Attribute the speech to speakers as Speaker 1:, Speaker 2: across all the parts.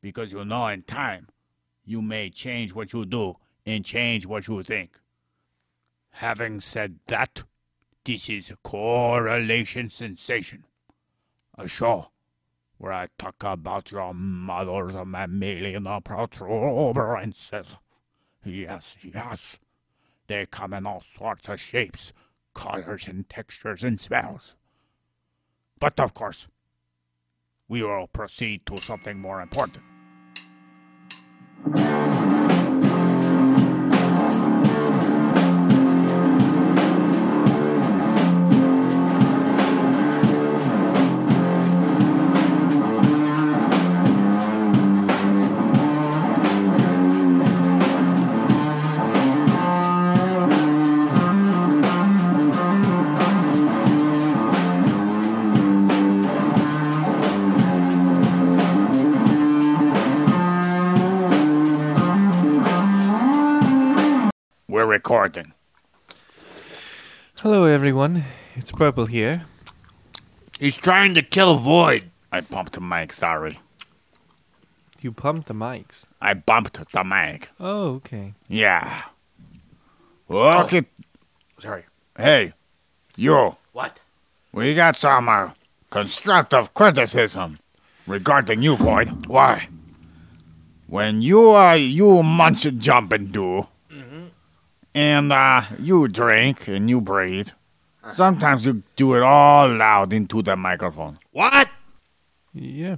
Speaker 1: Because you know in time, you may change what you do and change what you think. Having said that, this is Correlation Sensation, a show where I talk about your mother's mammalian protuberances. Yes, yes. They come in all sorts of shapes, colors, and textures and smells. But of course, we will proceed to something more important. We're recording.
Speaker 2: Hello, everyone. It's Purple here.
Speaker 3: He's trying to kill Void.
Speaker 1: I bumped the mic, sorry.
Speaker 2: You pumped the mics.
Speaker 1: I bumped the mic.
Speaker 2: Oh, okay.
Speaker 1: Yeah. Look at.
Speaker 3: Sorry.
Speaker 1: Hey, you.
Speaker 3: What?
Speaker 1: We got some uh, constructive criticism regarding you, Void. Why? When you uh, you munch and jump and do, and uh, you drink and you breathe, sometimes you do it all loud into the microphone.
Speaker 3: What?
Speaker 2: Yeah.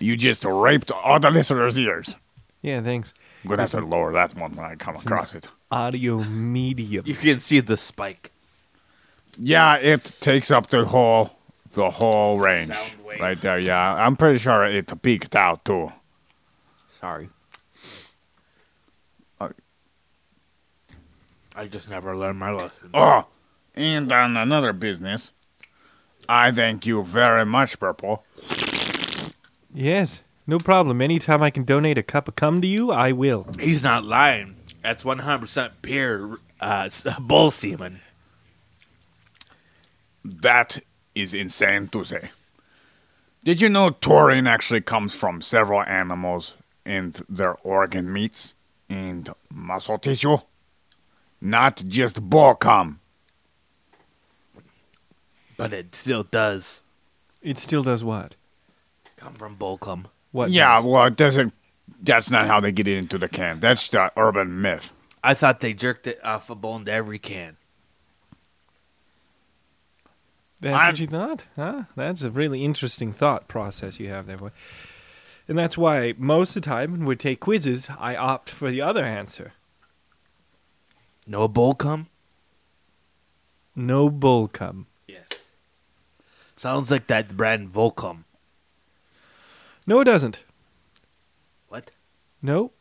Speaker 1: You just raped all the listeners' ears.
Speaker 2: Yeah, thanks.
Speaker 1: I'm gonna have to lower that one when I come across it.
Speaker 2: Audio medium.
Speaker 3: You can see the spike.
Speaker 1: Yeah, it takes up the whole the whole range
Speaker 3: Sound wave.
Speaker 1: right there. Yeah, I'm pretty sure it peaked out too.
Speaker 3: Sorry. I just never learned my lesson.
Speaker 1: Oh, and on another business, I thank you very much, Purple.
Speaker 2: Yes, no problem. Anytime I can donate a cup of cum to you, I will.
Speaker 3: He's not lying. That's 100% pure uh, s- bull semen.
Speaker 1: That is insane to say. Did you know taurine actually comes from several animals and their organ meats and muscle tissue? Not just bull cum.
Speaker 3: But it still does
Speaker 2: It still does what?
Speaker 3: come from bull cum.
Speaker 2: What?
Speaker 1: Yeah,
Speaker 2: does?
Speaker 1: well, it doesn't. That's not how they get it into the can. That's the urban myth.
Speaker 3: I thought they jerked it off a bone to every can.
Speaker 2: That's
Speaker 1: I'm-
Speaker 2: what you thought? Huh? That's a really interesting thought process you have there, boy. And that's why most of the time when we take quizzes, I opt for the other answer.
Speaker 3: No bull cum?
Speaker 2: No bull cum.
Speaker 3: Yes. Sounds like that brand Volcom.
Speaker 2: No, it doesn't.
Speaker 3: What?
Speaker 2: Nope.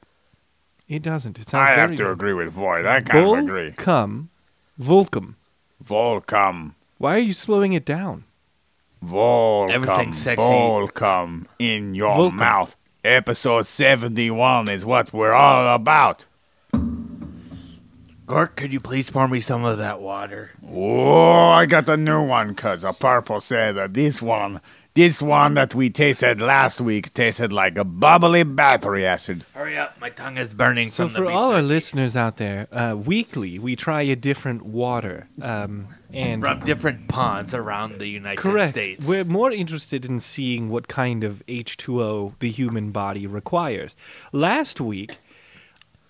Speaker 2: It doesn't. It sounds
Speaker 1: I
Speaker 2: very
Speaker 1: have to
Speaker 2: different.
Speaker 1: agree with Void. I kind
Speaker 2: Bull
Speaker 1: of agree.
Speaker 2: cum, Volcom.
Speaker 1: Volcom.
Speaker 2: Why are you slowing it down?
Speaker 1: Volcom.
Speaker 3: Everything sexy.
Speaker 1: Volcom in your
Speaker 2: Volcom.
Speaker 1: mouth. Episode 71 is what we're all about.
Speaker 3: Gork, could you please pour me some of that water?
Speaker 1: Oh, I got a new one because a purple said that this one, this one that we tasted last week, tasted like a bubbly battery acid.
Speaker 3: Hurry up, my tongue is burning
Speaker 2: So,
Speaker 3: from the
Speaker 2: for
Speaker 3: beef
Speaker 2: all our
Speaker 3: jerky.
Speaker 2: listeners out there, uh, weekly we try a different water. Um, and
Speaker 3: from different ponds around the United
Speaker 2: correct,
Speaker 3: States.
Speaker 2: we're more interested in seeing what kind of H2O the human body requires. Last week,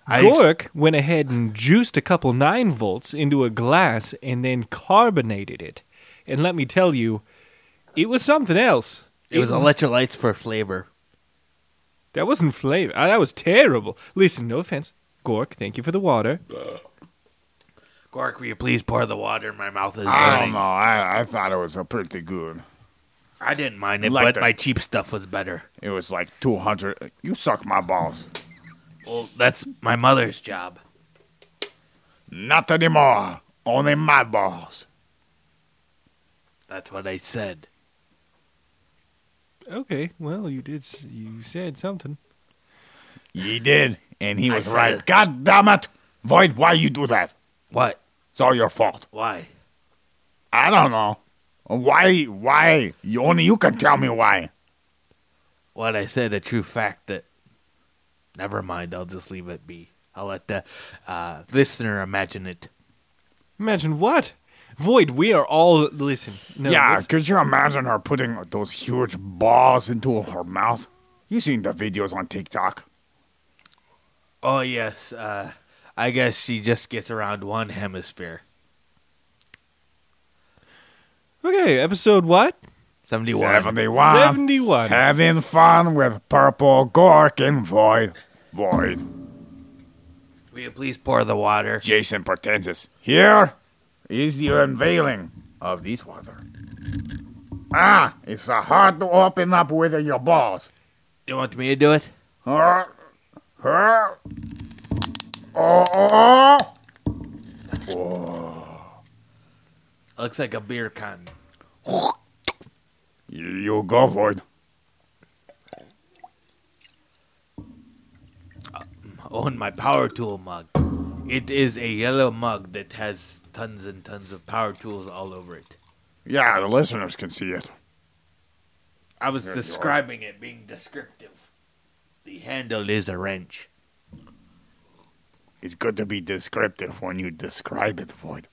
Speaker 3: I ex-
Speaker 2: Gork went ahead and juiced a couple nine volts into a glass and then carbonated it. And let me tell you, it was something else.
Speaker 3: it was electrolytes for flavor.
Speaker 2: That wasn't flavor. Ah, that was terrible. Listen, no offense, Gork. Thank you for the water.
Speaker 3: Gork, will you please pour the water in my mouth? Is
Speaker 1: I don't
Speaker 3: burning.
Speaker 1: know. I, I thought it was a pretty good.
Speaker 3: I didn't mind it,
Speaker 1: Like
Speaker 3: but
Speaker 1: the-
Speaker 3: my cheap stuff was better.
Speaker 1: It was like 200. You suck my balls.
Speaker 3: Well, that's my mother's job.
Speaker 1: Not anymore. Only my balls.
Speaker 3: That's what I said.
Speaker 2: Okay, well, you did. s- You said something.
Speaker 1: He did, and he
Speaker 3: I
Speaker 1: was
Speaker 3: said
Speaker 1: right.
Speaker 3: it.
Speaker 1: God damn it! Void, why you do that?
Speaker 3: What?
Speaker 1: It's all your fault.
Speaker 3: Why?
Speaker 1: I don't know. Why? Why? You, only you can tell me why.
Speaker 3: What I said, a true fact that. Never mind, I'll just leave it be. I'll let the uh, listener imagine it.
Speaker 2: Imagine what? Void. We are all listen. No,
Speaker 1: yeah,
Speaker 2: let's-
Speaker 1: could you imagine her putting those huge balls into her mouth? You seen the videos on TikTok?
Speaker 3: Oh, yes. Uh, I guess she just gets around one hemisphere.
Speaker 2: Okay, episode what?
Speaker 3: 71.
Speaker 1: Seventy-one.
Speaker 2: Seventy-one.
Speaker 1: Having fun with purple gork and void. Void.
Speaker 3: Will you please pour the water?
Speaker 1: Jason pretends. Here is the unveiling of this water. Ah, it's uh, hard to open up with your balls.
Speaker 3: You want me to do it?
Speaker 1: Huh? Huh? Oh, oh, oh.
Speaker 3: Looks like a beer can.
Speaker 1: You go, Void.
Speaker 3: Own my power tool mug. It is a yellow mug that has tons and tons of power tools all over it.
Speaker 1: Yeah, the listeners can see it.
Speaker 3: I was
Speaker 1: There you are.
Speaker 3: describing it, being descriptive. The handle is a wrench.
Speaker 1: It's good to be descriptive when you describe it, Void.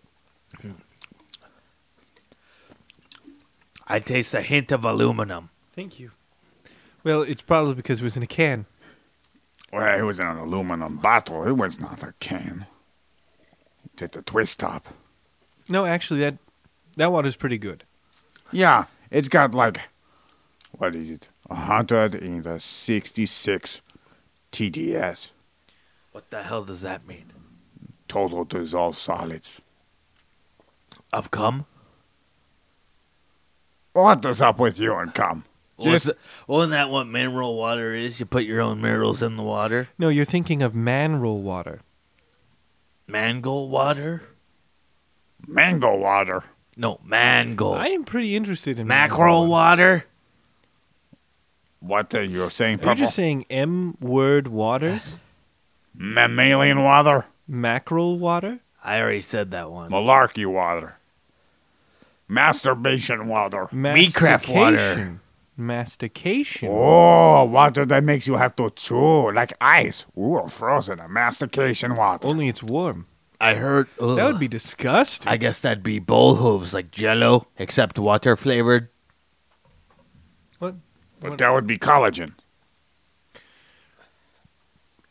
Speaker 3: I taste a hint of aluminum.
Speaker 2: Thank you. Well, it's probably because it was in a can.
Speaker 1: Well, it was in an aluminum bottle. It was not a can. It did the twist top.
Speaker 2: No, actually, that that water's pretty good.
Speaker 1: Yeah, it's got like, what is it? 166 TDS,
Speaker 3: What the hell does that mean?
Speaker 1: total dissolved solids.
Speaker 3: Of cum?
Speaker 1: What is up with you and cum?
Speaker 3: Yes.
Speaker 1: Just-
Speaker 3: Wasn't that what mineral water is? You put your own minerals in the water?
Speaker 2: No, you're thinking of man roll water.
Speaker 3: Mangle water?
Speaker 1: Mango water.
Speaker 3: No,
Speaker 1: Oh.
Speaker 3: mangle.
Speaker 2: I am pretty interested in man-roll
Speaker 3: Mackerel water?
Speaker 1: What are you saying,
Speaker 2: Are you
Speaker 1: Purple?
Speaker 2: just saying M word waters?
Speaker 1: Mammalian water?
Speaker 2: Mackerel water?
Speaker 3: I already said that one.
Speaker 1: Malarkey water. Masturbation water.
Speaker 3: Meatcraft water.
Speaker 2: Mastication. Mastication.
Speaker 1: Oh, water that makes you have to chew like ice. Ooh, frozen. A mastication water.
Speaker 2: Only it's warm.
Speaker 3: I heard. Ugh.
Speaker 2: That would be disgusting.
Speaker 3: I guess that'd be bull hooves like jello, except water flavored.
Speaker 2: What?
Speaker 1: But that would be collagen.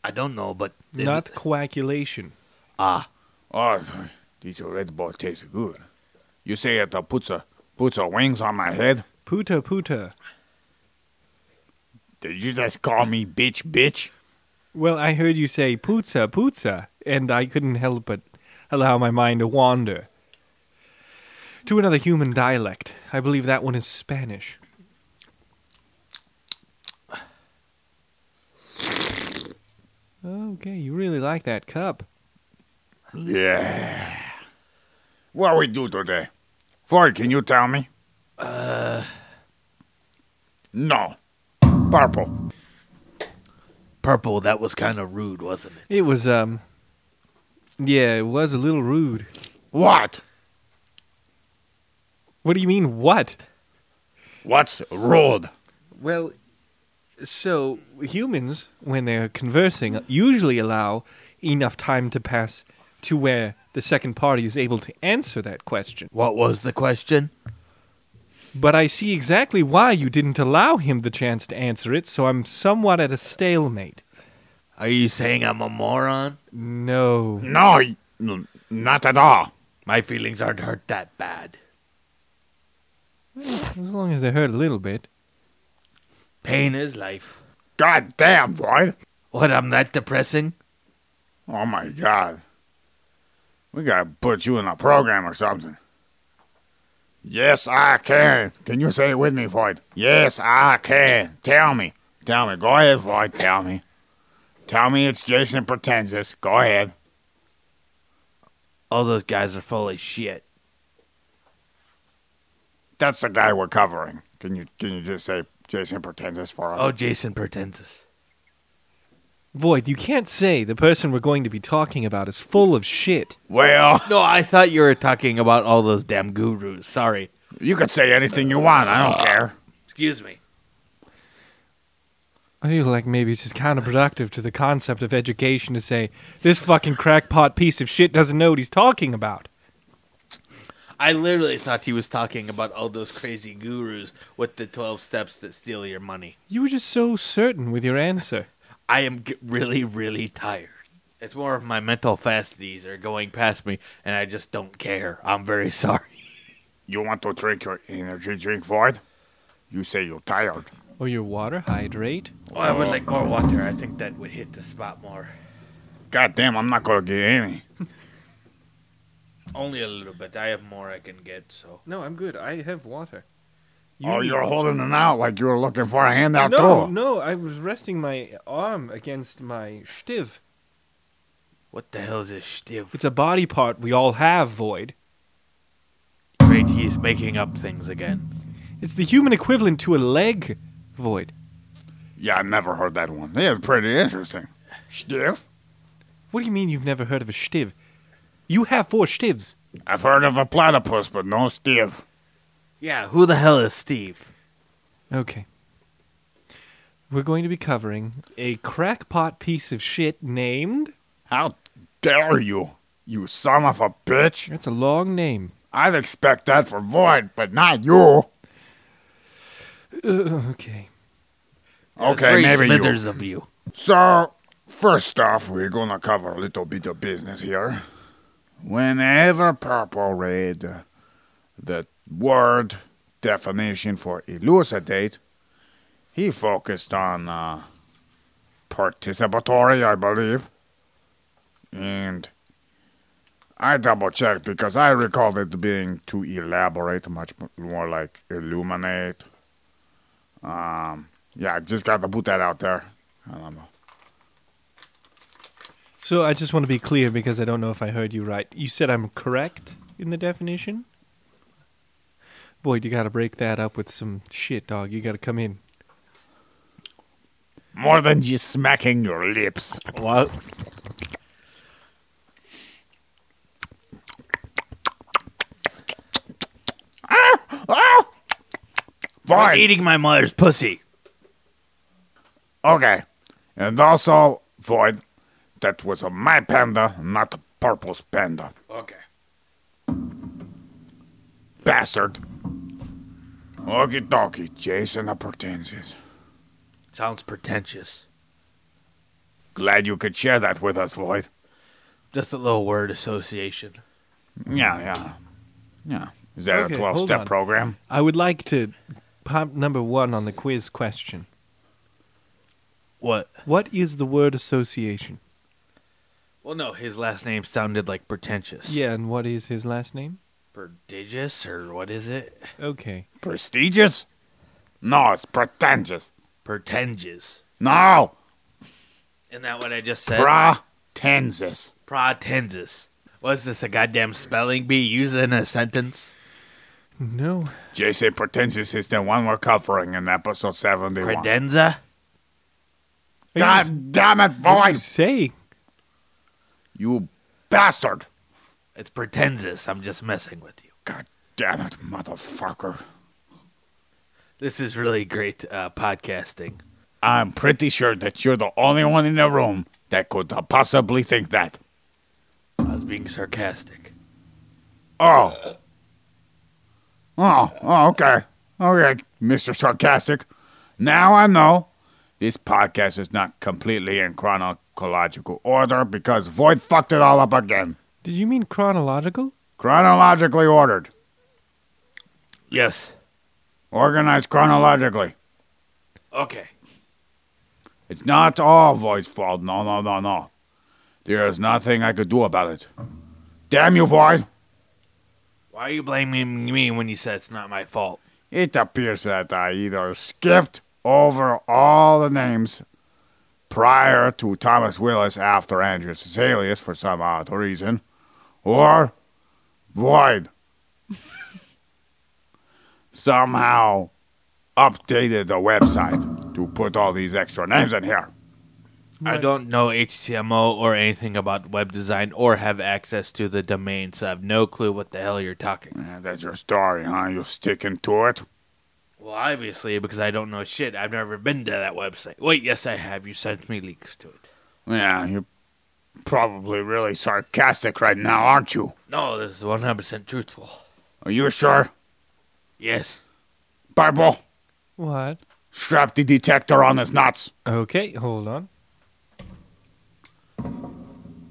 Speaker 3: I don't know, but is
Speaker 2: Not
Speaker 3: it-
Speaker 2: coagulation.
Speaker 3: ah.
Speaker 1: Oh, these Red Bull tastes good. You say it uh, puts a puts a wings on my head.
Speaker 2: Puta puta.
Speaker 1: Did you just call me bitch, bitch?
Speaker 2: Well, I heard you say putza putza, and I couldn't help but allow my mind to wander to another human dialect. I believe that one is Spanish. Okay, you really like that cup.
Speaker 1: Yeah. What we do today? Ford, can you tell me? Uh. No. Purple.
Speaker 3: Purple, that was kind of rude, wasn't it?
Speaker 2: It was um Yeah, it was a little rude.
Speaker 1: What?
Speaker 2: What do you mean what?
Speaker 1: What's road?
Speaker 2: Well, so humans, when they're conversing, usually allow enough time to pass to where the second party is able to answer that question.
Speaker 3: What was the question?
Speaker 2: But I see exactly why you didn't allow him the chance to answer it, so I'm somewhat at a stalemate.
Speaker 3: Are you saying I'm a moron?
Speaker 2: No.
Speaker 1: No, y- n- not at all.
Speaker 3: My feelings aren't hurt that bad.
Speaker 2: As long as they hurt a little bit.
Speaker 3: Pain is life.
Speaker 1: God damn, Void.
Speaker 3: What, I'm that depressing?
Speaker 1: Oh my god. We gotta put you in a program or something. Yes, I can. Can you say it with me, Void? Yes, I can. Tell me. Tell me. Go ahead, Void. Tell me. Tell me it's Jason Pretensis. Go ahead.
Speaker 3: All those guys are full of shit.
Speaker 1: That's the guy we're covering. Can you can you just say Jason Pretensis for us?
Speaker 3: Oh, Jason Pretensis.
Speaker 2: Void, you can't say the person we're going to be talking about is full of shit.
Speaker 1: well,
Speaker 3: No, I thought you were talking about all those damn gurus. Sorry.
Speaker 1: you can say anything you want. I don't care.
Speaker 3: Excuse me.
Speaker 2: I feel like maybe it's just counterproductive to the concept of education to say this fucking crackpot piece of shit doesn't know what he's talking about.
Speaker 3: I literally thought he was talking about all those crazy gurus with the 12 steps that steal your money.
Speaker 2: You were just so certain with your answer.
Speaker 3: I am g- really, really tired. It's more of my mental faculties are going past me, and I just don't care. I'm very sorry.
Speaker 1: You want to drink your energy drink, Void? You say you're tired.
Speaker 2: Or your water hydrate.
Speaker 3: Well, I would like more water. I think that would hit the spot more.
Speaker 1: God damn, I'm not gonna get any.
Speaker 3: Only a little bit. I have more I can get, so.
Speaker 2: No, I'm good. I have water.
Speaker 1: oh, you're holding it out like you were looking for a handout
Speaker 2: No,
Speaker 1: too.
Speaker 2: no, I was resting my arm against my shtiv.
Speaker 3: What the hell is this shtiv?
Speaker 2: It's a body part we all have, Void.
Speaker 3: Great, he's making up things again.
Speaker 2: It's the human equivalent to a leg, Void.
Speaker 1: Yeah, I never heard that one. Yeah, pretty interesting. Stiff?
Speaker 2: What do you mean you've never heard of a shtiv? You have four shtivs.
Speaker 1: I've heard of a platypus, but no stiff.
Speaker 3: Yeah, who the hell is Steve?
Speaker 2: Okay. We're going to be covering a crackpot piece of shit named.
Speaker 1: How dare you, you son of a bitch!
Speaker 2: That's a long name.
Speaker 1: I'd expect that for Void, but not you.
Speaker 2: Uh, okay.
Speaker 3: There's
Speaker 1: Okay,
Speaker 3: three
Speaker 1: maybe you.
Speaker 3: smithers of you.
Speaker 1: So, first off, we're gonna cover a little bit of business here. Whenever Purple read the word definition for elucidate, he focused on uh, participatory, I believe. And I double checked because I recalled it being to elaborate, much more like illuminate. Um, yeah, I just got to put that out there. I don't know.
Speaker 2: So I just want to be clear because I don't know if I heard you right. You said I'm correct in the definition? Void, you gotta break that up with some shit, dog. You gotta come in.
Speaker 1: More than just smacking your lips.
Speaker 3: What?
Speaker 1: Fine.
Speaker 3: eating my mother's pussy.
Speaker 1: Okay. And also, Void, that was a my panda, not Purple's panda.
Speaker 3: Okay.
Speaker 1: Bastard. Okie dokie, Jason Appertensis.
Speaker 3: Sounds pretentious.
Speaker 1: Glad you could share that with us, Void.
Speaker 3: Just a little word association.
Speaker 1: Yeah, yeah. Yeah. Is that
Speaker 2: Okay,
Speaker 1: a
Speaker 2: hold
Speaker 1: 12 step
Speaker 2: on.
Speaker 1: program?
Speaker 2: I would like to pop number one on the quiz question.
Speaker 3: What?
Speaker 2: What is the word association?
Speaker 3: Well, no, his last name sounded like pretentious.
Speaker 2: Yeah, and what is his last name?
Speaker 3: Prodigious, or what is it?
Speaker 2: Okay.
Speaker 1: Prestigious? No, it's pretentious.
Speaker 3: Pretentious.
Speaker 1: No!
Speaker 3: Isn't that what I just said?
Speaker 1: Pretensis.
Speaker 3: Pretentious. Was this a goddamn spelling bee used in a sentence?
Speaker 2: No.
Speaker 1: Jason Pretensis is the one we're covering in episode 71.
Speaker 3: Credenza?
Speaker 1: God damn it,
Speaker 2: What
Speaker 1: Void!
Speaker 2: did you say?
Speaker 1: You bastard!
Speaker 3: It's pretentious. I'm just messing with you.
Speaker 1: God damn it, motherfucker.
Speaker 3: This is really great uh, podcasting.
Speaker 1: I'm pretty sure that you're the only one in the room that could possibly think that.
Speaker 3: I was being sarcastic.
Speaker 1: Oh. Oh, oh okay. Okay, Mr. Sarcastic. Now I know this podcast is not completely in chronological order because Void fucked it all up again.
Speaker 2: Did you mean chronological?
Speaker 1: Chronologically ordered.
Speaker 3: Yes.
Speaker 1: Organized chronologically.
Speaker 3: Okay.
Speaker 1: It's not all Void's fault. No, no, no, no. There is nothing I could do about it. Damn you, Void.
Speaker 3: Why are you blaming me when you said it's not my fault?
Speaker 1: It appears that I either skipped over all the names prior to Thomas Willis after Andrew Cecilius for some odd reason, or void. Somehow updated the website to put all these extra names in here.
Speaker 3: I don't know HTML or anything about web design or have access to the domain, so I have no clue what the hell you're talking.
Speaker 1: Yeah, That's your story, huh? You sticking to it?
Speaker 3: Well, obviously, because I don't know shit. I've never been to that website. Wait, yes, I have. You sent me links to it.
Speaker 1: Yeah, you're probably really sarcastic right now, aren't you?
Speaker 3: No, this is 100% truthful.
Speaker 1: Are you sure?
Speaker 3: Yes.
Speaker 1: Bible,
Speaker 2: What?
Speaker 1: strap the detector on his nuts.
Speaker 2: Okay, hold on.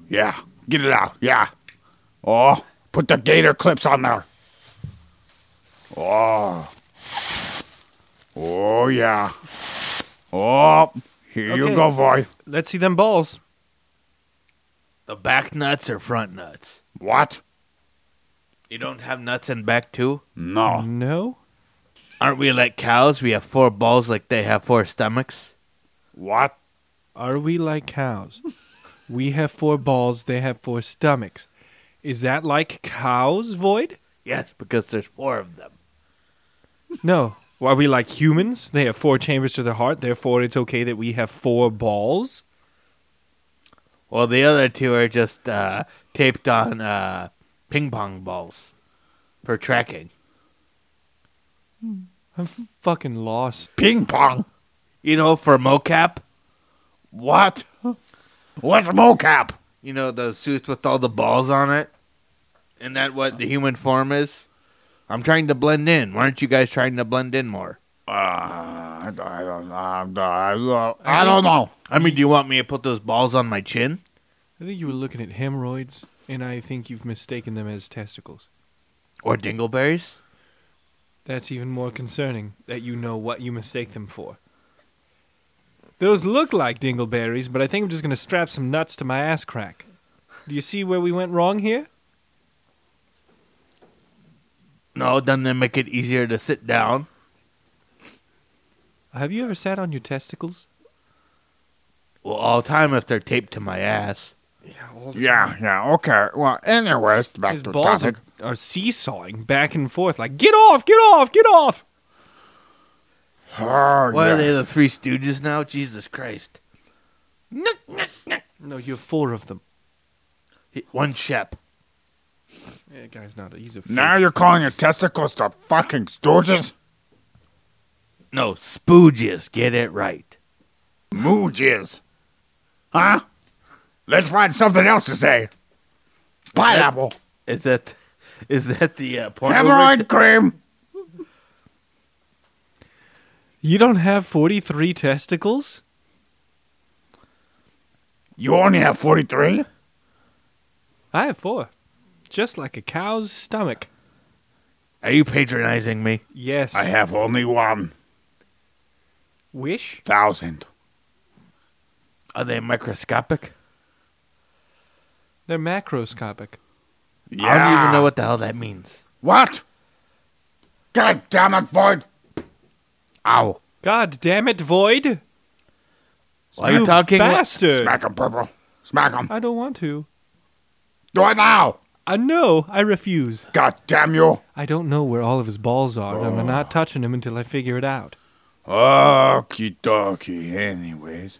Speaker 1: Yeah, get it out. Yeah. Oh, put the gator clips on there. Oh. Oh, yeah. Oh, here you
Speaker 2: Okay.
Speaker 1: go, boy.
Speaker 2: Let's see them balls.
Speaker 3: The back nuts or front nuts?
Speaker 1: What?
Speaker 3: You don't have nuts and back too?
Speaker 1: No.
Speaker 2: No.
Speaker 3: Aren't we like cows? We have four balls like they have four stomachs?
Speaker 1: What?
Speaker 2: Are we like cows? we have four balls, they have four stomachs. Is that like cows, Void?
Speaker 3: Yes, because there's four of them.
Speaker 2: No. Are we like humans? They have four chambers to the heart, therefore it's okay that we have four balls?
Speaker 3: Well, the other two are just uh, taped on uh, ping pong balls for tracking.
Speaker 2: I'm f- fucking lost.
Speaker 1: Ping pong.
Speaker 3: You know, for mocap?
Speaker 1: What? What's mocap?
Speaker 3: You know, those suits with all the balls on it? Isn't that what the human form is? I'm trying to blend in. Why aren't you guys trying to blend in more?
Speaker 1: Uh, I don't I don't know. I don't- I don't- I don't know.
Speaker 3: I mean, do you want me to put those balls on my chin?
Speaker 2: I think you were looking at hemorrhoids, and I think you've mistaken them as testicles.
Speaker 3: Or dingleberries?
Speaker 2: That's even more concerning that you know what you mistake them for. Those look like dingleberries, but I think I'm just going to strap some nuts to my ass crack. Do you see where we went wrong here?
Speaker 3: No, doesn't that make it easier to sit down?
Speaker 2: Have you ever sat on your testicles?
Speaker 3: Well, all time if they're taped to my ass.
Speaker 2: Yeah, all
Speaker 1: Yeah, yeah, okay. Well, anyways, back
Speaker 2: His
Speaker 1: to
Speaker 2: balls
Speaker 1: topic.
Speaker 2: Are, are seesawing back and forth like, get off, get off, get off!
Speaker 1: Oh,
Speaker 3: Why
Speaker 1: yeah.
Speaker 3: are they the Three Stooges now? Jesus Christ.
Speaker 2: No, you have four of them.
Speaker 3: He- One Shep.
Speaker 2: Yeah, guy's not. He's a freak.
Speaker 1: Now you're calling your testicles the fucking stooges?
Speaker 3: No, Spooges. Get it right.
Speaker 1: Mooges. Huh? Let's find something else to say. Pineapple.
Speaker 3: Is that is that the uh, porno?
Speaker 1: Hemorrhoid cream.
Speaker 2: You don't have 43 testicles?
Speaker 1: You only have 43?
Speaker 2: I have four. Just like a cow's stomach.
Speaker 3: Are you patronizing me?
Speaker 2: Yes.
Speaker 1: I have only one
Speaker 2: Wish?
Speaker 1: thousand.
Speaker 3: Are they microscopic?
Speaker 2: They're macroscopic.
Speaker 1: Yeah.
Speaker 3: I don't even know what the hell that means.
Speaker 1: What? God damn it, Boyd. Ow.
Speaker 2: God damn it, Void!
Speaker 3: While you're talking, wha-
Speaker 2: bastard!
Speaker 1: Smack him, Purple. Smack him.
Speaker 2: I don't want to.
Speaker 1: Do it now.
Speaker 2: I know. I refuse.
Speaker 1: God damn you.
Speaker 2: I don't know where all of his balls are, and I'm not touching them until I figure it out.
Speaker 1: Okie dokie. Anyways,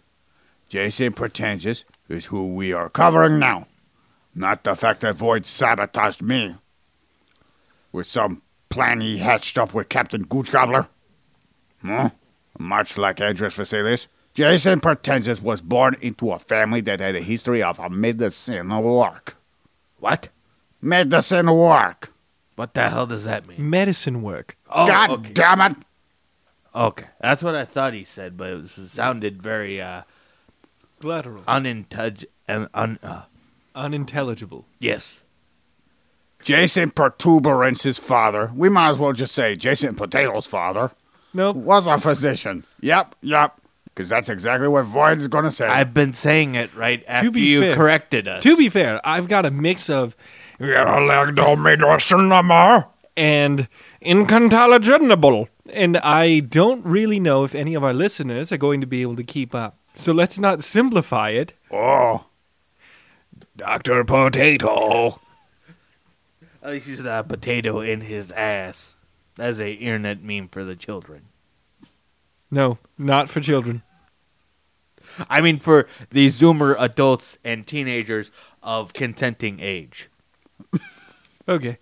Speaker 1: Jason Pretentious is who we are covering now. Not the fact that Void sabotaged me with some plan he hatched up with Captain Goochgobbler. Hmm? Much like Andres Vesalius, Jason Pretentious was born into a family that had a history of medicine work.
Speaker 3: what?
Speaker 1: Medicine work.
Speaker 3: What the hell does that mean?
Speaker 2: Medicine work.
Speaker 3: Oh,
Speaker 1: God
Speaker 3: okay.
Speaker 1: damn it.
Speaker 3: okay, that's what I thought he said, but it, was, it sounded very uh,
Speaker 2: Lateral.
Speaker 3: unintelligible. Un, un, uh,
Speaker 2: Unintelligible.
Speaker 3: yes.
Speaker 1: Jason Protuberance's father, we might as well just say Jason Potato's father,
Speaker 2: Nope.
Speaker 1: was a physician. Yep, yep. Because that's exactly what Void's going to say.
Speaker 3: I've been saying it right after
Speaker 2: be
Speaker 3: you
Speaker 2: fair-
Speaker 3: corrected us.
Speaker 2: To be fair, I've got a mix of "You're allowed to meet a cinema," and incontelligible. And I don't really know if any of our listeners are going to be able to keep up. So let's not simplify it.
Speaker 1: Oh,
Speaker 2: Dr. Potato.
Speaker 3: At least he's not a potato in his ass. That's a internet meme for the children.
Speaker 2: No, not for children.
Speaker 3: I mean, for the Zoomer adults and teenagers of consenting age.
Speaker 2: Okay.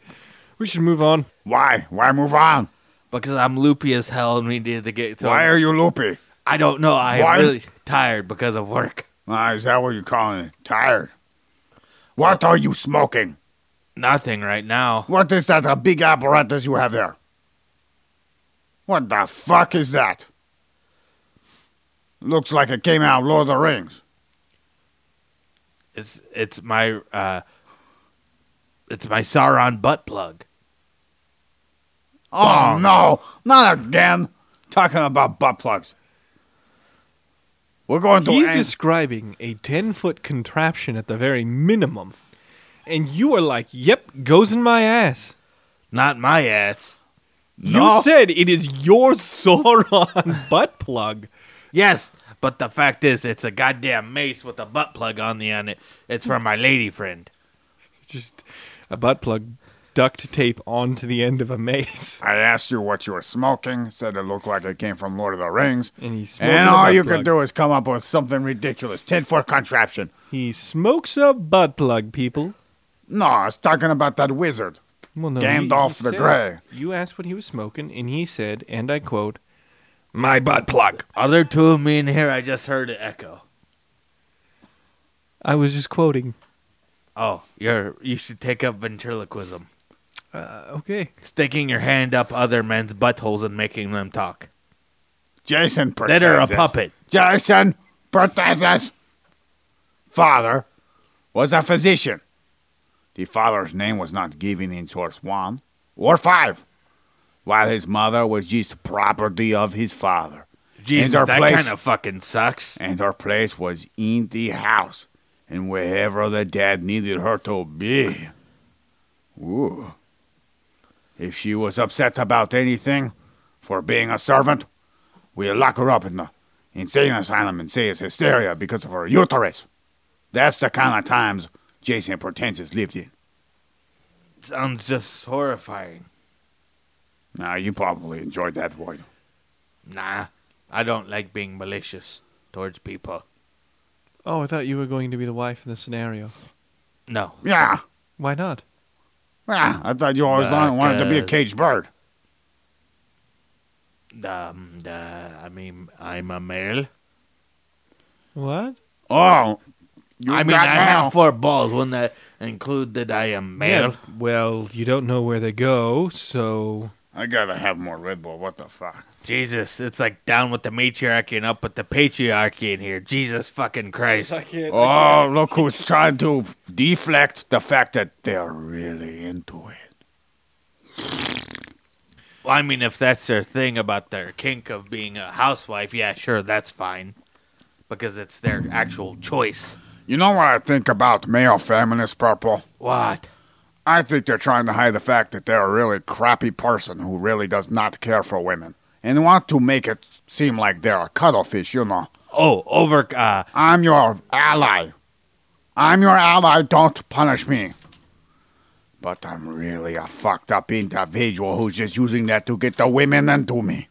Speaker 2: We should move on.
Speaker 1: why? Why move on?
Speaker 3: Because I'm loopy as hell and we need to get to.
Speaker 1: Why are you loopy?
Speaker 3: I don't know. I'm
Speaker 1: Why-
Speaker 3: really tired because of work.
Speaker 1: Ah, is that what you're calling it? Tired. What are you smoking?
Speaker 3: Nothing right now.
Speaker 1: What is that a big apparatus you have there? What the fuck is that? Looks like it came out of Lord of the Rings.
Speaker 3: It's it's my uh, it's my Sauron butt plug.
Speaker 1: Oh no, not again. Talking about butt plugs. We're going to
Speaker 2: He's
Speaker 1: end-
Speaker 2: describing a 10 foot contraption at the very minimum. And you are like, yep, goes in my ass.
Speaker 3: Not my ass.
Speaker 1: No.
Speaker 2: You said it is your Sauron butt plug.
Speaker 3: Yes, but the fact is, it's a goddamn mace with a butt plug on the end. It's for my lady friend.
Speaker 2: Just a butt plug duct tape onto the end of a mace.
Speaker 1: I asked you what you were smoking. Said it looked like it came from Lord of the Rings.
Speaker 2: And he's smoking
Speaker 1: And
Speaker 2: a
Speaker 1: all
Speaker 2: butt
Speaker 1: you
Speaker 2: plug.
Speaker 1: could do is come up with something ridiculous. Ten foot contraption.
Speaker 2: He smokes a butt plug, people.
Speaker 1: No, I was talking about that wizard.
Speaker 2: Well, no,
Speaker 1: Gandalf the
Speaker 2: says-
Speaker 1: Grey.
Speaker 2: You asked what he was smoking, and he said, and I quote, "My butt plug."
Speaker 3: Other two of me in here, I just heard it echo.
Speaker 2: I was just quoting.
Speaker 3: Oh, you're you should take up ventriloquism,
Speaker 2: Uh, Okay.
Speaker 3: sticking your hand up other men's buttholes and making them talk.
Speaker 1: Jason
Speaker 3: That
Speaker 1: pretends.
Speaker 3: are a
Speaker 1: us.
Speaker 3: puppet.
Speaker 1: Jason pretends us. Father was a physician. The father's name was not given in source one or five, while his mother was just property of his father.
Speaker 3: Jesus,
Speaker 1: our
Speaker 3: that
Speaker 1: place-
Speaker 3: kind of fucking sucks.
Speaker 1: and her place was in the house, and wherever the dad needed her to be. Ooh. If she was upset about anything, for being a servant, we lock her up in the insane asylum and say it's hysteria because of her uterus. That's the kind of times Jason pretends has lived in.
Speaker 3: Sounds just horrifying.
Speaker 1: Now, you probably enjoyed that, Void.
Speaker 3: Nah, I don't like being malicious towards people.
Speaker 2: Oh, I thought you were going to be the wife in the scenario.
Speaker 3: No,
Speaker 1: Yeah.
Speaker 2: Why not?
Speaker 1: Yeah, I thought you always
Speaker 3: Because-
Speaker 1: wanted to be a caged bird.
Speaker 3: um, uh, I mean, I'm a male.
Speaker 2: What?
Speaker 1: Oh, you
Speaker 3: I mean,
Speaker 1: got
Speaker 3: I
Speaker 1: now.
Speaker 3: have four balls. Wouldn't that include that I am male?
Speaker 2: Yeah, well, you don't know where they go, so
Speaker 1: I gotta have more Red Bull. What the fuck?
Speaker 3: Jesus, it's like down with the matriarchy and up with the patriarchy in here. Jesus fucking Christ.
Speaker 2: can't.
Speaker 1: Oh, look who's trying to f- deflect the fact that they're really into it.
Speaker 3: Well, I mean, if that's their thing about their kink of being a housewife, yeah, sure, that's fine. Because it's their actual choice.
Speaker 1: You know what I think about male feminists, Purple?
Speaker 3: What?
Speaker 1: I think they're trying to hide the fact that they're a really crappy person who really does not care for women and want to make it seem like they're a cuttlefish, you know.
Speaker 3: Oh, over. Uh,
Speaker 1: I'm your ally. I'm your ally. Don't punish me. But I'm really a fucked up individual who's just using that to get the women into me.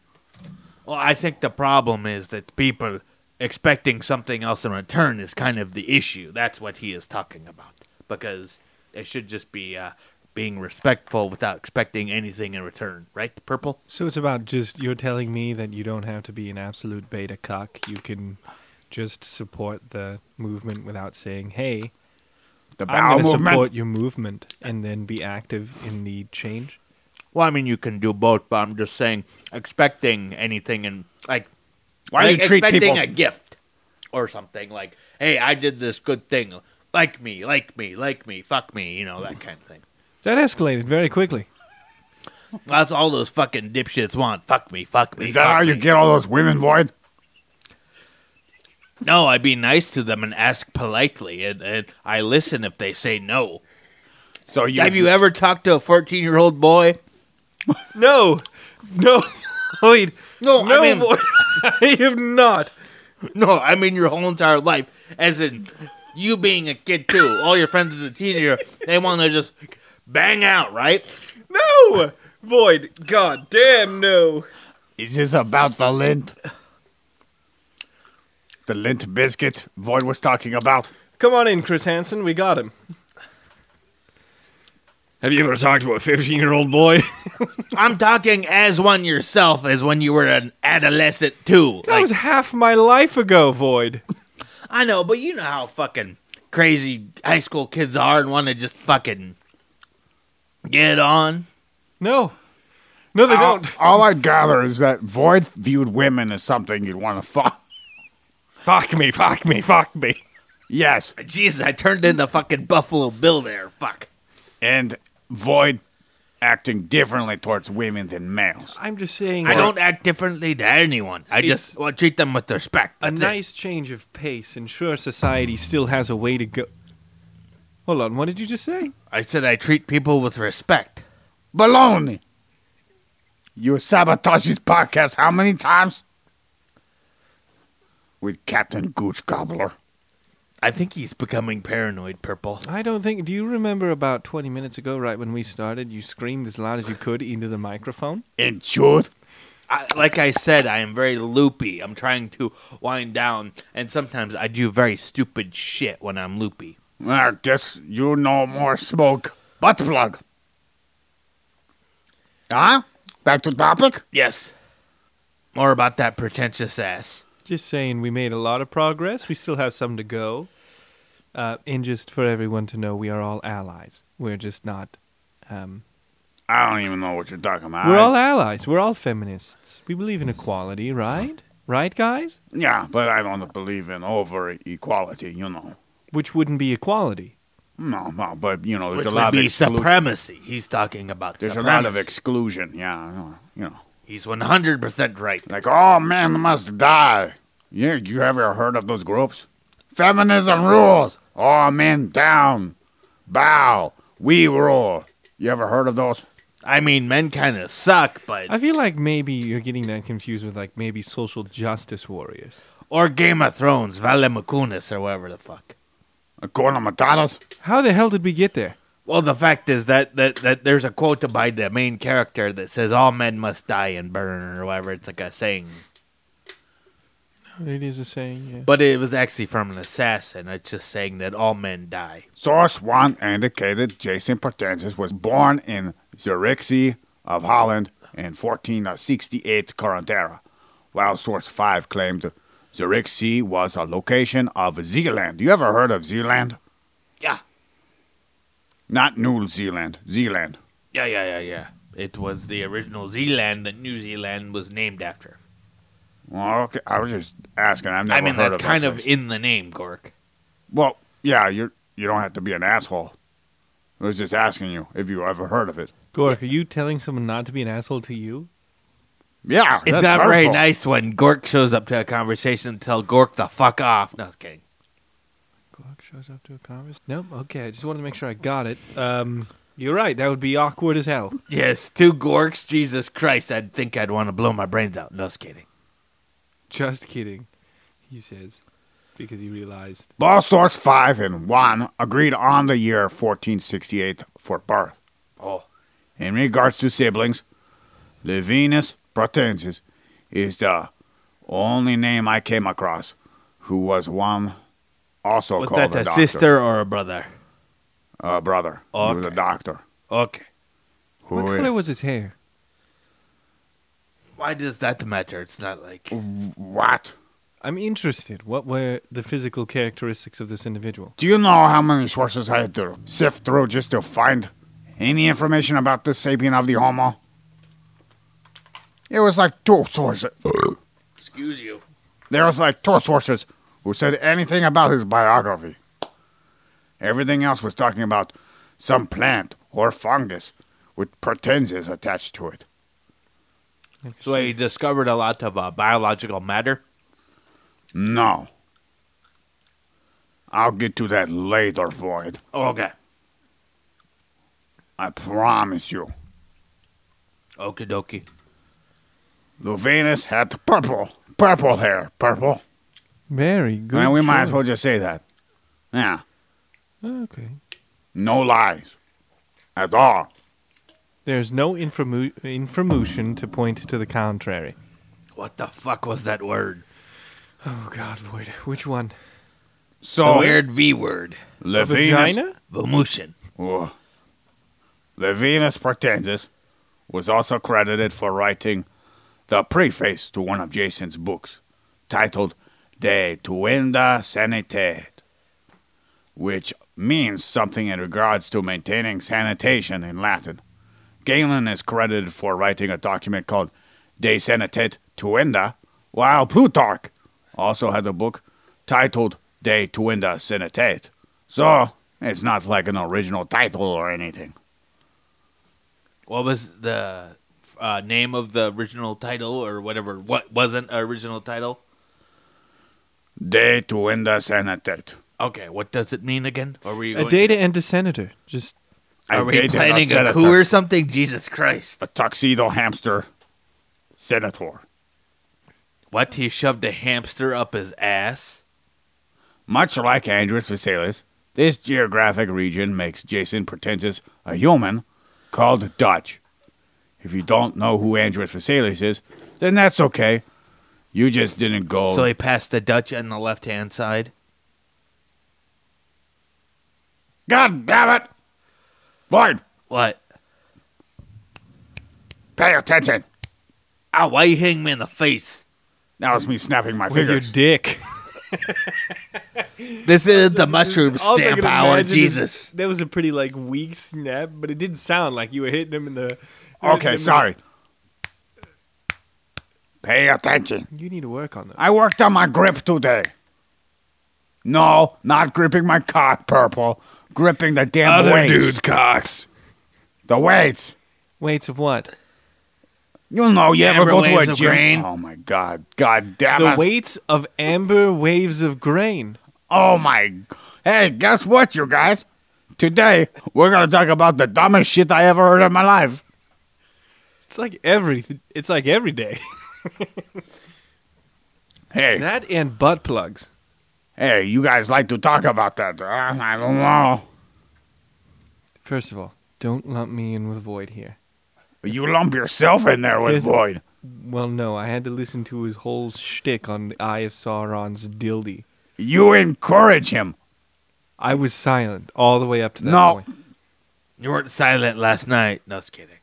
Speaker 3: well, I think the problem is that people expecting something else in return is kind of the issue. That's what he is talking about. Because it should just be uh, being respectful without expecting anything in return, right? Purple?
Speaker 2: So it's about just you're telling me that you don't have to be an absolute beta cock. You can just support the movement without saying, "Hey,
Speaker 1: The
Speaker 2: I'm
Speaker 1: bowel
Speaker 2: going to
Speaker 1: movement.
Speaker 2: support your movement," and then be active in the change.
Speaker 3: Well, I mean, you can do both, but I'm just saying, expecting anything and like,
Speaker 1: Why do
Speaker 3: like
Speaker 1: you treat
Speaker 3: expecting
Speaker 1: people-
Speaker 3: a gift or something like, hey, I did this good thing, like me, like me, like me, fuck me, you know that kind of thing.
Speaker 2: That escalated very quickly.
Speaker 3: That's all those fucking dipshits want. Fuck me, fuck me.
Speaker 1: Is that
Speaker 3: fuck
Speaker 1: how you
Speaker 3: me.
Speaker 1: get all those women, Void?
Speaker 3: No, I be nice to them and ask politely, and, and I listen if they say no.
Speaker 1: So you
Speaker 3: Have you ever talked to a 14 year old boy?
Speaker 2: No, no, Lloyd.
Speaker 3: No, I
Speaker 2: no,
Speaker 3: mean-
Speaker 2: Lloyd. I have not.
Speaker 3: No, I mean your whole entire life, as in you being a kid too. All your friends as a teenager, they want to just bang out, right?
Speaker 2: No, Lloyd. God damn no.
Speaker 1: Is this about the lint? The lint biscuit Void was talking about?
Speaker 2: Come on in, Chris Hansen. We got him. Have you ever talked to a 15 year old boy?
Speaker 3: I'm talking as one yourself, as when you were an adolescent too.
Speaker 2: that was half my life ago, Void.
Speaker 3: I know, but you know how fucking crazy high school kids are and want to just fucking get on.
Speaker 2: No. No, they
Speaker 1: all,
Speaker 2: don't.
Speaker 1: all I gather is that Void viewed women as something you'd want to fuck.
Speaker 2: Fuck me, fuck me, fuck me.
Speaker 1: Yes,
Speaker 3: Jesus, I turned into fucking Buffalo Bill there. Fuck.
Speaker 1: and Void acting differently towards women than males.
Speaker 2: I'm just saying.
Speaker 3: I
Speaker 2: that
Speaker 3: don't act differently to anyone. I
Speaker 2: It's-
Speaker 3: just well, treat them with respect.
Speaker 2: A
Speaker 3: That's it.
Speaker 2: nice change of pace, and sure, society still has a way to go. Hold on, what did you just say?
Speaker 3: I said I treat people with respect.
Speaker 1: Baloney! You sabotaged this podcast how many times? With Captain Gooch Gobbler.
Speaker 3: I think he's becoming paranoid, Purple.
Speaker 2: I don't think. Do you remember about 20 minutes ago, right when we started, you screamed as loud as you could into the microphone?
Speaker 1: And Jude?
Speaker 3: I, like I said, I am very loopy. I'm trying to wind down, and sometimes I do very stupid shit when I'm loopy.
Speaker 1: I guess you know more smoke. Butt plug. Huh? Back to topic?
Speaker 3: Yes. More about that pretentious ass.
Speaker 2: Just saying, we made a lot of progress. We still have some to go. Uh, and just for everyone to know, we are all allies. We're just not. Um,
Speaker 1: I don't even know what you're talking about.
Speaker 2: we're all allies. We're all feminists. We believe in equality, right? Right, guys?
Speaker 1: yeah, but I don't believe in over equality, you know.
Speaker 2: Which wouldn't be equality.
Speaker 1: No, no, but you know, there's
Speaker 3: Which
Speaker 1: a lot
Speaker 3: would
Speaker 1: of
Speaker 3: be
Speaker 1: exclu-
Speaker 3: supremacy. He's talking about
Speaker 1: There's a lot
Speaker 3: supremacy.
Speaker 1: of exclusion. Yeah, I know, you know,
Speaker 3: He's 100% right.
Speaker 1: like oh man must die. Yeah, you ever heard of those groups? Feminism rules. All men down, bow. We rule. You ever heard of those?
Speaker 3: I mean, men kind of suck, but.
Speaker 2: I feel like maybe you're getting that confused with like maybe social justice warriors.
Speaker 3: Or Game of Thrones, Vale Macunas, or whatever the fuck.
Speaker 1: According to Matadas?
Speaker 2: How the hell did we get there?
Speaker 3: Well, the fact is that, that, that there's a quote by the main character that says, All men must die and burn, or whatever. It's like a saying.
Speaker 2: It is a saying, yeah.
Speaker 3: But it was actually from an assassin. It's just saying that all men die.
Speaker 1: Source one indicated Jason Pratensis was born in Zurichzee of Holland in 1468 current era, while source five claimed Zurichzee was a location of Zealand. You ever heard of Zealand?
Speaker 3: Yeah.
Speaker 1: Not New Zealand, Zealand.
Speaker 3: Yeah, yeah, yeah, yeah. It was the original Zealand that New Zealand was named after.
Speaker 1: Well, okay, I was just asking. I've never
Speaker 3: I mean,
Speaker 1: heard
Speaker 3: that's
Speaker 1: of that
Speaker 3: kind of
Speaker 1: place.
Speaker 3: in the name, Gork.
Speaker 1: Well, yeah, you you don't have to be an asshole. I was just asking you if you ever heard of it.
Speaker 2: Gork, are you telling someone not to be an asshole to you?
Speaker 1: Yeah,
Speaker 3: It's
Speaker 1: that's
Speaker 3: not very
Speaker 1: hurtful.
Speaker 3: nice when Gork shows up to a conversation and tell Gork the fuck off. No, I was kidding.
Speaker 2: Gork shows up to a conference. Nope. Okay, I just wanted to make sure I got it. Um, you're right. That would be awkward as hell.
Speaker 3: Yes, two Gorks. Jesus Christ, I'd think I'd want to blow my brains out. No, I was kidding.
Speaker 2: Just kidding, he says, because he realized.
Speaker 1: Ball Source 5 and 1 agreed on the year 1468 for birth.
Speaker 3: Oh,
Speaker 1: In regards to siblings, Levinus Pratensis is the only name I came across who was one also
Speaker 3: was
Speaker 1: called
Speaker 3: that
Speaker 1: a,
Speaker 3: a
Speaker 1: doctor.
Speaker 3: sister or a brother?
Speaker 1: A brother. He was a
Speaker 3: Okay.
Speaker 1: doctor.
Speaker 3: Okay.
Speaker 1: Who
Speaker 2: what
Speaker 1: is-
Speaker 2: color was his hair?
Speaker 3: Why does that matter? It's not like
Speaker 1: what?
Speaker 2: I'm interested. What were the physical characteristics of this individual?
Speaker 1: Do you know how many sources I had to sift through just to find any information about this sapien of the Homo? It was like two sources.
Speaker 3: excuse you.
Speaker 1: There was like two sources who said anything about his biography. Everything else was talking about some plant or fungus with pratensis attached to it.
Speaker 3: So he discovered a lot of uh, biological matter.
Speaker 1: No. I'll get to that later, Void.
Speaker 3: Okay.
Speaker 1: I promise you.
Speaker 3: Okie dokie.
Speaker 1: Luvanus had purple, purple hair, purple.
Speaker 2: Very good.
Speaker 1: I mean, we might as
Speaker 2: choice.
Speaker 1: well just say that. Yeah,
Speaker 2: Okay.
Speaker 1: no lies, at all.
Speaker 2: There's no informu- information to point to the contrary.
Speaker 3: What the fuck was that word?
Speaker 2: Oh God, Void. Which one?
Speaker 1: So
Speaker 3: the weird V word.
Speaker 1: Levinus,
Speaker 2: Vagina?
Speaker 3: Vomushin.
Speaker 1: Ugh. Levinus Pratensis was also credited for writing the preface to one of Jason's books, titled De Tuenda Sanitate, which means something in regards to maintaining sanitation in Latin. Galen is credited for writing a document called De Sanitate Tuenda, while Plutarch also had a book titled De Tuenda Sanitate. So, it's not like an original title or anything.
Speaker 3: What was the uh, name of the original title or whatever? What wasn't an original title?
Speaker 1: De Tuenda Sanitate.
Speaker 3: Okay, what does it mean again? Are we
Speaker 2: A
Speaker 3: going-
Speaker 2: data and a senator. Just
Speaker 3: Are
Speaker 1: I
Speaker 3: we
Speaker 1: dated
Speaker 3: planning a
Speaker 1: senator,
Speaker 3: coup or something? Jesus Christ!
Speaker 1: A tuxedo hamster senator.
Speaker 3: What? He shoved a hamster up his ass.
Speaker 1: Much like Andrus Vesalius, this geographic region makes Jason Pratensis a human called Dutch. If you don't know who Andrus Vesalius is, then that's okay. You just didn't go.
Speaker 3: So he passed the Dutch on the left hand side.
Speaker 1: God damn it! Void,
Speaker 3: What?
Speaker 1: pay attention.
Speaker 3: Ah, why you hitting me in the face?
Speaker 1: That was me snapping my
Speaker 2: with your
Speaker 1: fingers.
Speaker 2: dick.
Speaker 3: This is the mushroom
Speaker 2: All I
Speaker 3: stamp
Speaker 2: can
Speaker 3: hour,
Speaker 2: imagine is-
Speaker 3: Jesus.
Speaker 2: That was a pretty like weak snap, but it did sound like you were hitting him in the. hitting him in
Speaker 1: Okay,
Speaker 2: the-
Speaker 1: sorry. Pay attention.
Speaker 2: You need to work on that.
Speaker 1: I worked on my grip today. No, not gripping my cock, Purple. Gripping the damn weights.
Speaker 2: cocks.
Speaker 1: The weights.
Speaker 2: Weights of what?
Speaker 1: You know, you ever
Speaker 3: Amber
Speaker 1: go to a
Speaker 3: waves of
Speaker 1: gym?
Speaker 3: grain.
Speaker 1: Oh my god, god damn
Speaker 2: The
Speaker 1: it!
Speaker 2: weights of amber waves of grain.
Speaker 1: oh my. Hey, guess what, you guys? Today we're gonna talk about the dumbest shit I ever heard in my life.
Speaker 2: It's like every. It's like every day.
Speaker 1: Hey,
Speaker 2: that and butt plugs.
Speaker 1: hey, you guys like to talk about that? Uh, I don't know.
Speaker 2: First of all, don't lump me in with Void here.
Speaker 1: You lump yourself in there with
Speaker 2: There's-
Speaker 1: Void.
Speaker 2: Well, no, I had to listen to his whole shtick on Eye of Sauron's dildy.
Speaker 1: You encourage him.
Speaker 2: I was silent all the way up to that
Speaker 1: No.
Speaker 2: point.
Speaker 3: You weren't silent last night. No, just kidding.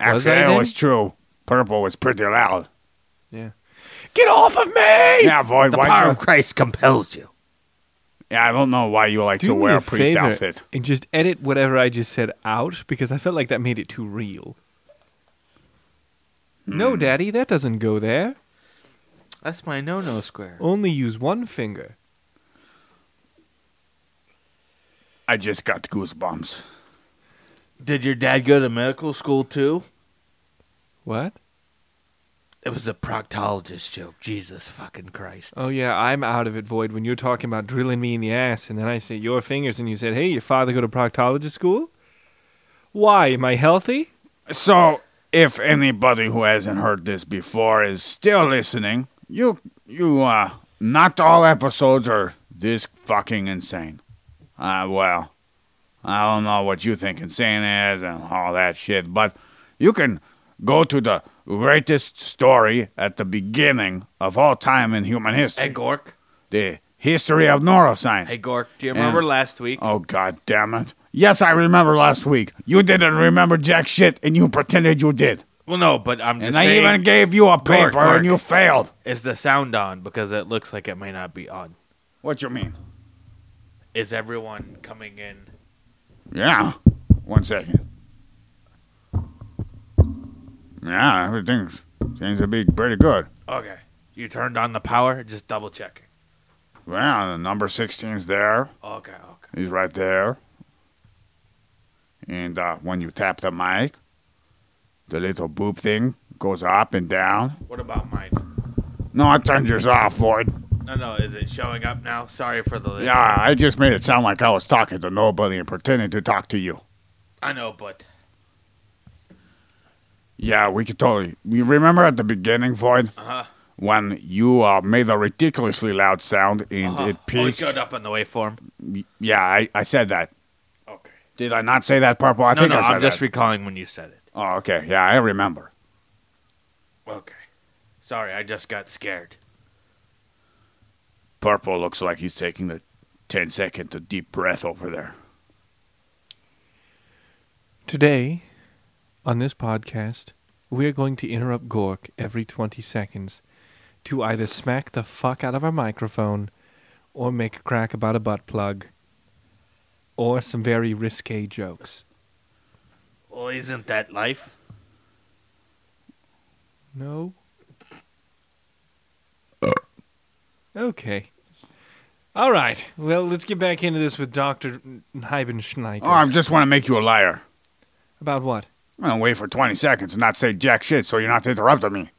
Speaker 2: Was
Speaker 1: Actually,
Speaker 2: I
Speaker 1: it
Speaker 2: then?
Speaker 1: was true. Purple was pretty loud.
Speaker 2: Yeah. Get off of me!
Speaker 1: Yeah, Void,
Speaker 3: The
Speaker 1: why
Speaker 3: power
Speaker 1: you
Speaker 3: of Christ compels you.
Speaker 1: Yeah, I don't know why you like
Speaker 2: Do
Speaker 1: to
Speaker 2: me
Speaker 1: wear
Speaker 2: a
Speaker 1: a priest
Speaker 2: favor
Speaker 1: outfit.
Speaker 2: and just edit whatever I just said out because I felt like that made it too real.
Speaker 1: Hmm.
Speaker 2: No, Daddy, that doesn't go there.
Speaker 3: That's my no-no square.
Speaker 2: Only use one finger.
Speaker 1: I just got goosebumps.
Speaker 3: Did your dad go to medical school too?
Speaker 2: What?
Speaker 3: It was a proctologist joke. Jesus fucking Christ.
Speaker 2: Oh yeah, I'm out of it, Void. When you're talking about drilling me in the ass, and then I say your fingers, and you said, "Hey, your father go to proctologist school? Why? Am I healthy?
Speaker 1: So, if anybody who hasn't heard this before is still listening, you you uh not all episodes are this fucking insane. Uh well, I don't know what you think insane is and all that shit, but you can go to the greatest story at the beginning of all time in human
Speaker 3: Hey
Speaker 1: history.
Speaker 3: Gork.
Speaker 1: The history of neuroscience.
Speaker 3: Hey Gork. Do you remember
Speaker 1: Yeah.
Speaker 3: last week?
Speaker 1: Oh god damn it. Yes, I remember last week. You didn't remember jack shit and you pretended you did.
Speaker 3: Well, no, but I'm just
Speaker 1: And I
Speaker 3: saying.
Speaker 1: even gave you a paper
Speaker 3: Gork, Gork.
Speaker 1: and you failed.
Speaker 3: Is the sound on? Because it looks like it may not be on.
Speaker 1: What you mean?
Speaker 3: Is everyone coming in?
Speaker 1: Yeah. One second. Yeah, everything seems to be pretty good.
Speaker 3: Okay. You turned on the power. Just double checking.
Speaker 1: Well, the number 16's there.
Speaker 3: Okay. Okay.
Speaker 1: He's right there. And uh, when you tap the mic, the little boop thing goes up and down.
Speaker 3: What about mine?
Speaker 1: No, I turned yours off, Void.
Speaker 3: No, no. Is it showing up now? Sorry for the.
Speaker 1: Yeah, I just made it sound like I was talking to nobody and pretending to talk to you.
Speaker 3: I know, but
Speaker 1: Yeah, we could totally. You remember at the beginning, Void,
Speaker 3: uh-huh.
Speaker 1: when you uh, made a ridiculously loud sound and
Speaker 3: uh-huh.
Speaker 1: it
Speaker 3: Oh, it
Speaker 1: peaked?
Speaker 3: showed up on the waveform.
Speaker 1: yeah, I, I said that.
Speaker 3: Okay.
Speaker 1: Did I not say that, Purple? I
Speaker 3: no,
Speaker 1: think
Speaker 3: no,
Speaker 1: I said
Speaker 3: I'm just
Speaker 1: that.
Speaker 3: recalling when you said it.
Speaker 1: oh, okay. Yeah, I remember.
Speaker 3: Okay. Sorry, I just got scared.
Speaker 1: Purple looks like he's taking the 10 second to deep breath over there.
Speaker 2: Today, on this podcast, we are going to interrupt Gork every 20 seconds to either smack the fuck out of our microphone or make a crack about a butt plug or some very risque jokes.
Speaker 3: Well, isn't that life?
Speaker 2: No? okay. All right. Well, let's get back into this with Dr. Heibenschneider.
Speaker 1: Oh, I just want to make you a liar.
Speaker 2: About what?
Speaker 1: I'm going to wait for 20 seconds and not say jack shit so you're not interrupting me.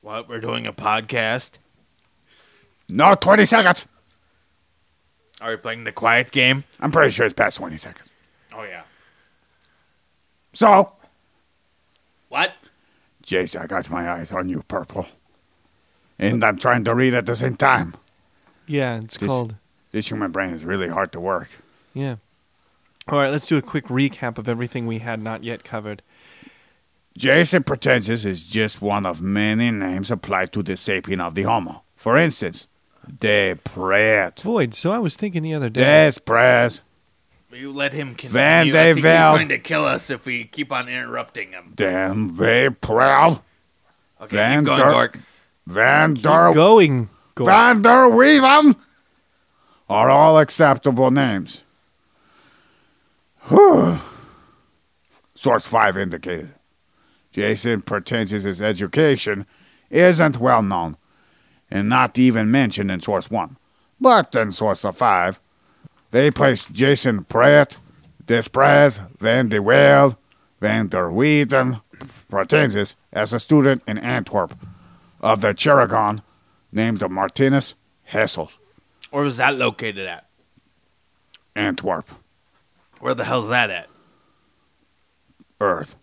Speaker 3: What? We're doing a podcast?
Speaker 1: No, 20 seconds!
Speaker 3: Are we playing the quiet game?
Speaker 1: I'm pretty sure it's past 20 seconds.
Speaker 3: Oh, yeah.
Speaker 1: So,
Speaker 3: What?
Speaker 1: Jace, I got my eyes on you, Purple. And I'm trying to read at the same time.
Speaker 2: Yeah, it's
Speaker 1: This-
Speaker 2: called.
Speaker 1: This human brain is really hard to work.
Speaker 2: Yeah. All right, let's do a quick recap of everything we had not yet covered.
Speaker 1: Jason Pretentious is just one of many names applied to the sapien of the Homo. For instance, Depressed,
Speaker 2: Void, so I was thinking the other day.
Speaker 1: Desprez,
Speaker 3: Will you let him continue?
Speaker 1: Van
Speaker 3: I think he's
Speaker 1: Devel.
Speaker 3: going to kill us if we keep on interrupting him.
Speaker 1: Damn They Proud,
Speaker 3: Okay,
Speaker 1: Van
Speaker 3: keep going,
Speaker 1: Dorp.
Speaker 3: Gork.
Speaker 1: Van
Speaker 2: Keep
Speaker 1: Der
Speaker 2: going. Gork.
Speaker 1: Van Der Weaven are all acceptable names. Whew. Source 5 indicated. Jason Pretentious's education isn't well known and not even mentioned in Source 1. But in Source 5, they placed Jason Pratt, Desprez, Van de Weld, Van der Weeden, Pretentious as a student in Antwerp of the Charagon named Martinus Hessel,
Speaker 3: Where was that located at?
Speaker 1: Antwerp,
Speaker 3: Where the hell's that at?
Speaker 1: Earth.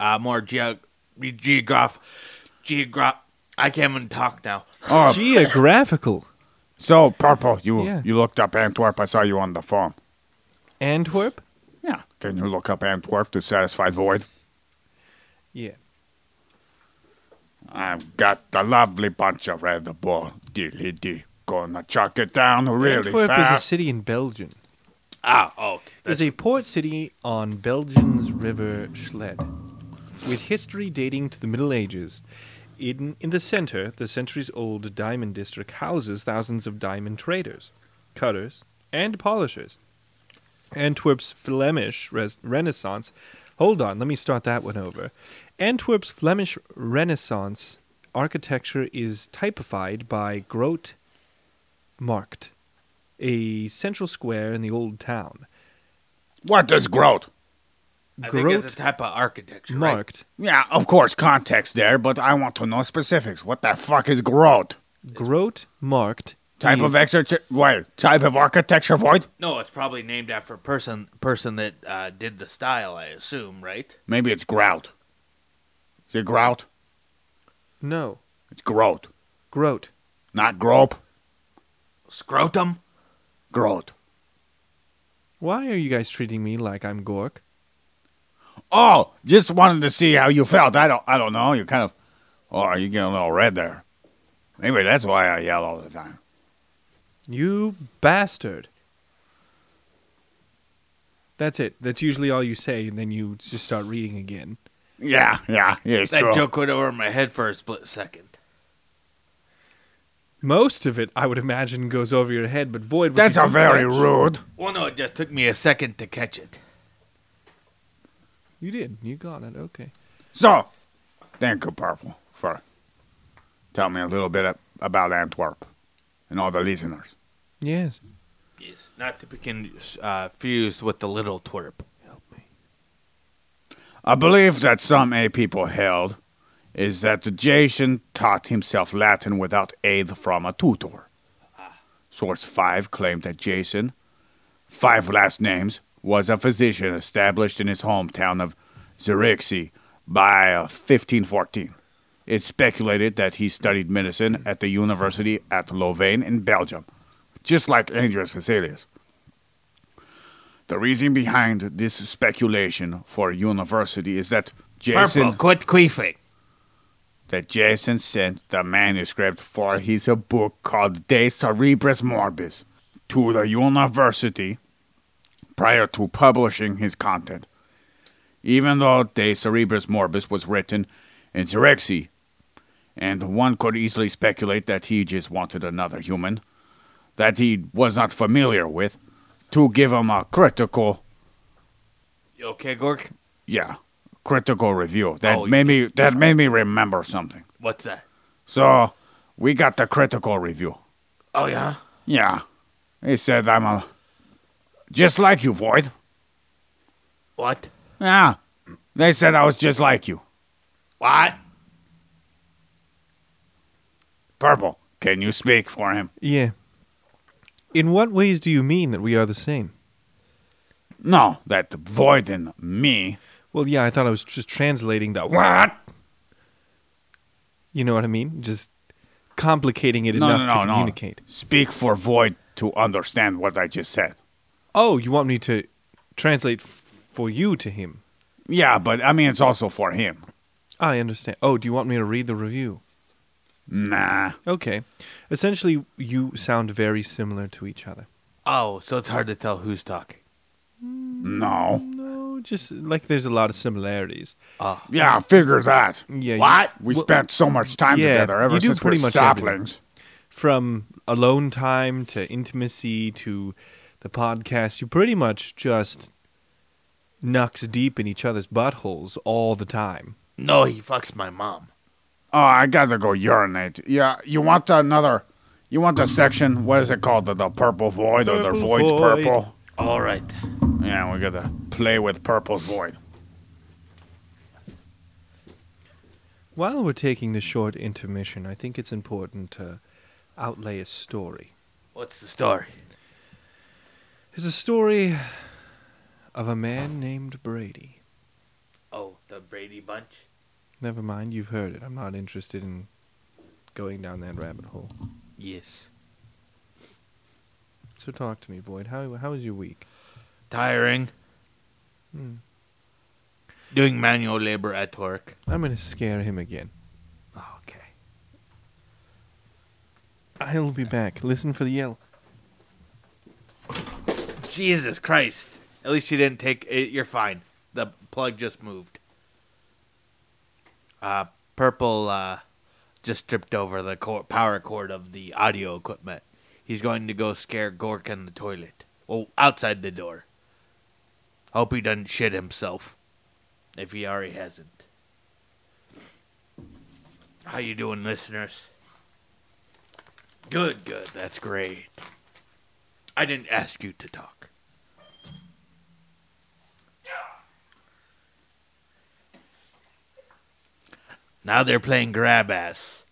Speaker 3: Uh, more geog... Geograph... Geograph... I can't even talk now.
Speaker 1: Oh,
Speaker 2: Geographical.
Speaker 1: so Purple, you
Speaker 2: Yeah.
Speaker 1: you looked up Antwerp. I saw you on the phone.
Speaker 2: Antwerp?
Speaker 1: Yeah, can you look up Antwerp to satisfy Void?
Speaker 2: Yeah.
Speaker 1: I've got a lovely bunch of Red Bull. Dilly D. Gonna chuck it down really
Speaker 2: Antwerp is a
Speaker 1: fast.
Speaker 2: city in Belgium.
Speaker 3: Ah, oh, okay.
Speaker 2: It's a port city on Belgium's river Schled, with history dating to the Middle Ages. In, in the center, the centuries old diamond district houses thousands of diamond traders, cutters, and polishers. Antwerp's Flemish res- Renaissance. Hold on, let me start that one over. Antwerp's Flemish Renaissance architecture is typified by Grote Markt, a central square in the old town.
Speaker 1: What is growth?
Speaker 3: I think it's a
Speaker 2: Grote
Speaker 3: type of architecture, right?
Speaker 2: marked
Speaker 1: Yeah, of course, context there, but I want to know specifics. What the fuck is growth?
Speaker 2: Grote marked
Speaker 1: Type
Speaker 2: is-
Speaker 1: of exer- wait, type of architecture, Void?
Speaker 3: No, it's probably named after a person person that uh, did the style, I assume, right?
Speaker 1: Maybe it's grout. Is it grout?
Speaker 2: no
Speaker 1: It's grout.
Speaker 2: Grote
Speaker 1: Not grope,
Speaker 3: Scrotum?
Speaker 1: groat.
Speaker 2: why are you guys treating me like I'm Gork
Speaker 1: Oh, just wanted to see how you felt. I don't I don't know. You kind of Oh, are you getting a little red there? Maybe that's why I yell all the time.
Speaker 2: you bastard that's it that's usually all you say and then you just start reading again
Speaker 1: Yeah, yeah, yeah, it's
Speaker 3: That
Speaker 1: true.
Speaker 3: joke went over my head for a split second.
Speaker 2: most of it I would imagine goes over your head but Void was
Speaker 1: that's
Speaker 2: your
Speaker 1: a very
Speaker 2: catch.
Speaker 1: rude.
Speaker 3: Well, no, it just took me a second to catch it.
Speaker 2: you did you got it okay
Speaker 1: So, thank you, Purple, for telling me a little bit ab- about Antwerp and all the listeners.
Speaker 2: Yes.
Speaker 3: Yes, not to be confused with the little twerp. Help me.
Speaker 1: A belief that some A people held is that Jason taught himself Latin without aid from a tutor. Source 5 claimed that Jason, five last names, was a physician established in his hometown of Zerixi by uh, 1514. It's speculated that he studied medicine at the university at Louvain in Belgium, just like Andreas Vesalius. The reason behind this speculation for university is that Jason
Speaker 3: Purple, quit queefing.
Speaker 1: that Jason sent the manuscript for his book called De Cerebris Morbis to the university prior to publishing his content. Even though De Cerebris Morbis was written in Xerexi, and one could easily speculate that he just wanted another human that he was not familiar with to give him a critical
Speaker 3: You okay, Gork?
Speaker 1: yeah, critical review. That
Speaker 3: Oh, you
Speaker 1: made me that made me remember something.
Speaker 3: What's that?
Speaker 1: So we got the critical review.
Speaker 3: Oh yeah.
Speaker 1: Yeah, he said I'm a just like you, Void.
Speaker 3: What?
Speaker 1: Yeah, they said I was just like you.
Speaker 3: What?
Speaker 1: Purple, can you speak for him?
Speaker 2: Yeah. In what ways do you mean that we are the same?
Speaker 1: No, that Void and me.
Speaker 2: Well, yeah, I thought I was just translating the what. You know what I mean? Just complicating it
Speaker 1: No,
Speaker 2: enough
Speaker 1: no,
Speaker 2: to
Speaker 1: no, no.
Speaker 2: communicate.
Speaker 1: Speak for Void to understand what I just said.
Speaker 2: Oh, you want me to translate f- for you to him?
Speaker 1: Yeah, but I mean it's also for him.
Speaker 2: I understand. Oh, do you want me to read the review?
Speaker 1: Nah.
Speaker 2: Okay. Essentially, you sound very similar to each other.
Speaker 3: Oh, so it's hard to tell who's talking.
Speaker 1: No.
Speaker 2: No, just like there's a lot of similarities.
Speaker 3: Oh,
Speaker 1: Yeah, figure that.
Speaker 2: Yeah. you-
Speaker 3: What?
Speaker 1: We
Speaker 2: Well,
Speaker 1: spent so much time
Speaker 2: yeah,
Speaker 1: together ever
Speaker 2: you do
Speaker 1: since
Speaker 2: pretty
Speaker 1: we're
Speaker 2: much everything.
Speaker 1: saplings.
Speaker 2: from alone time to intimacy to the podcast, you pretty much just knucks deep in each other's buttholes all the time.
Speaker 3: no, he fucks my mom.
Speaker 1: Oh, I gotta go urinate. Yeah, you want another? You want the section? What is it called? The, the purple void or the
Speaker 2: Purple
Speaker 1: void's
Speaker 2: void.
Speaker 1: purple?
Speaker 3: All right.
Speaker 1: Yeah, we gotta play with purple void.
Speaker 2: While we're taking this short intermission, I think it's important to outlay a story.
Speaker 3: What's the story?
Speaker 2: It's a story of a man named Brady.
Speaker 3: Oh, the Brady Bunch.
Speaker 2: Never mind, you've heard it. I'm not interested in going down that rabbit hole.
Speaker 3: Yes.
Speaker 2: So talk to me, Void. How how was your week?
Speaker 3: Tiring.
Speaker 2: Hmm.
Speaker 3: Doing manual labor at work.
Speaker 2: I'm gonna scare him again.
Speaker 3: okay.
Speaker 2: I'll be back. Listen for the yell.
Speaker 3: Jesus Christ! At least you didn't take. It, you're fine. The plug just moved. Uh, purple uh, just tripped over the cor- power cord of the audio equipment. He's going to go scare Gork in the toilet. Well, outside the door. Hope he doesn't shit himself. If he already hasn't. How you doing, listeners? Good, good. That's great. I didn't ask you to talk. Now they're playing grab ass.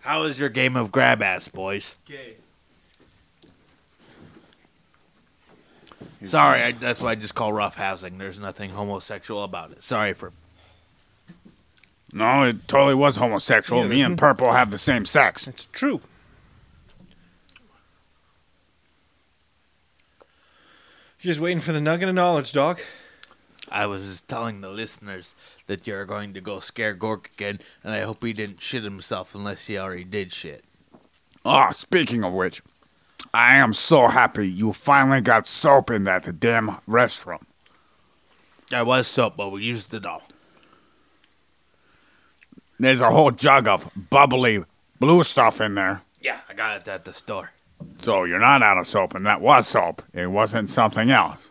Speaker 3: How is your game of grab ass, boys? Sorry, I, that's why I just call rough housing. There's nothing homosexual about it. Sorry for.
Speaker 1: No, it totally was homosexual.
Speaker 2: Yeah,
Speaker 1: Me and
Speaker 2: isn't-
Speaker 1: purple have the same sex.
Speaker 2: That's true. Just waiting for the nugget of knowledge, Doc.
Speaker 3: I was just telling the listeners that you're going to go scare Gork again, and I hope he didn't shit himself unless he already did shit.
Speaker 1: Ah, speaking of which, I am so happy you finally got soap in that damn restroom.
Speaker 3: There was soap, but we used it all.
Speaker 1: There's a whole jug of bubbly blue stuff in there.
Speaker 3: Yeah, I got it at the store.
Speaker 1: So you're not out of soap, and that was soap. It wasn't something else.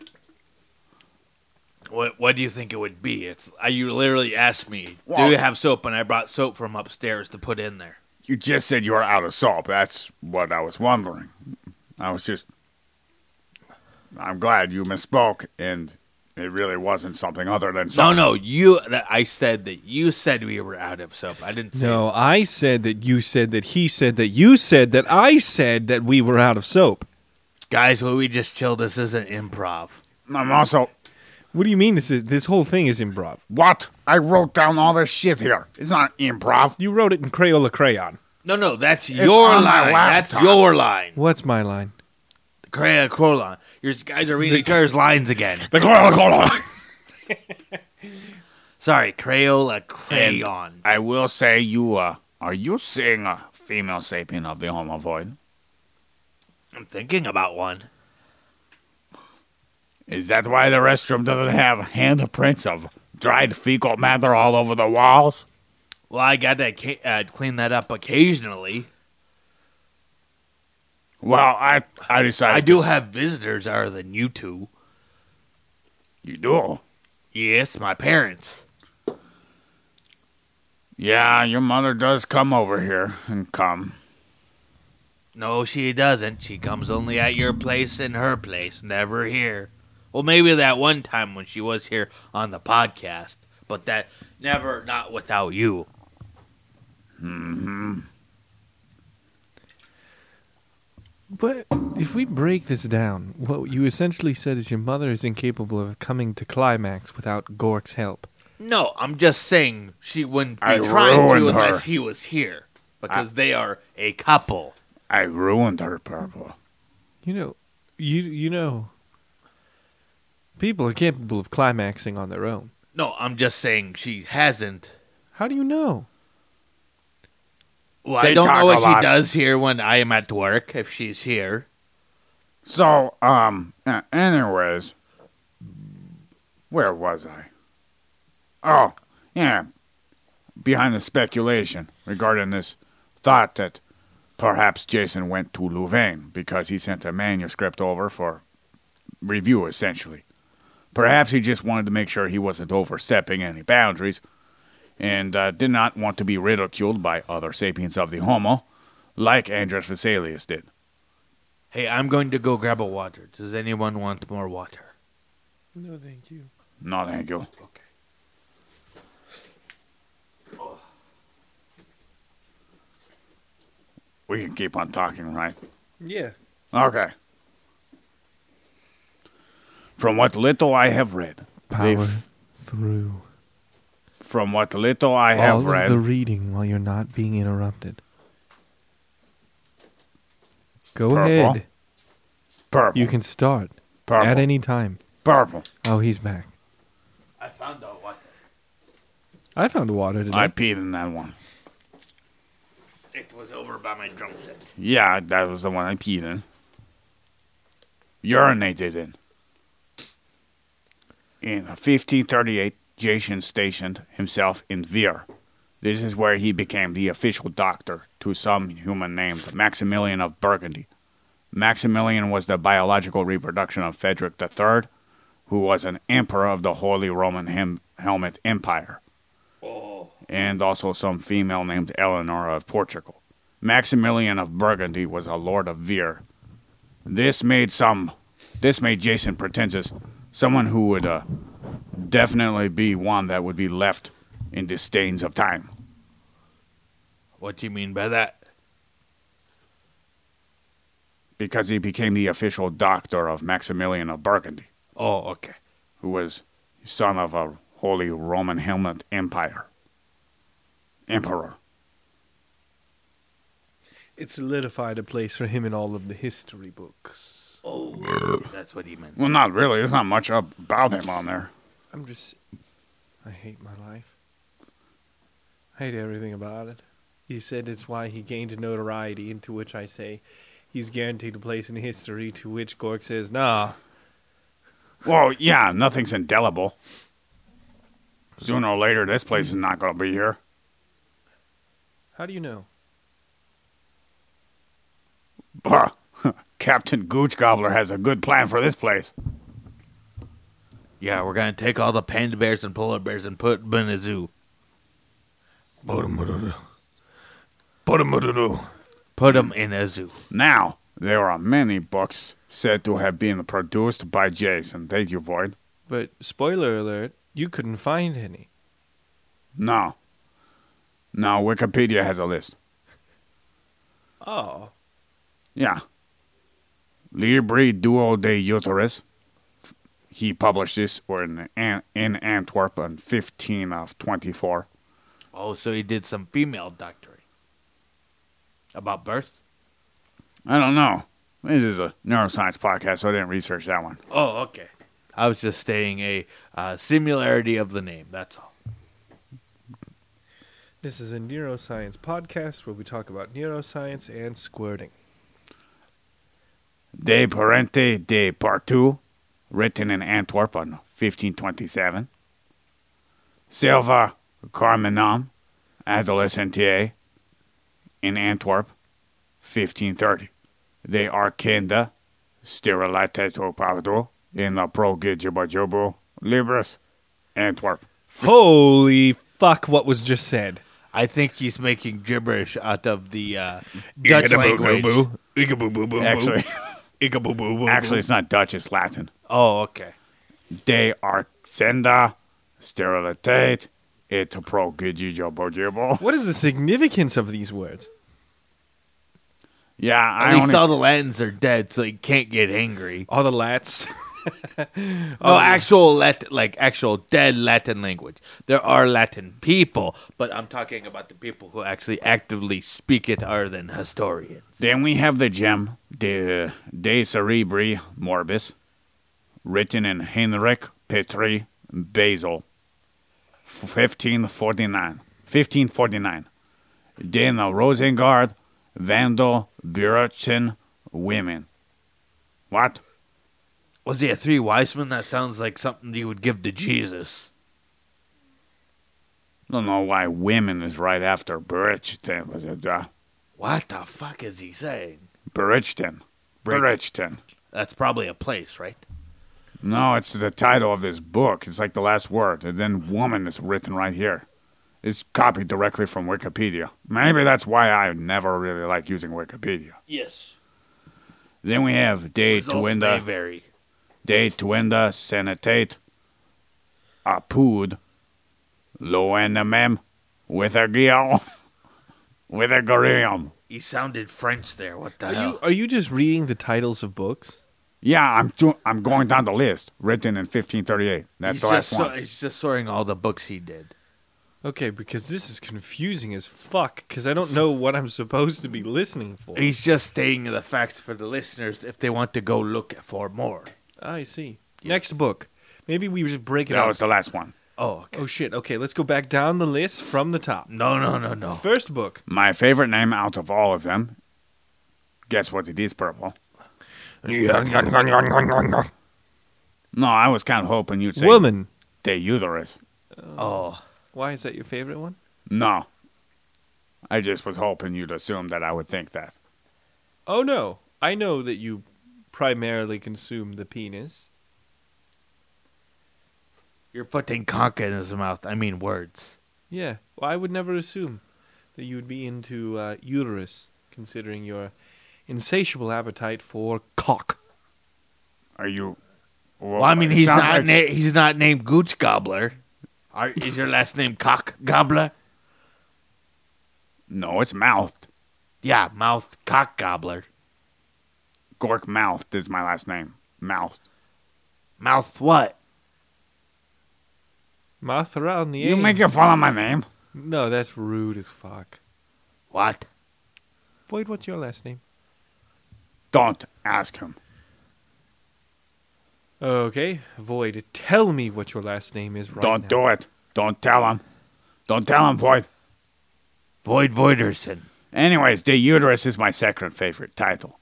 Speaker 3: What What do you think it would be? It's uh, you literally asked me,
Speaker 1: Well-
Speaker 3: "Do you have soap?" And I brought soap from upstairs to put in there.
Speaker 1: You just said you were out of salt. That's what I was wondering. I was just. I'm glad you misspoke, and it really wasn't something other than
Speaker 3: No,
Speaker 1: salt.
Speaker 3: no, you. I said that you said we were out of soap. I didn't say
Speaker 2: No, I said that you said that he said that you said that I said that we were out of soap.
Speaker 3: Guys, will we just chill? This isn't improv.
Speaker 1: I'm also.
Speaker 2: What do you mean this is this whole thing is improv?
Speaker 1: What? I wrote down all this shit here. It's not improv.
Speaker 2: You wrote it in Crayola crayon.
Speaker 3: No, no, that's your
Speaker 1: on my
Speaker 3: line. That's
Speaker 1: laptop.
Speaker 3: your line.
Speaker 2: What's my line?
Speaker 3: Crea Corlon. You guys are reading each other's lines again.
Speaker 1: The Crayola Crayon.
Speaker 3: Sorry, Crayola Crayon.
Speaker 1: I will say you uh, are you seeing a female sapien of the Homo void?
Speaker 3: I'm thinking about one.
Speaker 1: Is that why the restroom doesn't have handprints of dried fecal matter all over the walls?
Speaker 3: Well, I got to ca- uh, clean that up occasionally.
Speaker 1: Well, I I decided
Speaker 3: I do
Speaker 1: to-
Speaker 3: have visitors other than you two.
Speaker 1: you do.
Speaker 3: Yes, my parents.
Speaker 1: Yeah, your mother does come over here and come.
Speaker 3: No, she doesn't. She comes only at your place and her place, never here. Well, maybe that one time when she was here on the podcast, but that never not without you.
Speaker 2: But if we break this down, what you essentially said is your mother is incapable of coming to climax without Gork's help.
Speaker 3: No, I'm just saying she wouldn't be
Speaker 1: I
Speaker 3: trying
Speaker 1: ruined
Speaker 3: to unless
Speaker 1: her.
Speaker 3: he was here because they are a couple.
Speaker 1: I ruined her purple.
Speaker 2: You know, you you know, people are capable of climaxing on their own.
Speaker 3: No, I'm just saying she hasn't.
Speaker 2: How do you know?
Speaker 3: Well, I
Speaker 1: They
Speaker 3: don't
Speaker 1: talk
Speaker 3: know what
Speaker 1: a
Speaker 3: she
Speaker 1: lot.
Speaker 3: does here when I am at work if she's here.
Speaker 1: So, um, a- anyways, where was I? Oh, yeah, behind the speculation regarding this thought that perhaps Jason went to Louvain because he sent a manuscript over for review, essentially. Perhaps he just wanted to make sure he wasn't overstepping any boundaries and uh, did not want to be ridiculed by other sapiens of the Homo, like Andres Vesalius did.
Speaker 3: Hey, I'm going to go grab a water. Does anyone want more water?
Speaker 2: No, thank you.
Speaker 1: No, thank you.
Speaker 3: Okay.
Speaker 1: We can keep on talking, right?
Speaker 2: Yeah.
Speaker 1: Okay. From what little I have read,
Speaker 2: Power
Speaker 1: They've-
Speaker 2: through
Speaker 1: from what little I
Speaker 2: all
Speaker 1: have
Speaker 2: of
Speaker 1: read,
Speaker 2: the reading while you're not being interrupted. Go
Speaker 1: Purple.
Speaker 2: ahead.
Speaker 1: purple,
Speaker 2: You can start
Speaker 1: purple,
Speaker 2: at any time.
Speaker 1: purple.
Speaker 2: Oh, he's back.
Speaker 3: I found out what.
Speaker 2: I found water today.
Speaker 1: I peed in that one.
Speaker 3: It was over by my drum set.
Speaker 1: Yeah, that was the one I peed in. Urinated in. In 1538, Jason stationed himself in Veer. This is where he became the official doctor to some human named Maximilian of Burgundy. Maximilian was the biological reproduction of Frederick III, who was an emperor of the Holy Roman Hem- Helmet Empire
Speaker 3: Oh.
Speaker 1: and also some female named Eleanor of Portugal. Maximilian of Burgundy was a lord of Veer. This made some, this made Jason pretentious, someone who would uh, definitely be one that would be left in disdains of time.
Speaker 3: What do you mean by that?
Speaker 1: Because he became the official doctor of Maximilian of Burgundy,
Speaker 3: Oh, okay.
Speaker 1: who was son of a Holy Roman Helmet Empire. Emperor.
Speaker 2: It solidified a place for him in all of the history books.
Speaker 3: Oh, that's what he meant.
Speaker 1: Well, not really. There's not much about him on there.
Speaker 2: I'm just. I hate my life. I hate everything about it. He said it's why he gained notoriety, into which I say he's guaranteed a place in history, to which Gork says, nah.
Speaker 1: Well, yeah, nothing's indelible. Sooner or later, this place is not going to be here.
Speaker 2: How do you know?
Speaker 1: Bah, Captain Gooch Gobbler has a good plan for this place.
Speaker 3: Yeah, we're gonna take all the panda bears and polar bears and put 'em in a zoo.
Speaker 2: Put him in a zoo.
Speaker 3: Put him in a zoo.
Speaker 1: Now, there are many books said to have been produced by Jason. Did you, Void?
Speaker 2: But spoiler alert, you couldn't find any.
Speaker 1: No. No, Wikipedia has a list.
Speaker 2: Oh.
Speaker 1: Yeah. Libri Duo de Uterus. F- He published this or in, An- in Antwerp on 15 of 24.
Speaker 3: Oh, so he did some female doctoring about birth.
Speaker 1: I don't know. This is a neuroscience podcast, so I didn't research that one.
Speaker 3: Oh, okay. I was just stating a uh, similarity of the name. That's all.
Speaker 2: This is a neuroscience podcast where we talk about neuroscience and squirting.
Speaker 1: De Parente de Partout, written in Antwerp on 1527. Silva Carmenam, Adolescentiae, in Antwerp, 1530. De Arcanda, Sterilitato Pardo, in the Pro Gijibajobo Libris, Antwerp.
Speaker 2: Holy fuck, what was just said.
Speaker 3: I think he's making gibberish out of the uh, Dutch language.
Speaker 1: Actually, actually, it's not Dutch, it's Latin.
Speaker 3: Oh, okay.
Speaker 1: De Arcanda, Sterilitate, et Pro Gijibajobo.
Speaker 2: What is the significance of these words?
Speaker 1: Yeah, I
Speaker 3: At least
Speaker 1: only,
Speaker 3: all the Latins are dead, so he can't get angry.
Speaker 2: All the lats.
Speaker 1: Oh,
Speaker 3: No, actual Latin, like actual dead Latin language. There are Latin people, but I'm talking about the people who actually actively speak it, other than historians.
Speaker 1: Then we have the gem De, De Cerebri Morbis, written in Henrik Petri Basil, 1549. 1549. Dana Rosengard, Vandal, Burechen, Women. What?
Speaker 3: Was he a three wise men? That sounds like something you would give to Jesus.
Speaker 1: Don't know why women is right after uh, Berichten.
Speaker 3: What the fuck is he saying?
Speaker 1: Berichten.
Speaker 3: Brit.
Speaker 1: Berichten.
Speaker 3: That's probably a place, right?
Speaker 1: No, it's the title of this book. It's like the last word, and then woman is written right here. It's copied directly from Wikipedia. Maybe that's why I never really like using Wikipedia.
Speaker 3: Yes.
Speaker 1: Then we have De
Speaker 3: Results may
Speaker 1: Tuenda,
Speaker 3: vary.
Speaker 1: De Tuenda Senatate, Apud, Loenemem, Withergium, Withergarium.
Speaker 3: He sounded French there. What the
Speaker 2: Are
Speaker 3: hell?
Speaker 2: you, are you just reading the titles of books?
Speaker 1: Yeah, I'm, do- I'm going down the list. Written in 1538. That's
Speaker 3: he's,
Speaker 1: the last
Speaker 3: just so,
Speaker 1: one.
Speaker 3: he's just sorting all the books he did.
Speaker 2: Okay, because this is confusing as fuck, because I don't know what I'm supposed to be listening for.
Speaker 3: He's just stating the facts for the listeners if they want to go look for more.
Speaker 2: I see. Next book. Maybe we just break it
Speaker 1: that
Speaker 2: up.
Speaker 1: was the last one.
Speaker 3: Oh, okay.
Speaker 2: Oh shit, okay, let's go back down the list from the top.
Speaker 3: No, no, no, no.
Speaker 2: First book.
Speaker 1: My favorite name out of all of them. Guess what it is, purple. No, I was kind of hoping you'd say
Speaker 2: Woman.
Speaker 1: The uterus.
Speaker 3: Oh,
Speaker 2: Why is that your favorite one?
Speaker 1: No, I just was hoping you'd assume that I would think that.
Speaker 2: Oh no. I know that you primarily consume the penis.
Speaker 3: you're putting conch in his mouth. I mean words.
Speaker 2: Yeah. Well, I would never assume that you would be into uh, uterus, considering your insatiable appetite for cock.
Speaker 1: Are you?
Speaker 3: Well, I mean, he's
Speaker 1: sounds
Speaker 3: not
Speaker 1: like-
Speaker 3: na- he's not named Gooch Gobbler. Are, is your last name Cock Gobbler?
Speaker 1: no, it's mouthed.
Speaker 3: Yeah, mouth cock gobbler.
Speaker 1: Gork mouthed is my last name. Mouthed.
Speaker 3: Mouth what?
Speaker 2: Mouth around the
Speaker 1: You
Speaker 2: anus.
Speaker 1: make it fun of my name.
Speaker 2: No, that's rude as fuck.
Speaker 3: What?
Speaker 2: Void, what's your last name?
Speaker 1: Don't ask him.
Speaker 2: Okay, Void, tell me what your last name is right
Speaker 1: Don't
Speaker 2: now.
Speaker 1: do it. Don't tell him. Don't tell him, Void.
Speaker 3: Void Voiderson.
Speaker 1: Anyways, The Uterus is my second favorite title.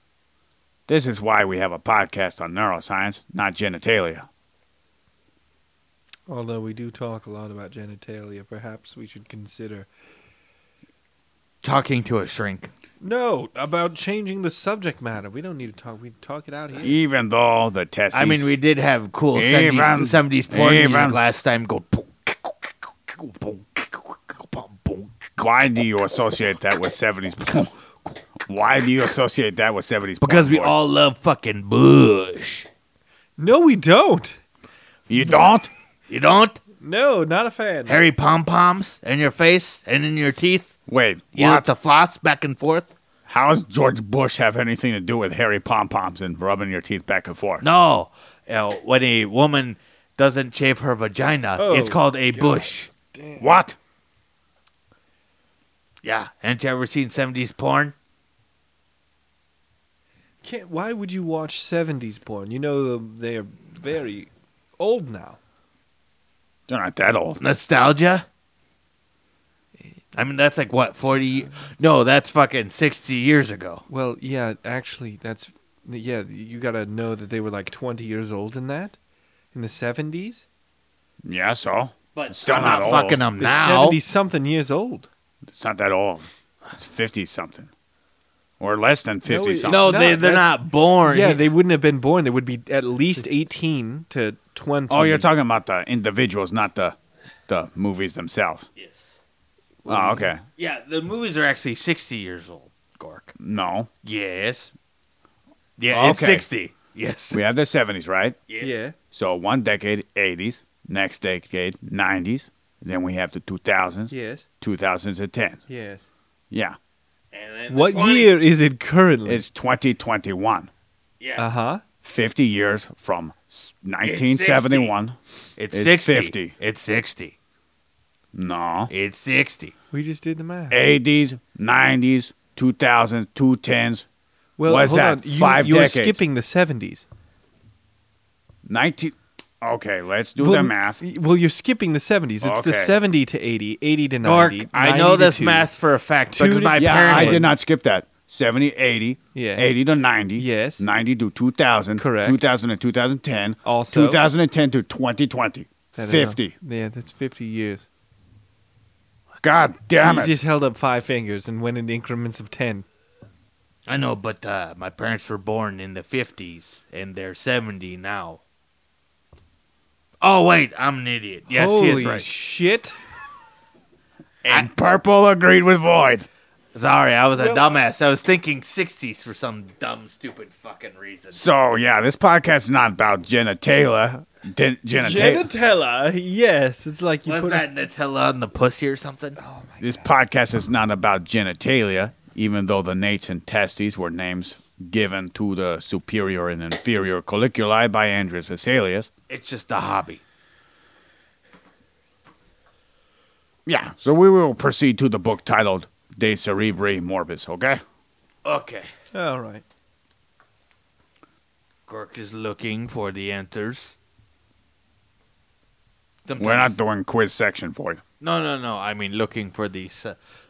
Speaker 1: This is why we have a podcast on neuroscience, not genitalia.
Speaker 2: Although we do talk a lot about genitalia, perhaps we should consider.
Speaker 3: Talking to a shrink.
Speaker 2: No, about changing the subject matter. We don't need to talk. We talk it out here.
Speaker 1: Even though the testes.
Speaker 3: I mean, we did have cool
Speaker 1: Even-
Speaker 3: 70s, 70s porn music
Speaker 1: even-
Speaker 3: last time. Go.
Speaker 1: why do you associate that with 70s porn? Why do you associate that with 70s porn?
Speaker 3: Because we
Speaker 1: boy?
Speaker 3: all love fucking Bush.
Speaker 2: No, we don't.
Speaker 1: You don't?
Speaker 3: You don't?
Speaker 2: No, not a fan.
Speaker 3: Hairy pom poms in your face and in your teeth.
Speaker 1: Wait,
Speaker 3: You have
Speaker 1: what?
Speaker 3: to floss back and forth.
Speaker 1: How does George Bush have anything to do with hairy pom poms and rubbing your teeth back and forth?
Speaker 3: No, you know, when a woman doesn't shave her vagina,
Speaker 2: Oh,
Speaker 3: it's called a bush.
Speaker 1: What?
Speaker 3: Yeah, haven't you ever seen seventies porn?
Speaker 2: Can't, why would you watch 70s porn? You know they're very old now.
Speaker 1: They're not that old.
Speaker 3: Nostalgia. I mean, that's like what forty? No, that's fucking sixty years ago.
Speaker 2: Well, yeah, actually, that's yeah. You gotta know that they were like 20 years old in that, in the 70s.
Speaker 1: Yeah, so?
Speaker 3: But
Speaker 1: Still
Speaker 3: I'm not,
Speaker 1: not old.
Speaker 3: fucking them
Speaker 2: They're
Speaker 3: now.
Speaker 2: 70 something years old.
Speaker 1: It's not that old. It's 50 something. Or less than 50
Speaker 2: it-
Speaker 1: something.
Speaker 3: No, they
Speaker 2: Not,
Speaker 3: they're
Speaker 2: that's-
Speaker 3: not born.
Speaker 2: Yeah, they wouldn't have been born. They would be at least 18 to 20.
Speaker 1: Oh, you're talking about the individuals, not the the movies themselves.
Speaker 3: Yes.
Speaker 1: Oh, okay.
Speaker 3: Yeah, the movies are actually sixty years old. Gork.
Speaker 1: No,
Speaker 3: Yes. Yeah, it's
Speaker 1: Okay.
Speaker 3: sixty. Yes.
Speaker 1: we have the 70s, right?
Speaker 3: yes.
Speaker 2: Yeah.
Speaker 1: So one decade, 80s. Next decade, 90s. Then we have the 2000s,
Speaker 2: Yes.
Speaker 1: 2010s.
Speaker 2: Yes.
Speaker 1: Yeah,
Speaker 3: And then the
Speaker 2: What
Speaker 3: 20s.
Speaker 2: year is it currently?
Speaker 1: it's 2021.
Speaker 3: Yeah.
Speaker 2: Uh huh.
Speaker 1: 50 years from s- 1971.
Speaker 3: It's,
Speaker 1: It's
Speaker 3: 60.
Speaker 1: 50.
Speaker 3: It's 60.
Speaker 1: No.
Speaker 3: It's 60.
Speaker 2: We just did the math.
Speaker 1: 80s, 90s, 2000s, 210s,
Speaker 2: well,
Speaker 1: what's
Speaker 2: hold
Speaker 1: that?
Speaker 2: on. You,
Speaker 1: Five
Speaker 2: you're
Speaker 1: decades.
Speaker 2: skipping the 70s.
Speaker 1: 19. Okay, let's do
Speaker 2: well,
Speaker 1: the math.
Speaker 2: Well, you're skipping the 70s. It's the
Speaker 1: Okay.
Speaker 2: 70 to 80, 80 to
Speaker 3: Dork,
Speaker 2: 90.
Speaker 3: I
Speaker 2: 90
Speaker 3: know
Speaker 2: to
Speaker 3: this
Speaker 2: 2.
Speaker 3: math for a fact
Speaker 2: Two
Speaker 3: because
Speaker 2: to-
Speaker 3: my
Speaker 1: Yeah,
Speaker 3: parents.
Speaker 1: I
Speaker 3: would.
Speaker 1: did not skip that. 70, 80,
Speaker 2: Yeah.
Speaker 1: 80 to 90.
Speaker 2: Yes.
Speaker 1: 90 to 2000.
Speaker 2: Correct.
Speaker 1: 2000 to 2010.
Speaker 2: Also-
Speaker 1: 2010 to 2020.
Speaker 2: That is
Speaker 1: 50.
Speaker 2: awesome. Yeah, that's 50 years.
Speaker 1: God damn
Speaker 2: he
Speaker 1: it.
Speaker 2: just held up five fingers and went in increments of 10.
Speaker 3: I know, but uh, my parents were born in the 50s and they're 70 now. Oh, wait. I'm an idiot. Yes,
Speaker 2: Holy
Speaker 3: he is right.
Speaker 2: shit.
Speaker 1: And Purple agreed with Void.
Speaker 3: Sorry, I was a dumbass. I was thinking 60s for some dumb, stupid fucking reason.
Speaker 1: So, yeah, this podcast is not about Jenna Taylor. Den- Jenna, Taylor.
Speaker 2: Genitella. Yes, it's like you
Speaker 3: Was
Speaker 2: put
Speaker 3: that Nutella on the pussy or something?
Speaker 1: This podcast is not about genitalia, even though the nates and testes were names given to the superior and inferior colliculi by Andreas Vesalius.
Speaker 3: It's just a hobby.
Speaker 1: Yeah, so we will proceed to the book titled De Cerebri Morbis, okay?
Speaker 3: Okay.
Speaker 2: A, all right.
Speaker 3: Gork is looking for the answers.
Speaker 1: We're not doing quiz section for you.
Speaker 3: No, no, no. I mean, looking for the s-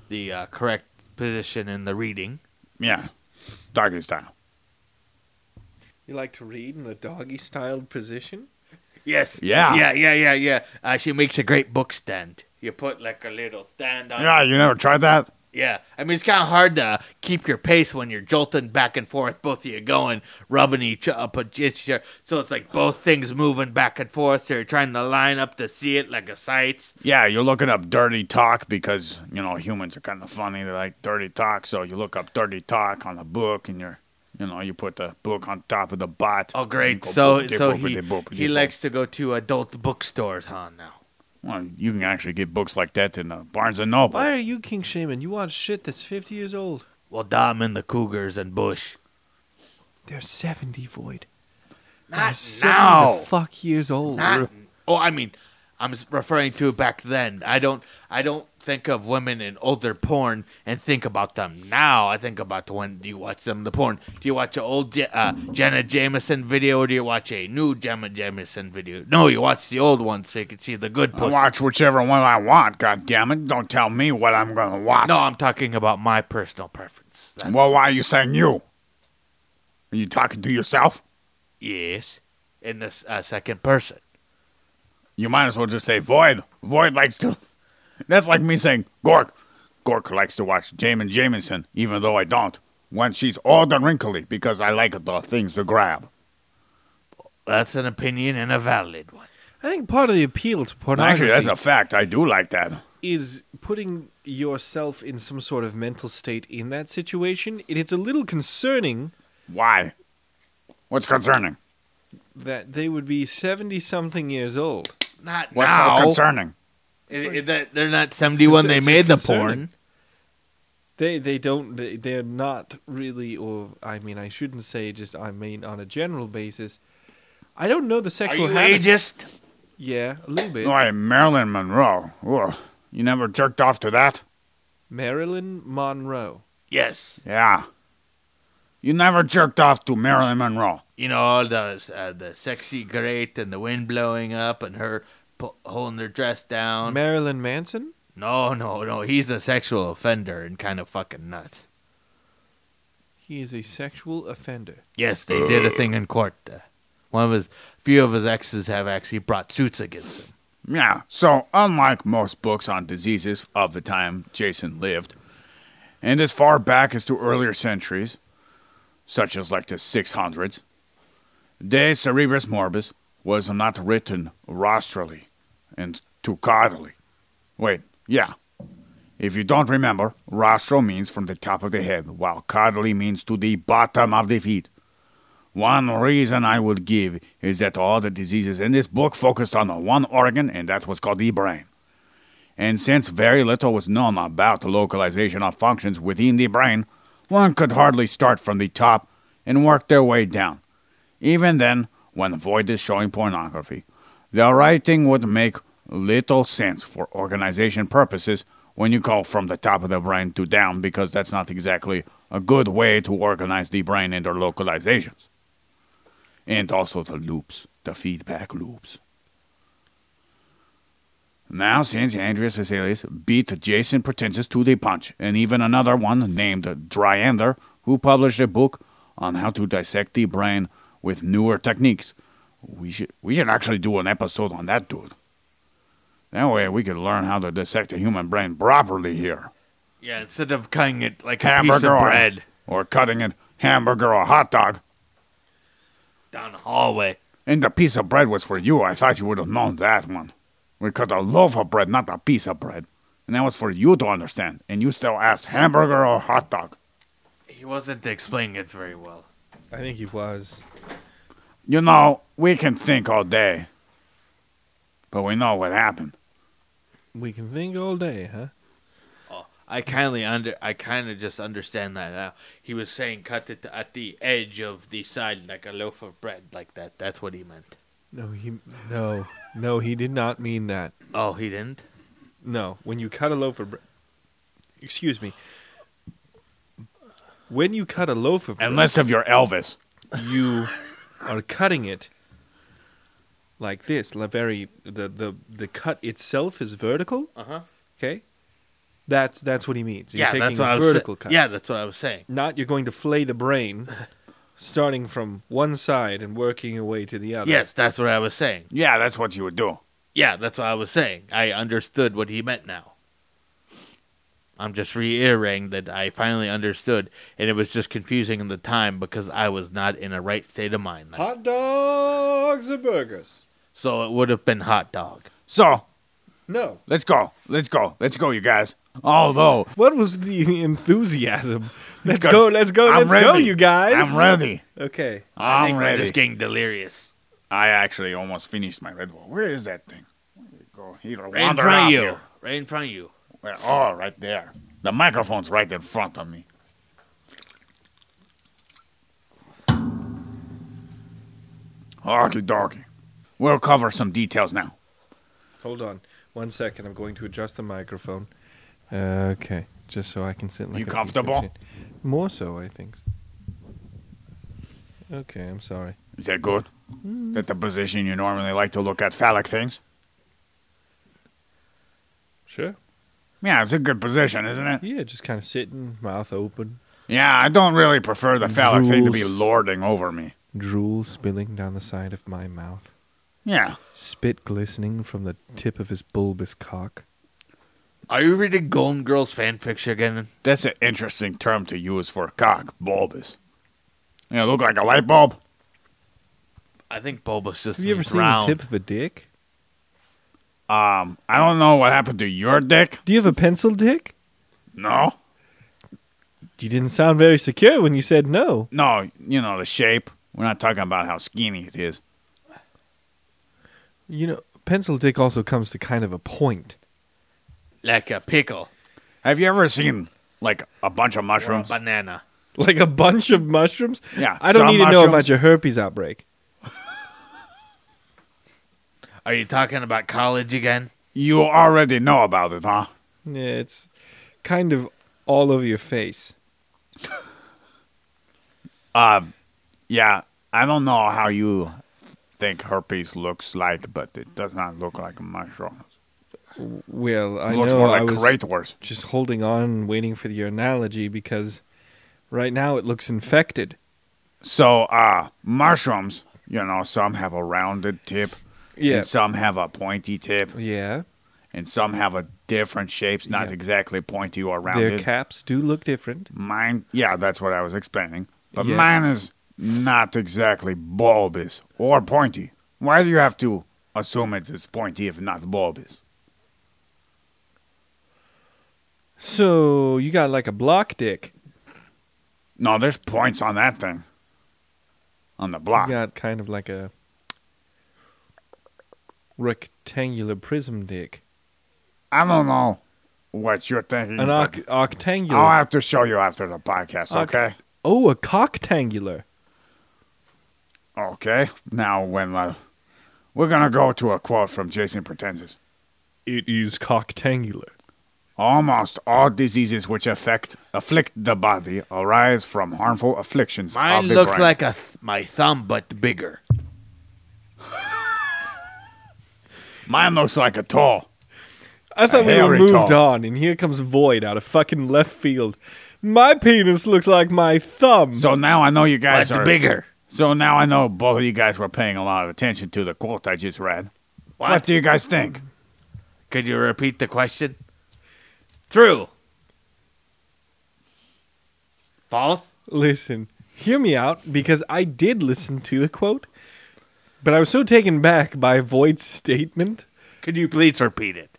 Speaker 3: the uh, correct position in the reading.
Speaker 1: Yeah, doggy style.
Speaker 2: You like to read in the doggy styled position?
Speaker 3: Yes.
Speaker 1: Yeah.
Speaker 3: Yeah. Yeah. Yeah. Yeah. Uh, she makes a great book stand. You put like a little stand on.
Speaker 1: Yeah,
Speaker 3: it.
Speaker 1: you never tried that?
Speaker 3: Yeah. I mean, it's kind of hard to keep your pace when you're jolting back and forth. Both of you going, rubbing each up each other. So it's like both things moving back and forth. So you're trying to line up to see it like a sights.
Speaker 1: Yeah, you're looking up dirty talk because, you know, humans are kind of funny. They like dirty talk, so you look up dirty talk on the book and you're. You know, you put the book on top of the bot.
Speaker 3: Oh,
Speaker 1: You
Speaker 3: great.
Speaker 1: go
Speaker 3: So
Speaker 1: boopity
Speaker 3: so
Speaker 1: boopity
Speaker 3: he
Speaker 1: boopity
Speaker 3: he
Speaker 1: boop.
Speaker 3: likes to go to adult bookstores, huh? Now.
Speaker 1: Well, you can actually get books like that in the Barnes and Noble.
Speaker 2: Why are you King Shaman? You watch shit that's 50 years old.
Speaker 3: Well, Dom and the Cougars and Bush.
Speaker 2: They're 70 void. They're
Speaker 3: Not
Speaker 2: 70
Speaker 3: now.
Speaker 2: the fuck years old.
Speaker 3: Not, oh, I mean, I'm s- referring to back then. I don't, I don't think of women in older porn and think about them now. I think about when do you watch them the porn? Do you watch an old Je- uh, Jenna Jameson video or do you watch a new Jenna Jameson video? No, you watch the old one so you can see the good
Speaker 1: I
Speaker 3: pussy.
Speaker 1: watch whichever one I want. God damn it! Don't tell me what I'm gonna watch.
Speaker 3: No, I'm talking about my personal preference. That's,
Speaker 1: well, why are you saying you? Are you talking to yourself?
Speaker 3: yes, in the s- uh, second person.
Speaker 1: You might as well just say Void. Void likes to. That's like me saying Gork. Gork likes to watch Jamin Jamison, even though I don't. When she's old and wrinkly, because I like the things to grab.
Speaker 3: That's an opinion and a valid one.
Speaker 2: I think part of the appeal to pornography
Speaker 1: Actually, that's a fact. I do like that.
Speaker 2: is putting yourself in some sort of mental state in that situation, and it's a little concerning
Speaker 1: Why? What's concerning?
Speaker 2: that they would be 70 something years old.
Speaker 3: Not
Speaker 1: What's
Speaker 3: now.
Speaker 1: so concerning?
Speaker 3: It- it- that- they're not seventy when they
Speaker 2: it's
Speaker 3: made the
Speaker 2: concerning.
Speaker 3: porn.
Speaker 2: They they don't they, they're not really or I mean I shouldn't say just I mean on a general basis. I don't know the
Speaker 3: Are
Speaker 2: sexual
Speaker 3: you
Speaker 2: habits.
Speaker 3: ageist?
Speaker 2: Yeah, a little bit.
Speaker 1: Why, Marilyn Monroe. Ugh. You never jerked off to that?
Speaker 2: Marilyn Monroe.
Speaker 3: Yes.
Speaker 1: Yeah. You never jerked off to Marilyn Monroe.
Speaker 3: You know all those uh, the sexy grate and the wind blowing up and her pu- holding her dress down.
Speaker 2: Marilyn Manson?
Speaker 3: no, no, no. He's a sexual offender and kind of fucking nuts.
Speaker 2: He is a sexual offender.
Speaker 3: Yes, they did a thing in court. Uh, one of his, few of his exes have actually brought suits against him.
Speaker 1: Yeah, so unlike most books on diseases of the time Jason lived, and as far back as to earlier centuries, such as like the 600s, De Cerebris Morbis was not written rostrally and tucatally. Wait, yeah. If you don't remember, rostral means from the top of the head, while caudally means to the bottom of the feet. One reason I would give is that all the diseases in this book focused on the one organ, and that was called the brain. And since very little was known about the localization of functions within the brain, one could hardly start from the top and work their way down. Even then, when Void is showing pornography, the writing would make little sense for organization purposes when you go from the top of the brain to down because that's not exactly a good way to organize the brain and their localizations. And also the loops, the feedback loops. Now, since Andreas Vesalius beat Jason Pratensis to the punch, and even another one named Dryander, who published a book on how to dissect the brain with newer techniques, we should we should actually do an episode on that dude. That way, we could learn how to dissect a human brain properly here,
Speaker 3: Yeah, instead of cutting it like a piece
Speaker 1: hamburger
Speaker 3: of
Speaker 1: or-
Speaker 3: bread
Speaker 1: or cutting it hamburger or hot dog.
Speaker 3: down the hallway.
Speaker 1: And the piece of bread was for you. I thought you would have known that one. We cut a loaf of bread, not a piece of bread. And that was for you to understand. And you still asked hamburger or hot dog.
Speaker 3: He wasn't explaining it very well.
Speaker 2: I think he was.
Speaker 1: You know, we can think all day. But we know what happened.
Speaker 2: We can think all day, huh?
Speaker 3: I kindly under I kind of just understand that now. He was saying cut it at the edge of the side like a loaf of bread like that. That's what he meant.
Speaker 2: No, he no. No, he did not mean that.
Speaker 3: Oh, he didn't.
Speaker 2: No, when you cut a loaf of bread. Excuse me. When you cut a loaf of bread,
Speaker 1: Unless if you're Elvis.
Speaker 2: you are cutting it like this, la very the the the cut itself is vertical.
Speaker 3: Uh huh.
Speaker 2: Okay, that's that's what he means. You're
Speaker 3: Yeah,
Speaker 2: taking
Speaker 3: that's what I
Speaker 2: a
Speaker 3: was.
Speaker 2: vertical
Speaker 3: sa-
Speaker 2: cut.
Speaker 3: Yeah, that's what I was saying.
Speaker 2: not you're going to flay the brain, starting from one side and working your way to the other.
Speaker 3: Yes, that's what I was saying.
Speaker 1: Yeah, that's what you would do.
Speaker 3: Yeah, that's what I was saying. I understood what he meant now. I'm just reiterating that I finally understood, and it was just confusing in the time because I was not in a right state of mind. then.
Speaker 2: Hot dogs or burgers?
Speaker 3: So it would have been hot dog.
Speaker 1: So,
Speaker 2: No.
Speaker 1: let's go. Let's go. Let's go, you guys. Although,
Speaker 2: What was the enthusiasm? Let's
Speaker 1: Because
Speaker 2: go, let's go,
Speaker 1: I'm
Speaker 2: let's go,
Speaker 1: ready.
Speaker 2: you guys.
Speaker 1: I'm ready.
Speaker 2: Okay.
Speaker 3: I
Speaker 1: I'm
Speaker 3: think
Speaker 1: ready.
Speaker 3: We're just getting delirious.
Speaker 1: I actually almost finished my Red Bull. Where is that thing? Where did it go? He
Speaker 3: Right in
Speaker 1: wandered
Speaker 3: front
Speaker 1: off
Speaker 3: of you.
Speaker 1: here.
Speaker 3: Right in front of you.
Speaker 1: Well, oh, right there. The microphone's right in front of me. Okie dokie. We'll cover some details now.
Speaker 2: Hold on. One second. I'm going to adjust the microphone. Uh, Okay. Just so I can sit like
Speaker 1: You
Speaker 2: a piece of
Speaker 1: comfortable?
Speaker 2: shit. More so, I think. Okay, I'm sorry.
Speaker 1: Is that good? Is that the position you normally like to look at phallic things?
Speaker 2: Sure.
Speaker 1: Yeah, it's a good position, isn't it?
Speaker 2: Yeah, just kind of sitting, mouth open,
Speaker 1: Yeah, I don't really prefer the phallic thing to be
Speaker 2: Rules.
Speaker 1: lording over me.
Speaker 2: drool spilling down the side of my mouth,
Speaker 1: Yeah.
Speaker 2: spit glistening from the tip of his bulbous cock.
Speaker 3: Are you reading Golden Girls fanfiction again?
Speaker 1: That's an interesting term to use for a cock, bulbous. Yeah, look like a light bulb.
Speaker 3: I think Bulba's just
Speaker 2: Have you ever
Speaker 3: round.
Speaker 2: seen the tip of a dick?
Speaker 1: Um, I don't know what happened to your dick.
Speaker 2: Do you have a pencil, Dick?
Speaker 1: No,
Speaker 2: You didn't sound very secure when you said no.
Speaker 1: no, you know the shape. We're not talking about how skinny it is.
Speaker 2: You know, pencil dick also comes to kind of a point.
Speaker 3: Like a pickle
Speaker 1: Have you ever seen like a bunch of
Speaker 3: or a
Speaker 1: mushrooms?
Speaker 3: banana.
Speaker 2: Like a bunch of mushrooms?
Speaker 1: Yeah,
Speaker 2: I don't
Speaker 1: some
Speaker 2: need to know
Speaker 1: mushrooms.
Speaker 2: about your herpes outbreak.
Speaker 3: Are you talking about college again?
Speaker 1: You already know about it, huh?
Speaker 2: Yeah, it's kind of all over your face.
Speaker 1: Um, yeah, I don't know how you think herpes looks like, but it does not look like mushrooms.
Speaker 2: Well, I
Speaker 1: It looks
Speaker 2: know
Speaker 1: more
Speaker 2: I
Speaker 1: like
Speaker 2: was
Speaker 1: great worst.
Speaker 2: just holding on, waiting for your analogy because right now it looks infected.
Speaker 1: So, uh, mushrooms, you know, some have a rounded tip,
Speaker 2: Yeah.
Speaker 1: and some have a pointy tip,
Speaker 2: yeah.
Speaker 1: and some have a different shapes, not
Speaker 2: Yeah.
Speaker 1: exactly pointy or
Speaker 2: Their
Speaker 1: rounded.
Speaker 2: caps do look different.
Speaker 1: mine, yeah, that's what I was explaining. But
Speaker 2: Yeah.
Speaker 1: mine is not exactly bulbous or pointy. Why do you have to assume it is pointy if not bulbous?
Speaker 2: So you got like a block dick.
Speaker 1: No, there's points on that thing. On the block.
Speaker 2: You got kind of like a rectangular prism dick.
Speaker 1: I don't know what you're thinking.
Speaker 2: An
Speaker 1: but
Speaker 2: arc- octangular.
Speaker 1: I'll have to show you after the podcast,
Speaker 2: Oct-
Speaker 1: okay?
Speaker 2: oh, a coctangular.
Speaker 1: Okay. Now, when uh, we're going to go to a quote from Jason Pretenses.
Speaker 2: It is coctangular.
Speaker 1: Almost all diseases which affect afflict the body arise from harmful afflictions
Speaker 3: Mine
Speaker 1: of the
Speaker 3: looks
Speaker 1: brain.
Speaker 3: like a th- my thumb, but bigger.
Speaker 1: Mine looks like a toe.
Speaker 2: I thought we were
Speaker 1: hairy
Speaker 2: moved
Speaker 1: dog.
Speaker 2: on, and here comes Void out of fucking left field. My penis looks like my thumb.
Speaker 1: So now I know you guys
Speaker 3: But
Speaker 1: are
Speaker 3: bigger.
Speaker 1: So now I know both of you guys were paying a lot of attention to the quote I just read. what do you guys think?
Speaker 3: Could you repeat the question? True. False.
Speaker 2: Listen, hear me out because I did listen to the quote, but I was so taken back by Void's statement.
Speaker 3: Could you please repeat it?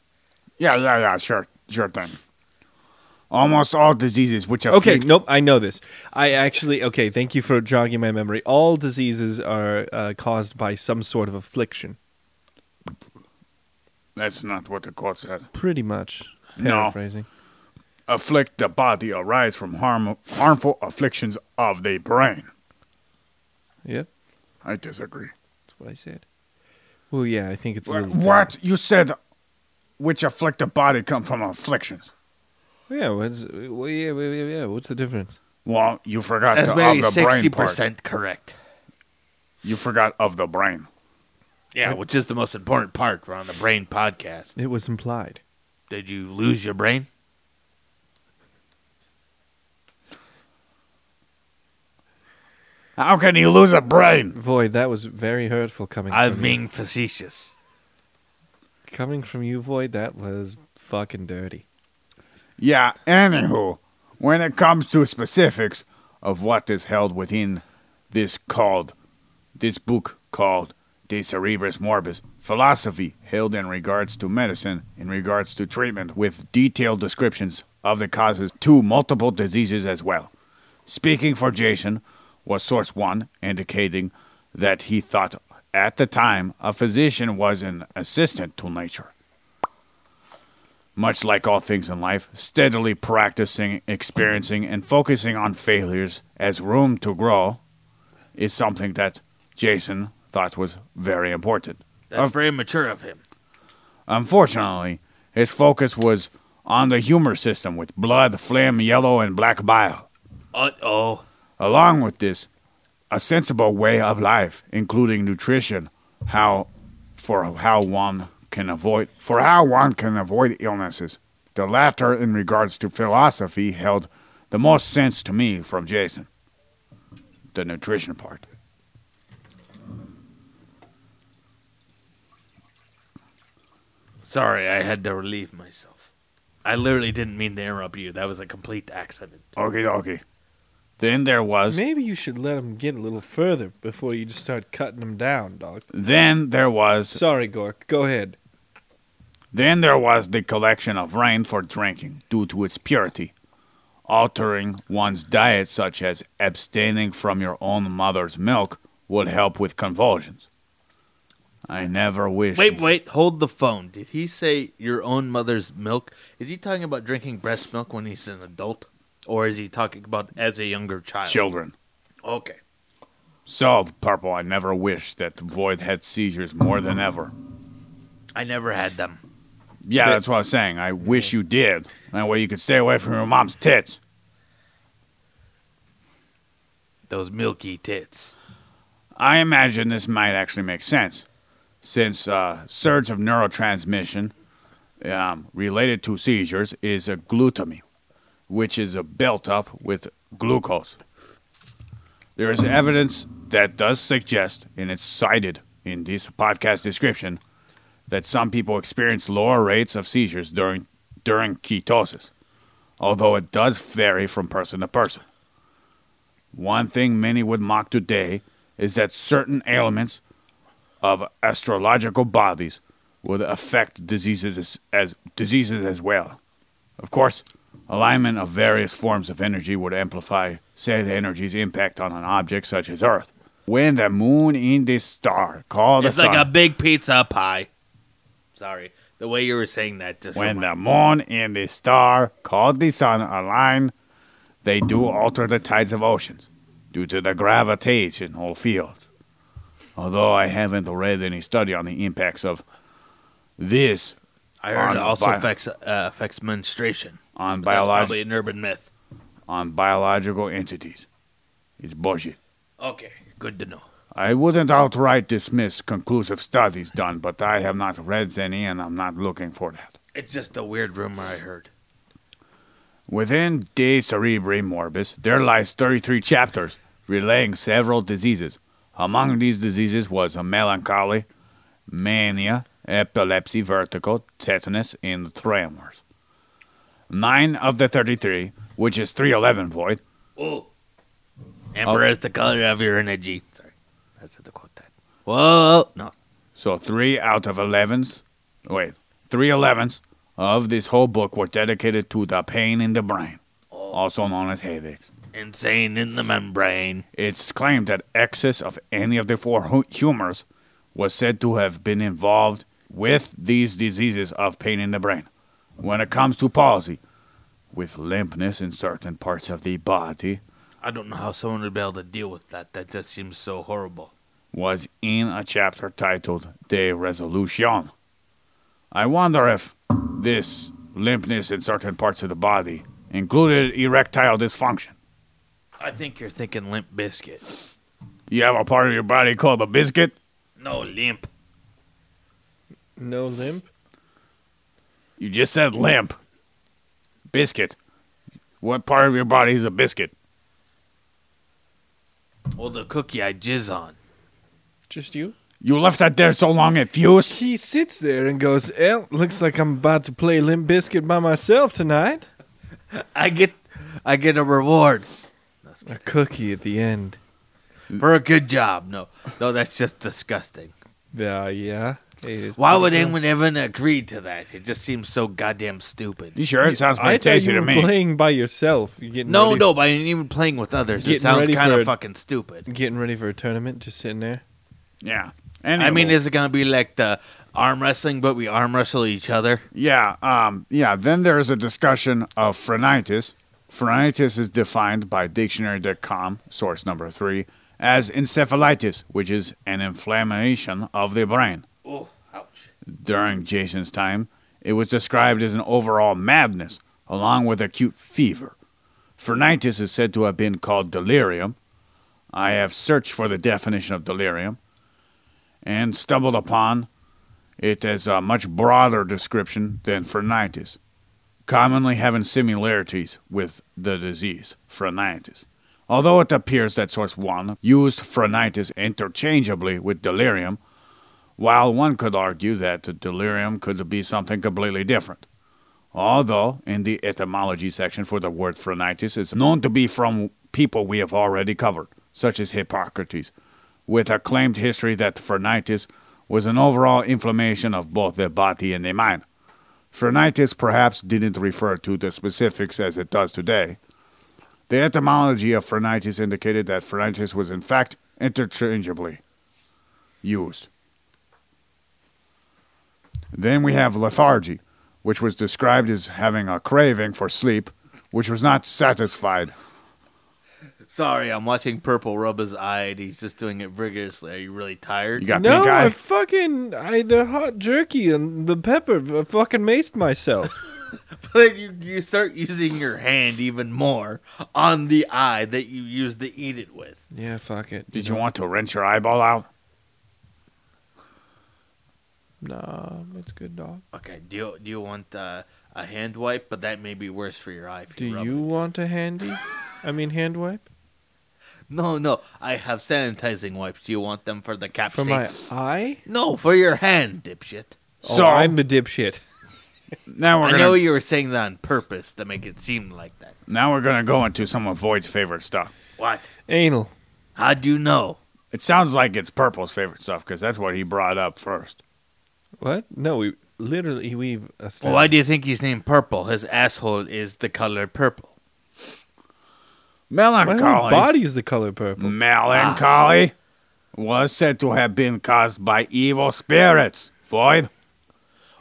Speaker 1: Yeah, yeah, yeah, sure, sure thing. Almost all diseases which afflict.
Speaker 2: Okay, nope, I know this. I actually, okay, thank you for jogging my memory. All diseases are uh, caused by some sort of affliction,
Speaker 1: That's not what the quote said.
Speaker 2: pretty much.
Speaker 1: No.
Speaker 2: Paraphrasing.
Speaker 1: Afflict the body arise from harm, harmful afflictions of the brain.
Speaker 2: Yep,
Speaker 1: I disagree.
Speaker 2: that's what I said. Well, yeah, I think it's a
Speaker 1: What,
Speaker 2: little
Speaker 1: you said? Which afflict the body come from afflictions?
Speaker 2: Yeah, what's, well, yeah, yeah, yeah, yeah, what's the difference?
Speaker 1: Well, you forgot
Speaker 3: That's
Speaker 1: the,
Speaker 3: maybe
Speaker 1: of the brain
Speaker 3: sixty
Speaker 1: part.
Speaker 3: percent correct.
Speaker 1: You forgot of the brain.
Speaker 3: Yeah, which is the most important part. We're on the brain podcast.
Speaker 2: It was implied.
Speaker 3: Did you lose your brain?
Speaker 1: How can you lose a brain?
Speaker 2: Void, that was very hurtful coming
Speaker 3: I'm
Speaker 2: from
Speaker 3: being facetious.
Speaker 2: you. Coming from you, Void, that was fucking dirty.
Speaker 1: Yeah. Anywho, when it comes to specifics of what is held within this called this book called De Cerebris Morbis philosophy held in regards to medicine in regards to treatment with detailed descriptions of the causes to multiple diseases as well. Speaking for Jason was source 1 indicating that he thought at the time a physician was an assistant to nature much like all things in life, steadily practicing, experiencing, and focusing on failures as room to grow is something that Jason thought was very important.
Speaker 3: That's very mature of him.
Speaker 1: Unfortunately, his focus was on the humor system with blood, phlegm, yellow, and black bile.
Speaker 3: Uh oh.
Speaker 1: Along with this, a sensible way of life, including nutrition, how for how one can avoid for how one can avoid illnesses. The latter in regards to philosophy held the most sense to me from Jason. The nutrition part.
Speaker 3: Sorry, I had to relieve myself. I literally didn't mean to interrupt you. That was a complete accident.
Speaker 1: Okay, dokie. Then there was
Speaker 2: Maybe you should let him get a little further before you just start cutting him down, dog.
Speaker 1: then there was
Speaker 2: Sorry, Gork. Go ahead.
Speaker 1: Then there was the collection of rain for drinking due to its purity, altering one's diet, such as abstaining from your own mother's milk, would help with convulsions. I never wish.
Speaker 3: Wait, wait, hold the phone. Did he say your own mother's milk? Is he talking about drinking breast milk when he's an adult? Or is he talking about as a younger child?
Speaker 1: Children.
Speaker 3: Okay.
Speaker 1: So, Purple, I never wished that Void had seizures more than ever.
Speaker 3: I never had them.
Speaker 1: Yeah,
Speaker 2: But-
Speaker 1: that's what I was saying. I wish you did. That way you could stay away from your mom's tits.
Speaker 3: Those milky tits.
Speaker 1: I imagine this might actually make sense, since uh, surge of neurotransmission um, related to seizures is a glutamine, which is a built up with glucose. There is evidence that does suggest, and it's cited in this podcast description, that some people experience lower rates of seizures during during ketosis, although it does vary from person to person. One thing many would mock today is that certain ailments of astrological bodies would affect diseases as, as diseases as well. Of course, alignment of various forms of energy would amplify said energy's impact on an object such as Earth. When the moon in the star called
Speaker 3: it's
Speaker 1: the sun,
Speaker 3: like a big pizza pie. Sorry. The way you were saying that just
Speaker 1: When
Speaker 3: reminded-
Speaker 1: the moon and the star, called the sun, align, they do alter the tides of oceans due to the gravitational fields. Although I haven't read any study on the impacts of this
Speaker 3: I heard
Speaker 1: on
Speaker 3: it also
Speaker 1: bi-
Speaker 3: affects uh, affects menstruation.
Speaker 1: on,
Speaker 3: But That's
Speaker 1: biolog-
Speaker 3: probably an urban myth.
Speaker 1: on biological entities. It's bullshit.
Speaker 3: Okay, good to know.
Speaker 1: I wouldn't outright dismiss conclusive studies done, but I have not read any and I'm not looking for that.
Speaker 3: It's just a weird rumor I heard.
Speaker 1: Within De Cerebri Morbis, there lies 33 chapters relaying several diseases. Among these diseases was a melancholy, mania, epilepsy, vertigo, tetanus, and tremors. Nine of the 33, which is 311 void,
Speaker 3: Oh, amber is the color of your energy. Sorry, I said to quote that. Whoa, no,
Speaker 1: so three out of 11s, wait, three 11s of this whole book were dedicated to the pain in the brain, also known as headaches.
Speaker 3: insane in the membrane.
Speaker 1: It's claimed that excess of any of the four hu- humors was said to have been involved with these diseases of pain in the brain. When it comes to palsy, with limpness in certain parts of the body,
Speaker 3: I don't know how someone would be able to deal with that. That just seems so horrible.
Speaker 1: was in a chapter titled De Resolution. I wonder if this limpness in certain parts of the body included erectile dysfunction.
Speaker 3: I think you're thinking limp biscuit.
Speaker 1: You have a part of your body called the biscuit?
Speaker 3: No limp.
Speaker 2: No limp.
Speaker 1: You just said limp. Biscuit. What part of your body is a biscuit?
Speaker 3: Well, the cookie I jizz on.
Speaker 2: Just you.
Speaker 1: You left that there so long it fused?
Speaker 2: He sits there and goes, "El, looks like I'm about to play Limp Biscuit by myself tonight."
Speaker 3: I get, I get a reward
Speaker 2: A cookie at the end.
Speaker 3: for a good job. No, no, that's just disgusting.
Speaker 2: Uh, yeah. It is
Speaker 3: Why
Speaker 2: pretty
Speaker 3: would
Speaker 2: good.
Speaker 3: anyone even agree to that? It just seems so goddamn stupid.
Speaker 1: You sure? It sounds pretty
Speaker 2: I thought
Speaker 1: tasty to
Speaker 2: you were
Speaker 1: me.
Speaker 2: playing by yourself. You're getting
Speaker 3: No,
Speaker 2: ready,
Speaker 3: no, but I ain't even playing with others. It
Speaker 2: Getting
Speaker 3: sounds
Speaker 2: ready
Speaker 3: kind
Speaker 2: for
Speaker 3: of
Speaker 2: a-
Speaker 3: fucking stupid.
Speaker 2: Getting ready for a tournament, just sitting there.
Speaker 1: Yeah.
Speaker 3: I mean,
Speaker 1: Anyway.
Speaker 3: is it gonna be like the arm wrestling, but we arm wrestle each other?
Speaker 1: yeah, um, yeah. Then there's a discussion of phrenitis. Phrenitis is defined by dictionary.com, source number three, as encephalitis, which is an inflammation of the brain.
Speaker 3: Oh, ouch!
Speaker 1: during Jason's time, it was described as an overall madness, along with acute fever. Phrenitis is said to have been called delirium. I have searched for the definition of delirium and stumbled upon it as a much broader description than phrenitis, commonly having similarities with the disease, phrenitis. Although it appears that Source 1 used phrenitis interchangeably with delirium, while one could argue that the delirium could be something completely different. Although, in the etymology section for the word phrenitis, it's known to be from people we have already covered, such as Hippocrates, with a claimed history that phrenitis was an overall inflammation of both the body and the mind, Phrenitis perhaps didn't refer to the specifics as it does today. The etymology of phrenitis indicated that phrenitis was in fact interchangeably used. Then we have lethargy, which was described as having a craving for sleep, which was not satisfied.
Speaker 3: Sorry, I'm watching Purple rub his eye. And he's just doing it vigorously. Are you really tired?
Speaker 1: You got
Speaker 2: no,
Speaker 1: pink eye.
Speaker 2: I fucking I the hot jerky and the pepper I fucking maced myself.
Speaker 3: But you you start using your hand even more on the eye that you used to eat it with.
Speaker 2: yeah, fuck it.
Speaker 1: Did you want to wrench your eyeball out?
Speaker 2: No, it's good, dog.
Speaker 3: Okay, do you, do you want uh, a hand wipe? But that may be worse for your eye. If
Speaker 2: Do
Speaker 3: rub
Speaker 2: you want a handy? I mean, hand wipe
Speaker 3: It. No, no. I have sanitizing wipes. Do you want them for the capsaicin?
Speaker 2: for my eye.
Speaker 3: No, for your hand, dipshit.
Speaker 2: Oh,
Speaker 1: So-
Speaker 2: I'm the dipshit.
Speaker 1: Now we're
Speaker 3: I
Speaker 1: gonna
Speaker 3: know you were saying that on purpose to make it seem like that.
Speaker 1: now we're gonna go into some of Void's favorite stuff.
Speaker 3: What?
Speaker 2: Anal.
Speaker 3: How'd you know?
Speaker 1: It sounds like it's Purple's favorite stuff because that's what he brought up first.
Speaker 2: What? No, we literally we've.
Speaker 3: Why do you think he's named Purple? His asshole is the color purple.
Speaker 2: My whole
Speaker 1: Melancholy.
Speaker 2: body is the color purple.
Speaker 1: Melancholy was said to have been caused by evil spirits. Void.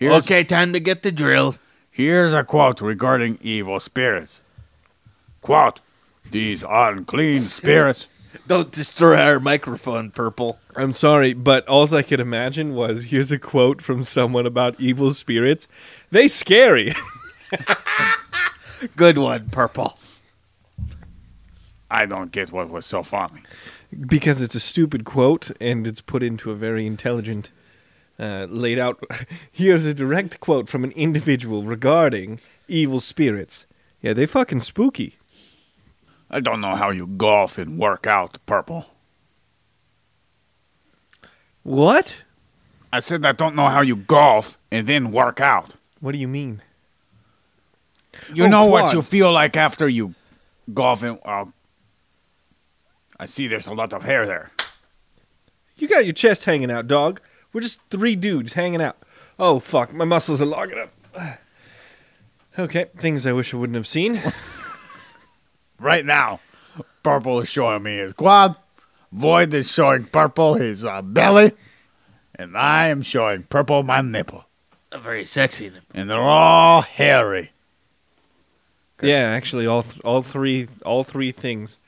Speaker 1: Here's,
Speaker 3: Okay, time to get the drill.
Speaker 1: Here's a quote regarding evil spirits. Quote: These unclean spirits.
Speaker 3: Don't destroy our microphone, Purple.
Speaker 2: I'm sorry, but all I could imagine was here's a quote from someone about evil spirits. They scary.
Speaker 3: Good one, Purple.
Speaker 1: I don't get what was so funny.
Speaker 2: because it's a stupid quote and it's put into a very intelligent uh, laid out here's a direct quote from an individual regarding evil spirits yeah they fucking spooky
Speaker 1: I don't know how you golf and work out, Purple.
Speaker 2: what
Speaker 1: I said I don't know how you golf and then work out.
Speaker 2: what do you mean
Speaker 1: You
Speaker 2: Oh,
Speaker 1: know what
Speaker 2: quads.
Speaker 1: you feel like after you golf and uh, I see there's a lot of hair there.
Speaker 2: you got your chest hanging out dog we're just three dudes hanging out oh fuck my muscles are logging up okay things i wish i wouldn't have seen
Speaker 1: Right now, Purple is showing me his quad. Void is showing Purple his uh, belly. And I am showing Purple my nipple.
Speaker 3: A very sexy name.
Speaker 1: And they're all hairy.
Speaker 2: yeah actually all th- all three all three things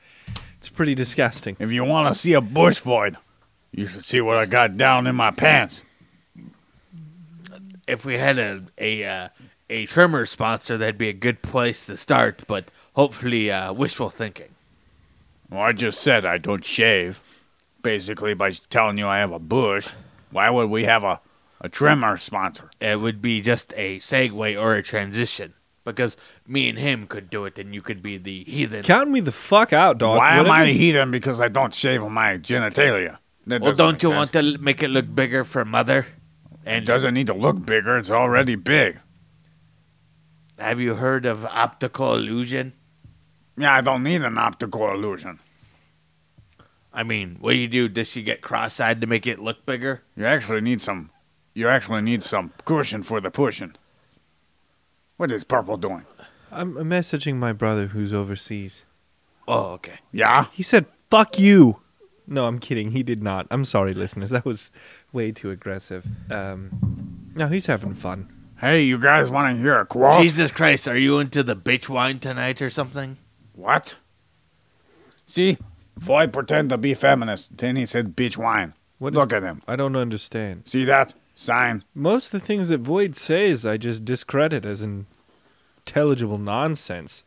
Speaker 2: it's pretty disgusting
Speaker 1: If you want to see a bush void, you should see what I got down in my pants.
Speaker 3: If we had a a uh, a trimmer sponsor, that'd be a good place to start. But hopefully, uh, wishful thinking.
Speaker 1: Well, I just said I don't shave, basically by telling you I have a bush. Why would we have a, a trimmer sponsor?
Speaker 3: It would be just a segue or a transition because me and him could do it, and you could be the heathen.
Speaker 2: Count me the fuck out, dog.
Speaker 1: Why am
Speaker 2: Whatever
Speaker 1: I a
Speaker 2: Uh, you-
Speaker 1: heathen because I don't shave on my genitalia? That
Speaker 3: well,
Speaker 1: doesn't
Speaker 3: Oh, don't
Speaker 1: make
Speaker 3: you
Speaker 1: sense.
Speaker 3: want to l- make it look bigger for mother?
Speaker 1: It
Speaker 3: And
Speaker 1: doesn't need to look bigger. It's already big.
Speaker 3: have you heard of optical illusion?
Speaker 1: Yeah, I don't need an optical illusion.
Speaker 3: I mean, what do you do? Does she get cross-eyed to make it look bigger?
Speaker 1: You actually need some. You actually need some cushion for the pushing. What is purple doing?
Speaker 2: I'm messaging my brother who's overseas.
Speaker 3: Oh, okay.
Speaker 1: Yeah,
Speaker 2: He said, fuck you. No, I'm kidding. He did not. I'm sorry, listeners. That was way too aggressive. Um, no, he's having fun.
Speaker 1: Hey, you guys want to hear a quote?
Speaker 3: Jesus Christ, are you into the bitch wine tonight or something?
Speaker 1: What? See? Void pretend to be feminist. Then he said bitch wine.
Speaker 2: What is-
Speaker 1: Look at him.
Speaker 2: I don't understand.
Speaker 1: See that? Sign.
Speaker 2: Most of the things that Void says, I just discredit as intelligible nonsense.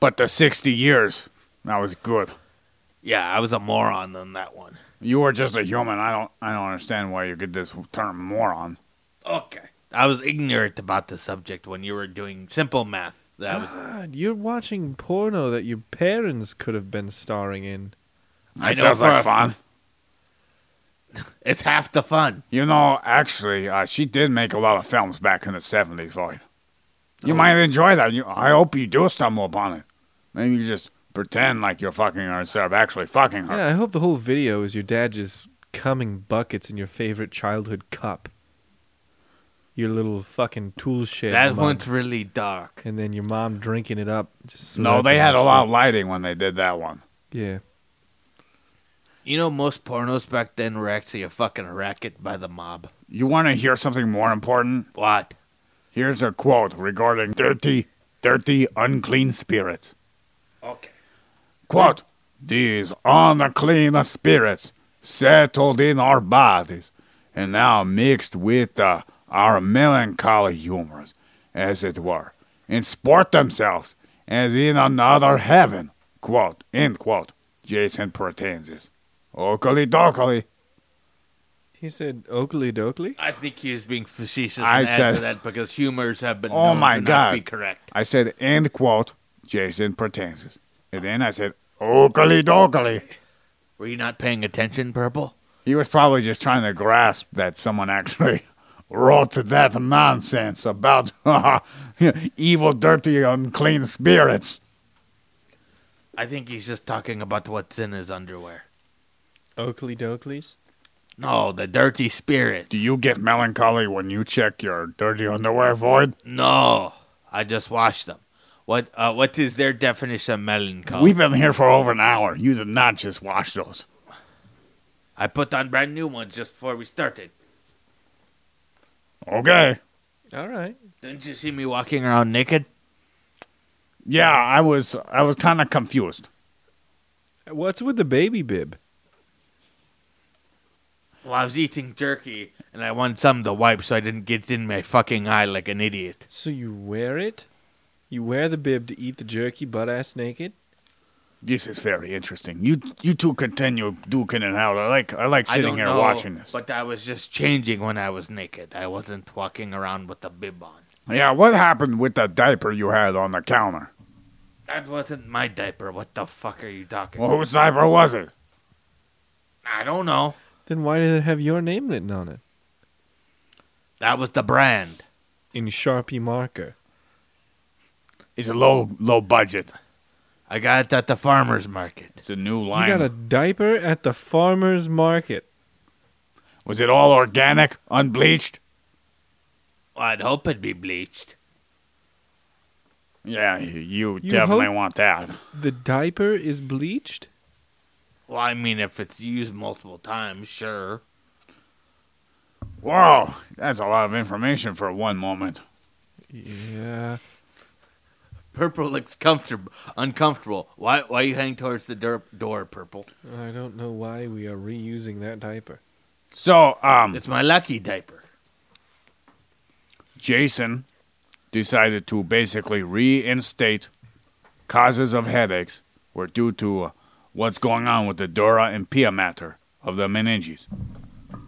Speaker 1: But the 60 years. That was good.
Speaker 3: Yeah, I was a moron on that one.
Speaker 1: You were just a human. I don't I don't understand why you get this term moron.
Speaker 3: Okay. I was ignorant about the subject when you were doing simple math. That was
Speaker 2: God, you're watching porno that your parents could have been starring in.
Speaker 1: That
Speaker 3: I know
Speaker 1: sounds
Speaker 3: for
Speaker 1: like
Speaker 3: a-
Speaker 1: fun.
Speaker 3: it's half the fun.
Speaker 1: You know, actually, uh, she did make a lot of films back in the 70s, Void. You
Speaker 2: Oh.
Speaker 1: might enjoy that. You, I hope you do stumble upon it. Then you just pretend like you're fucking her instead of actually fucking her.
Speaker 2: Yeah, I hope the whole video is your dad just cumming buckets in your favorite childhood cup. your little fucking tool shed.
Speaker 3: that
Speaker 2: mug,
Speaker 3: one's really dark.
Speaker 2: and then your mom drinking it up. Just
Speaker 1: no, they had a
Speaker 2: slipping
Speaker 1: lot
Speaker 2: on
Speaker 1: of lighting when they did that one.
Speaker 2: shit. Yeah,
Speaker 3: You know, most pornos back then were actually a fucking racket by the mob.
Speaker 1: You want to hear something more important?
Speaker 3: What?
Speaker 1: Here's a quote regarding dirty, dirty, unclean spirits.
Speaker 3: Okay.
Speaker 1: Quote, these unclean spirits settled in our bodies and now mixed with uh, our melancholy humors, as it were, and sport themselves as in another heaven. Quote, end quote. Jason Pratensis. Oakley dokley.
Speaker 2: he said Oakley Dokley.
Speaker 3: I think he was being facetious
Speaker 1: I
Speaker 3: and add to
Speaker 1: said-
Speaker 3: that because humors have been
Speaker 1: Oh
Speaker 3: known
Speaker 1: my
Speaker 3: to not
Speaker 1: God.
Speaker 3: be correct.
Speaker 1: I said, end quote, Jason Pratensis. And then I said, oakley dokley.
Speaker 3: Were you not paying attention, Purple?
Speaker 1: He was probably just trying to grasp that someone actually wrote that nonsense about evil, dirty, unclean spirits.
Speaker 3: I think he's just talking about what's in his underwear.
Speaker 2: Oakley Dokley's.
Speaker 3: No, the dirty spirits.
Speaker 1: Do you get melancholy when you check your dirty underwear, Void?
Speaker 3: No, I just washed them. What? Uh, what is their definition of melancholy?
Speaker 1: We've been here for over an hour. You did not just wash those.
Speaker 3: I put on brand new ones just before we started.
Speaker 1: Okay.
Speaker 2: All right.
Speaker 3: Didn't you see me walking around naked?
Speaker 1: Yeah, I was I was kind of confused.
Speaker 2: What's with the baby bib?
Speaker 3: Well, I was eating jerky and I wanted something to wipe so I didn't get in my fucking eye like an idiot.
Speaker 2: So you wear it? You wear the bib to eat the jerky butt ass naked?
Speaker 1: This is very interesting. You you two continue duking it out. I like I like
Speaker 3: I
Speaker 1: sitting
Speaker 3: don't
Speaker 1: here
Speaker 3: know,
Speaker 1: watching this.
Speaker 3: But I was just changing when I was naked. I wasn't walking around with a bib on.
Speaker 1: yeah, what happened with that diaper you had on the counter?
Speaker 3: That wasn't my diaper. What the fuck are you talking
Speaker 1: Well,
Speaker 3: about?
Speaker 1: whose diaper was it?
Speaker 3: I don't know.
Speaker 2: Then why did it have your name written on it?
Speaker 3: That was the brand.
Speaker 2: In Sharpie marker.
Speaker 1: It's a low low budget.
Speaker 3: I got it at the farmer's market.
Speaker 1: It's a new
Speaker 2: You
Speaker 1: line.
Speaker 2: got a diaper at the farmer's market.
Speaker 1: Was it all organic, unbleached?
Speaker 3: I'd hope it'd be bleached.
Speaker 1: Yeah, you,
Speaker 2: You
Speaker 1: definitely
Speaker 2: hope-
Speaker 1: want that.
Speaker 2: The diaper is bleached?
Speaker 3: Well, I mean, if it's used multiple times, sure.
Speaker 1: Whoa, that's a lot of information for one moment.
Speaker 2: Yeah.
Speaker 3: Purple looks comfortable, uncomfortable. Why? Why you hang towards the door, door Purple?
Speaker 2: I don't know why we are reusing that diaper.
Speaker 1: So, um,
Speaker 3: It's my lucky diaper.
Speaker 1: Jason decided to basically reinstate causes of headaches were due to uh, what's going on with the dura and pia mater of the meninges.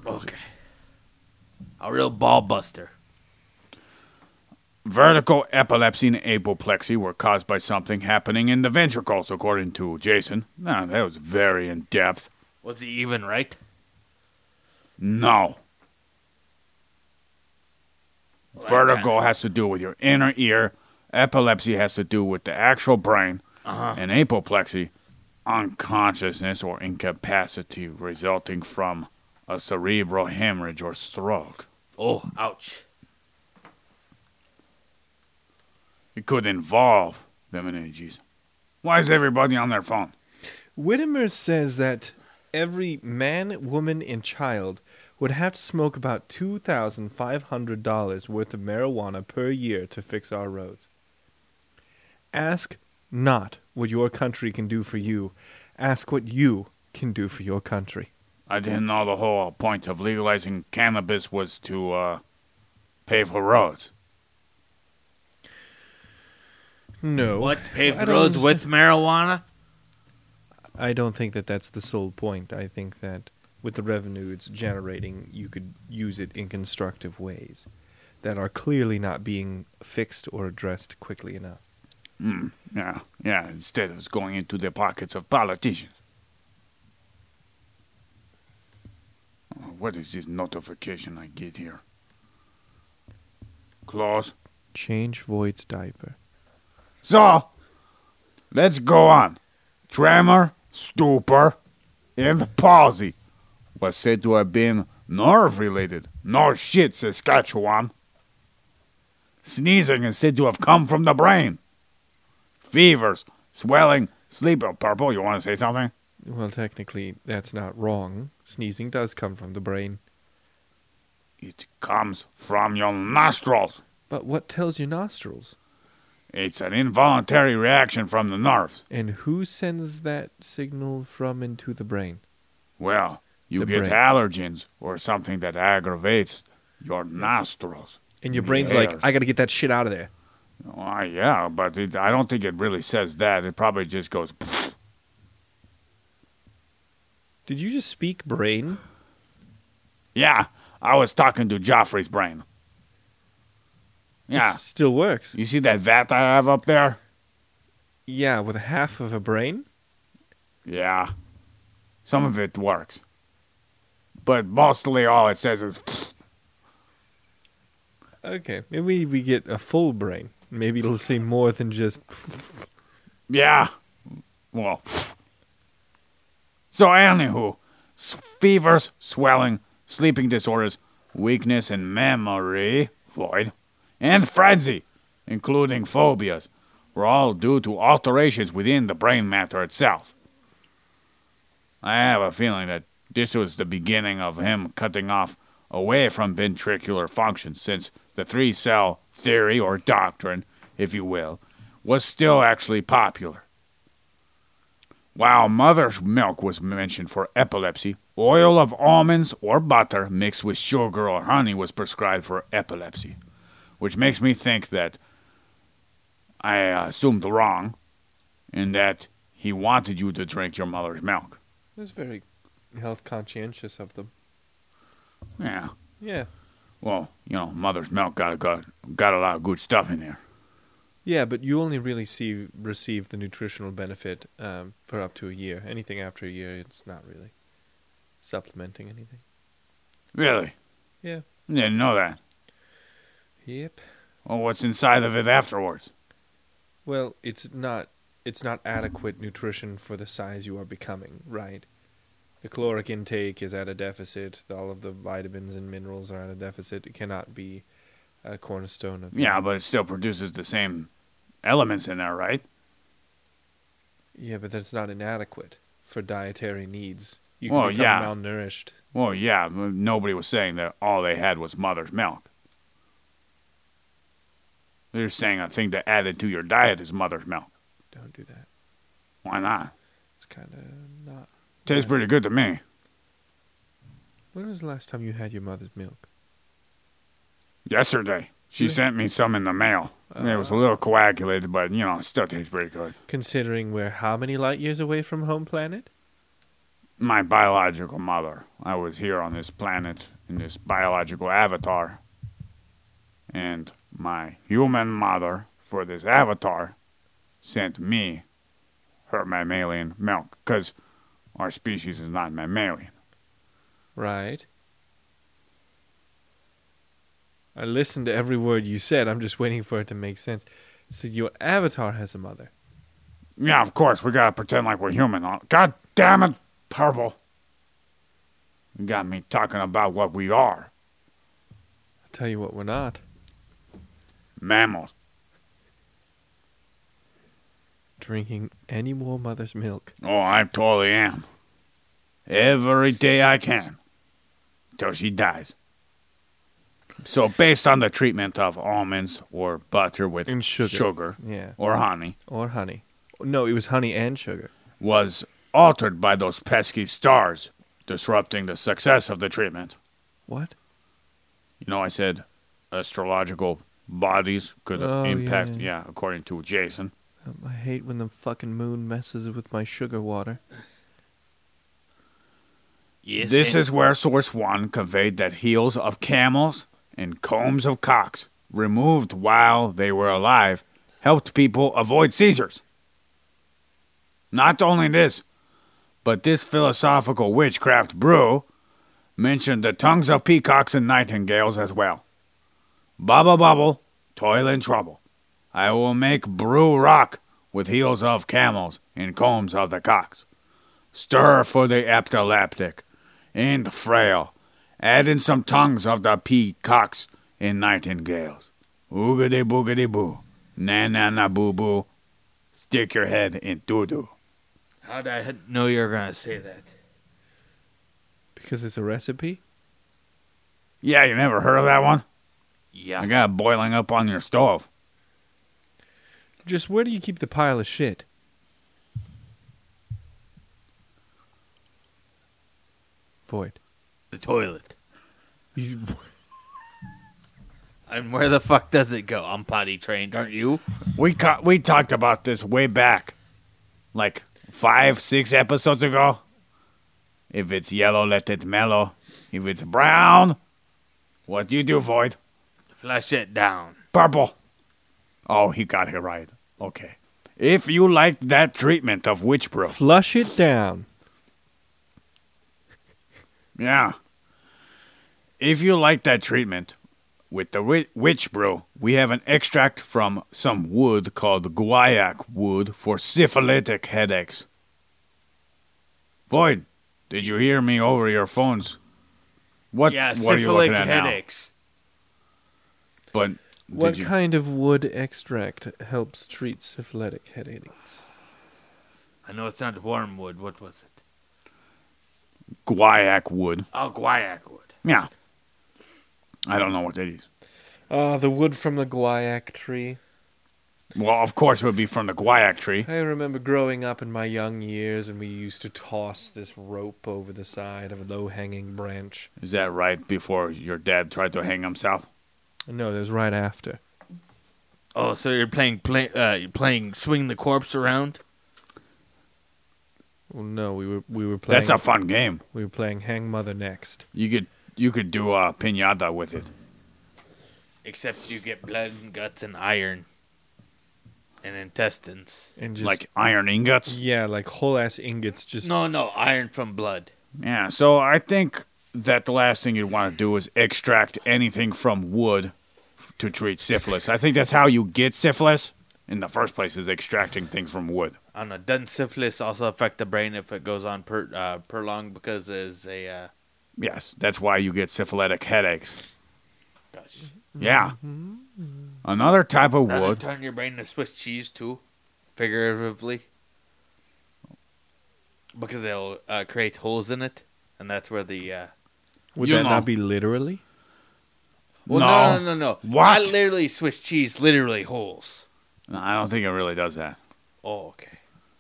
Speaker 3: Okay. A real ball buster.
Speaker 1: Vertical epilepsy and apoplexy were caused by something happening in the ventricles, according to Jason. Now, that was very in depth.
Speaker 3: Was he even right?
Speaker 1: No. Vertigo has to do with your inner ear. Epilepsy has to do with the actual brain.
Speaker 3: Uh-huh.
Speaker 1: And apoplexy, unconsciousness or incapacity resulting from a cerebral hemorrhage or stroke.
Speaker 3: Oh, ouch.
Speaker 1: It could involve the meninges. Why is everybody on their phone?
Speaker 2: Whittemer says that every man, woman, and child would have to smoke about $2,500 worth of marijuana per year to fix our roads. Ask not what your country can do for you, ask what you can do for your country.
Speaker 1: I didn't know the whole point of legalizing cannabis was to uh, pave the roads.
Speaker 2: No.
Speaker 3: What paved
Speaker 2: I don't
Speaker 3: roads with marijuana?
Speaker 2: I don't think that that's the sole point. I think that with the revenue it's generating, you could use it in constructive ways that are clearly not being fixed or addressed quickly enough.
Speaker 1: Mm, yeah, yeah. Instead of going into the pockets of politicians. Oh, What is this notification I get here? Clause.
Speaker 2: Change Void's diaper.
Speaker 1: So, let's go on. Tremor, stupor, and palsy was said to have been nerve related. No shit, Saskatchewan. Sneezing is said to have come from the brain. Fevers, swelling, sleep. Oh, Purple, you want to say something?
Speaker 2: Well, technically, that's not wrong. Sneezing does come from the brain.
Speaker 1: It comes from your nostrils.
Speaker 2: But what tells your nostrils?
Speaker 1: It's an involuntary reaction from the nerves.
Speaker 2: And who sends that signal from and to the brain?
Speaker 1: Well, you
Speaker 2: The
Speaker 1: get
Speaker 2: brain.
Speaker 1: allergens or something that aggravates your nostrils.
Speaker 2: And your brain's
Speaker 1: Yes.
Speaker 2: like, I gotta get that shit out of there.
Speaker 1: Oh, yeah, but it, I don't think it really says that. It probably just goes.
Speaker 2: Did you just speak brain?
Speaker 1: Yeah, I was talking to Joffrey's brain. Yeah,
Speaker 2: It still works.
Speaker 1: you see that vat I have up there?
Speaker 2: Yeah, with half of a brain?
Speaker 1: Yeah, some of it works, but mostly all it says is.
Speaker 2: Okay. Maybe we get a full brain. Maybe it'll say more than just.
Speaker 1: Yeah. Well. So, anywho, s- fevers, swelling, sleeping disorders, weakness in memory, void, and frenzy, including phobias, were all due to alterations within the brain matter itself. I have a feeling that this was the beginning of him cutting off away from ventricular function, since the three cell theory or doctrine, if you will, was still actually popular. While mother's milk was mentioned for epilepsy, oil of almonds or butter mixed with sugar or honey was prescribed for epilepsy, which makes me think that I uh, assumed wrong and that he wanted you to drink your mother's milk.
Speaker 2: That's very health conscientious of them.
Speaker 1: Yeah.
Speaker 2: Yeah.
Speaker 1: Well, you know, mother's milk got a got, got a lot of good stuff in there.
Speaker 2: Yeah, but you only really see, receive the nutritional benefit um, for up to a year. Anything after a year, it's not really supplementing anything.
Speaker 1: Really?
Speaker 2: Yeah.
Speaker 1: Didn't know that.
Speaker 2: Yep.
Speaker 1: Well, what's inside of it afterwards?
Speaker 2: Well, it's not it's not adequate nutrition for the size you are becoming, right? The caloric intake is at a deficit. All of the vitamins and minerals are at a deficit. It cannot be a cornerstone of
Speaker 1: Yeah, but it still produces the same elements in there, right?
Speaker 2: Yeah, but that's not inadequate for dietary needs. You
Speaker 1: Well,
Speaker 2: can become
Speaker 1: yeah.
Speaker 2: malnourished.
Speaker 1: Well, yeah, nobody was saying that all they had was mother's milk. They're saying a thing to add it to your diet is mother's milk.
Speaker 2: Don't do that.
Speaker 1: Why not?
Speaker 2: It's kind of not.
Speaker 1: Tastes pretty good to me.
Speaker 2: When was the last time you had your mother's milk?
Speaker 1: Yesterday, she
Speaker 2: Yeah.
Speaker 1: sent me some in the mail. it was a little coagulated, but you know, it still tastes pretty good.
Speaker 2: Uh, Considering we're how many light years away from home planet?
Speaker 1: my biological mother. I was here on this planet in this biological avatar. And my human mother for this avatar sent me her mammalian milk because our species is not mammalian.
Speaker 2: Right. I listened to every word you said. I'm just waiting for it to make sense. So your avatar has a mother.
Speaker 1: Yeah, of course, we gotta pretend like we're human. Oh, God damn it, Purple. You got me talking about what we are
Speaker 2: I'll tell you what, we're not.
Speaker 1: mammals.
Speaker 2: Drinking any more mother's milk.
Speaker 1: Oh, I totally am. Every day I can. Till she dies. So, based on the treatment of almonds or butter with
Speaker 2: And sugar.
Speaker 1: sugar
Speaker 2: Yeah.
Speaker 1: or honey,
Speaker 2: Or honey. No, it was honey and sugar.
Speaker 1: was altered by those pesky stars, disrupting the success of the treatment.
Speaker 2: What?
Speaker 1: You know, I said astrological bodies could
Speaker 2: Oh, yeah,
Speaker 1: impact,
Speaker 2: yeah.
Speaker 1: yeah, according to Jason.
Speaker 2: Um, I hate when the fucking moon messes with my sugar water.
Speaker 3: Yes,
Speaker 1: This
Speaker 3: and-
Speaker 1: is where Source One conveyed that heels of camels and combs of cocks, removed while they were alive, helped people avoid seizures. Not only this, but this philosophical witchcraft brew mentioned the tongues of peacocks and nightingales as well. Baba bubble, toil and trouble. I will make brew rock with heels of camels and combs of the cocks. Stir for the epileptic and frail. Add in some tongues of the peacocks and nightingales. Oogity boogity boo. Na na na boo boo. Stick your head in doo doo.
Speaker 3: How'd I h- know you were gonna say that?
Speaker 2: Because it's a recipe?
Speaker 1: Yeah, you never heard of that one?
Speaker 3: Yeah.
Speaker 1: I got it boiling up on your stove.
Speaker 2: Just where do you keep the pile of shit? Void.
Speaker 3: the toilet.
Speaker 2: You,
Speaker 3: And where the fuck does it go? I'm potty trained, aren't you?
Speaker 1: We ca- we talked about this way back, like five, six episodes ago. If it's yellow, let it mellow. If it's brown, what do you do, Void?
Speaker 3: Flush it down.
Speaker 1: Purple. Oh, he got it right. Okay. If you like that treatment of witch brew,
Speaker 2: flush it down.
Speaker 1: yeah. If you like that treatment with the wi- witch brew, we have an extract from some wood called guaiac wood for syphilitic headaches. Void, did you hear me over your phones? What,
Speaker 3: yeah,
Speaker 1: what are you
Speaker 3: syphilitic
Speaker 1: looking at
Speaker 3: headaches.
Speaker 1: now? But did
Speaker 2: What
Speaker 1: you-
Speaker 2: kind of wood extract helps treat syphilitic headaches?
Speaker 3: I know it's not wormwood. What was it?
Speaker 1: guaiac wood?
Speaker 3: Oh, guaiac wood.
Speaker 1: Yeah. I don't know what that is.
Speaker 2: Ah, the wood from the guaiac tree.
Speaker 1: Well, of course, it would be from the guaiac tree.
Speaker 2: I remember growing up in my young years, and we used to toss this rope over the side of a low hanging branch.
Speaker 1: Is that right? Before your dad tried to hang himself?
Speaker 2: No, that was right after.
Speaker 3: Oh, so you're playing play, uh, you're playing swing the corpse around?
Speaker 2: Well, no, we were we were playing.
Speaker 1: That's a fun game.
Speaker 2: we were playing Hang Mother next.
Speaker 1: You could you could do a pinata with it.
Speaker 3: Except you get blood and guts and iron and intestines.
Speaker 2: and just
Speaker 1: like iron ingots.
Speaker 2: yeah, like whole ass ingots. Just
Speaker 3: No, no, iron from blood.
Speaker 1: Yeah. So I think that the last thing you'd want to do is extract anything from wood f- to treat syphilis. I think that's how you get syphilis in the first place is extracting things from wood.
Speaker 3: I don't know. Doesn't syphilis also affect the brain if it goes on per uh, per long because there's a uh,
Speaker 1: Yes, that's why you get syphilitic headaches.
Speaker 3: gosh.
Speaker 1: Yeah. Another type of
Speaker 3: Would
Speaker 1: wood.
Speaker 3: turn your brain to Swiss cheese too, figuratively, because they'll uh, create holes in it, and that's where the. Uh...
Speaker 2: would
Speaker 1: you
Speaker 2: that
Speaker 1: know.
Speaker 2: not be literally?
Speaker 3: Well,
Speaker 1: No.
Speaker 3: no, no, no, no.
Speaker 1: What?
Speaker 3: Not literally Swiss cheese, literally holes.
Speaker 1: No, I don't think it really does that.
Speaker 3: Oh, okay.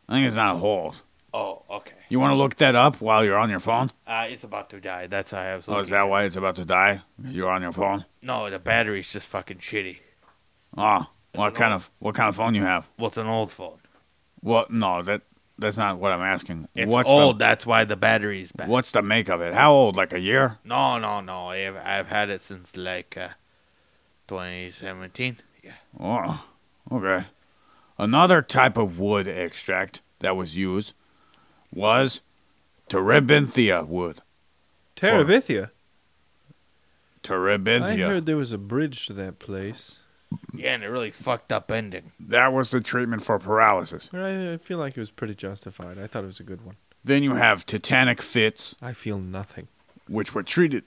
Speaker 1: I think it's not holes.
Speaker 3: Oh, okay.
Speaker 1: You want to look that up while you're on your phone?
Speaker 3: Uh, it's about to die. That's how I was.
Speaker 1: Oh, is
Speaker 3: looking.
Speaker 1: that why it's about to die? You're on your phone.
Speaker 3: No, the battery's just fucking shitty.
Speaker 1: Oh,
Speaker 3: It's
Speaker 1: what
Speaker 3: an
Speaker 1: kind
Speaker 3: old-
Speaker 1: of what kind of phone you have?
Speaker 3: Well, it's an old phone.
Speaker 1: Well, no, that that's not what I'm asking.
Speaker 3: It's
Speaker 1: what's
Speaker 3: old. That's why the battery's
Speaker 1: The,
Speaker 3: bad.
Speaker 1: what's the make of it? How old? Like a year?
Speaker 3: No, no, no. I've, I've had it since like uh, 2017. Yeah.
Speaker 1: Oh, okay. Another type of wood extract that was used was terebinthia wood.
Speaker 2: Terabithia.
Speaker 1: Terebinthia.
Speaker 2: I heard there was a bridge to that place.
Speaker 3: Yeah, and it really fucked up ending.
Speaker 1: that was the treatment for paralysis.
Speaker 2: I I feel like it was pretty justified. I thought it was a good one.
Speaker 1: Then you have tetanic fits,
Speaker 2: I feel nothing.
Speaker 1: which were treated.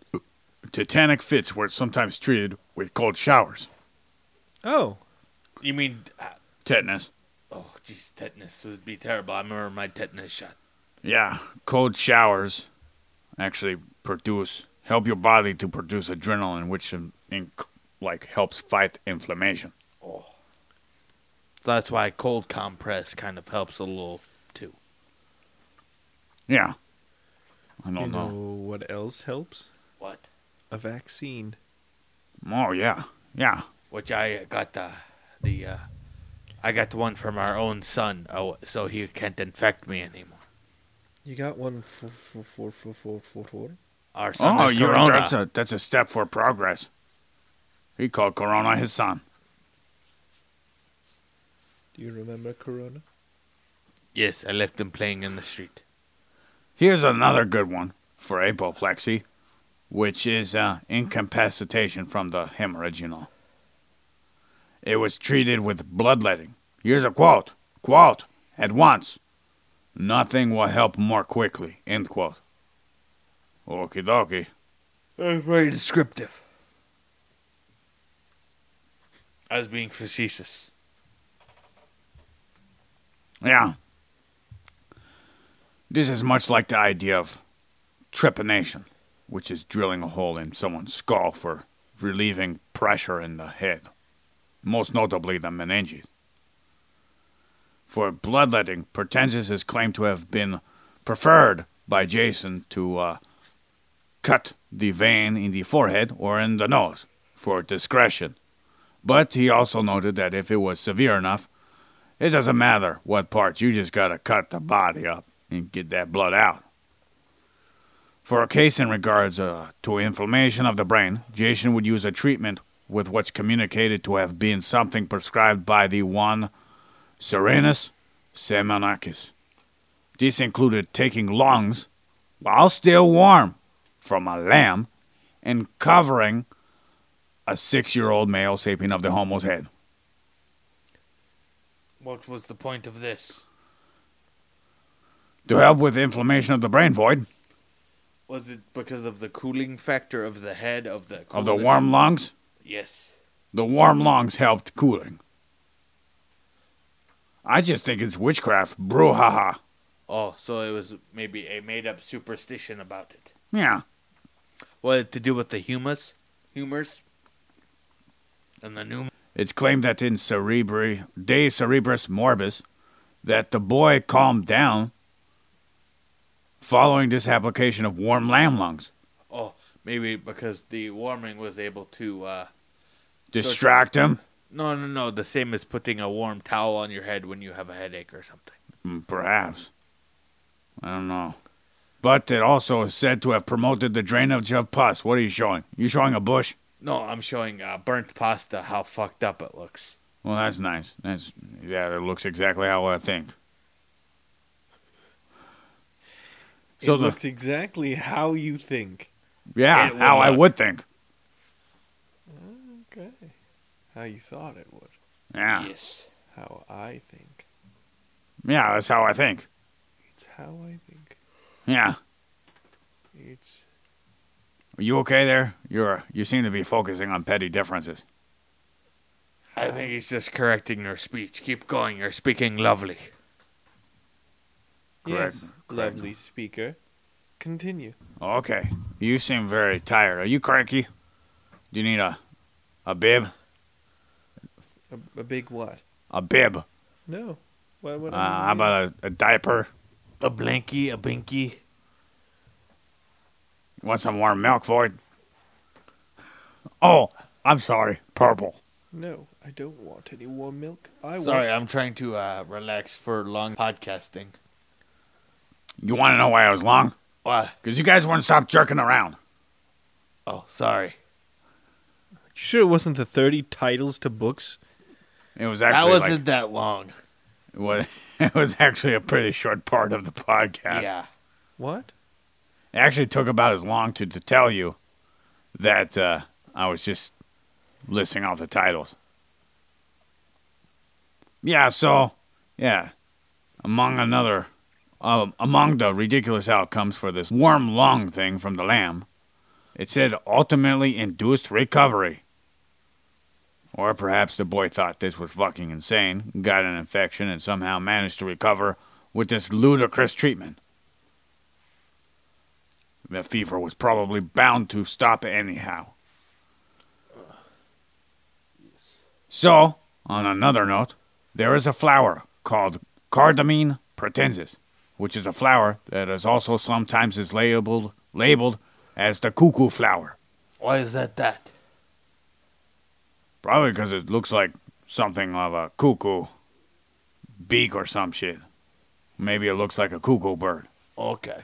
Speaker 1: Tetanic fits were sometimes treated with cold showers.
Speaker 2: Oh,
Speaker 3: You mean? Uh,
Speaker 1: Tetanus.
Speaker 3: oh, jeez, tetanus would be terrible. I remember my tetanus shot.
Speaker 1: Yeah, cold showers actually produce help your body to produce adrenaline, which in, in, like helps fight inflammation.
Speaker 3: Oh, so that's why cold compress kind of helps a little too.
Speaker 1: Yeah, I don't
Speaker 2: you know.
Speaker 1: know.
Speaker 2: what else helps?
Speaker 3: What?
Speaker 2: A vaccine.
Speaker 1: Oh yeah, yeah.
Speaker 3: Which I got the the uh, I got the one from our own son. Oh, so he can't infect me anymore.
Speaker 2: You got one for for for for for for. for?
Speaker 3: Our son
Speaker 1: oh,
Speaker 3: has
Speaker 1: you're-
Speaker 3: corona.
Speaker 1: that's a that's a step for progress. He called Corona his son.
Speaker 2: Do you remember Corona?
Speaker 3: Yes, I left him playing in the street.
Speaker 1: Here's another good one for apoplexy, which is uh, incapacitation from the hemorrhage, you know. It was treated with bloodletting. Here's a quote. Quote. At once. Nothing will help more quickly. End quote. Okie dokie.
Speaker 3: That's very descriptive. I was being facetious.
Speaker 1: Yeah. This is much like the idea of trepanation, which is drilling a hole in someone's skull for relieving pressure in the head, most notably the meninges. For bloodletting, Pertensis is claimed to have been preferred by Jason to uh, cut the vein in the forehead or in the nose for discretion. But he also noted that if it was severe enough, it doesn't matter what parts, you just gotta cut the body up and get that blood out. For a case in regards uh, to inflammation of the brain, Jason would use a treatment with what's communicated to have been something prescribed by the one Serenus Semanakis. This included taking lungs, while still warm, from a lamb and covering a six year old male sapien of the homo's head.
Speaker 3: What was the point of this?
Speaker 1: To help with inflammation of the brain void,
Speaker 3: Was it because of the cooling factor of the head of the
Speaker 1: of the
Speaker 3: coolant?
Speaker 1: warm lungs,
Speaker 3: Yes.
Speaker 1: the warm lungs helped cooling. I just think it's witchcraft, brouhaha.
Speaker 3: Oh, so it was maybe a made-up superstition about it.
Speaker 1: Yeah,
Speaker 3: What to do with the humus, humors, and the pneum?
Speaker 1: it's claimed that in Cerebri, De Cerebris Morbis, that the boy calmed down following this application of warm lamb lungs,
Speaker 3: Oh, maybe because the warming was able to. uh
Speaker 1: distract him,
Speaker 3: No, no, no. The same as putting a warm towel on your head when you have a headache or something.
Speaker 1: Mm, perhaps. I don't know. But it also is said to have promoted the drainage of pus. What are you showing? You showing a bush?
Speaker 3: No, I'm showing uh, burnt pasta how fucked up it looks.
Speaker 1: Well, that's nice. That's yeah. It looks exactly how I think. So
Speaker 2: it
Speaker 1: the
Speaker 2: looks exactly how you think.
Speaker 1: yeah,
Speaker 3: it would
Speaker 1: how I
Speaker 3: look.
Speaker 1: would think.
Speaker 2: Okay. How you thought it would.
Speaker 1: Yeah,
Speaker 3: Yes.
Speaker 2: How I think.
Speaker 1: yeah. That's how I think.
Speaker 2: It's how I think.
Speaker 1: Yeah.
Speaker 2: It's
Speaker 1: Are you okay there? You're you seem to be focusing on petty differences.
Speaker 3: I think he's just correcting your speech. Keep going. You're speaking lovely.
Speaker 1: Correct.
Speaker 2: yes,
Speaker 1: Correct.
Speaker 2: lovely speaker. Continue.
Speaker 1: Okay. You seem very tired. Are you cranky? Do you need a a bib?
Speaker 2: A, a big what?
Speaker 1: A bib? Uh,
Speaker 2: No. Why would I?
Speaker 1: how about a, a diaper?
Speaker 3: A blankie, a binky.
Speaker 1: You want some warm milk for it? Oh, I'm sorry. Purple.
Speaker 2: No, I don't want any warm milk. I
Speaker 3: Sorry,
Speaker 2: want.
Speaker 3: I'm trying to uh, relax for long podcasting.
Speaker 1: You want to know why I was long?
Speaker 3: Why?
Speaker 1: Because you guys wouldn't stop jerking around.
Speaker 3: Oh, sorry.
Speaker 2: Sure, it wasn't the thirty titles to books.
Speaker 1: It was
Speaker 3: that
Speaker 1: actually
Speaker 3: wasn't that long.
Speaker 1: like, was, it was actually a pretty short part of the podcast.
Speaker 3: Yeah.
Speaker 2: What?
Speaker 1: It actually took about as long to, to tell you that uh, I was just listing off the titles. Yeah, so yeah, among another, um, among the ridiculous outcomes for this warm lung thing from the lamb, it said ultimately induced recovery. Or perhaps the boy thought this was fucking insane, got an infection, and somehow managed to recover with this ludicrous treatment. The fever was probably bound to stop anyhow. So, on another note, there is a flower called Cardamine pratensis, which is a flower that is also sometimes is labeled labeled as the cuckoo flower,
Speaker 3: Why is that that?
Speaker 1: probably because it looks like something of a cuckoo beak or some shit. Maybe it looks like a cuckoo bird.
Speaker 3: Okay.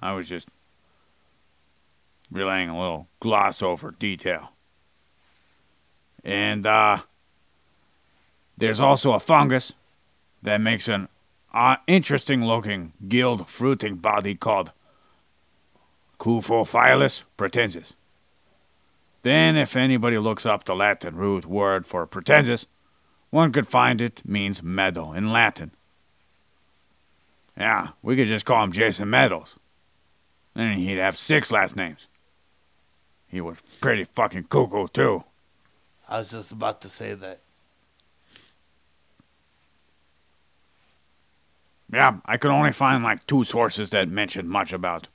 Speaker 1: I was just relaying a little gloss over detail. And uh, there's also a fungus that makes an uh, interesting looking gilled fruiting body called Cuphophyllus pratensis. Then, if anybody looks up the Latin root word for pratensis, one could find it means meadow in Latin. Yeah, we could just call him Jason Meadows. Then he'd have six last names. He was pretty fucking cuckoo, too.
Speaker 3: I was just about to say that.
Speaker 1: Yeah, I could only find like two sources that mentioned much about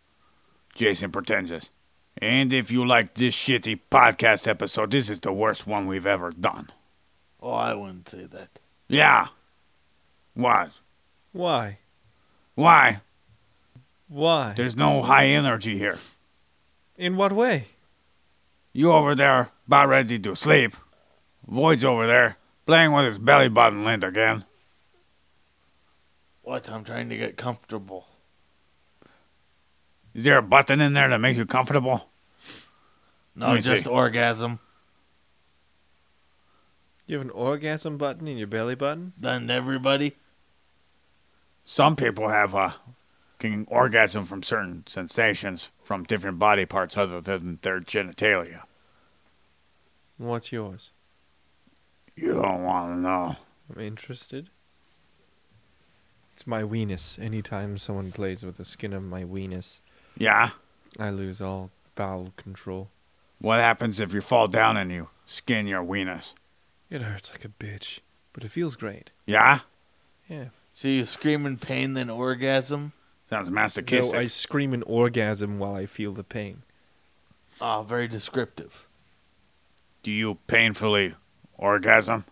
Speaker 1: Jason Pratensis. And if you like this shitty podcast episode, this is the worst one we've ever done.
Speaker 3: Oh, I wouldn't say that.
Speaker 1: Yeah. What?
Speaker 2: Why?
Speaker 1: Why?
Speaker 2: Why?
Speaker 1: There's no high energy here.
Speaker 2: In what way?
Speaker 1: You over there, about ready to sleep. Void's over there, playing with his belly button lint again.
Speaker 3: What? I'm trying to get comfortable.
Speaker 1: Is there a button in there that makes you comfortable? Let
Speaker 3: No,
Speaker 1: me
Speaker 3: just
Speaker 1: see.
Speaker 3: orgasm.
Speaker 2: You have an orgasm button in your belly button?
Speaker 3: Then everybody.
Speaker 1: Some people have uh, can orgasm from certain sensations from different body parts other than their genitalia.
Speaker 2: What's yours?
Speaker 1: You don't want to know.
Speaker 2: I'm interested. It's my weenus. Anytime someone plays with the skin of my weenus,
Speaker 1: Yeah?
Speaker 2: I lose all bowel control.
Speaker 1: What happens if you fall down and you skin your weenus?
Speaker 2: It hurts like a bitch, but it feels great.
Speaker 1: Yeah?
Speaker 2: Yeah.
Speaker 3: So you scream in pain, then orgasm.
Speaker 1: Sounds masochistic.
Speaker 2: No, I scream in orgasm while I feel the pain.
Speaker 3: Ah, very descriptive.
Speaker 1: Do you painfully orgasm?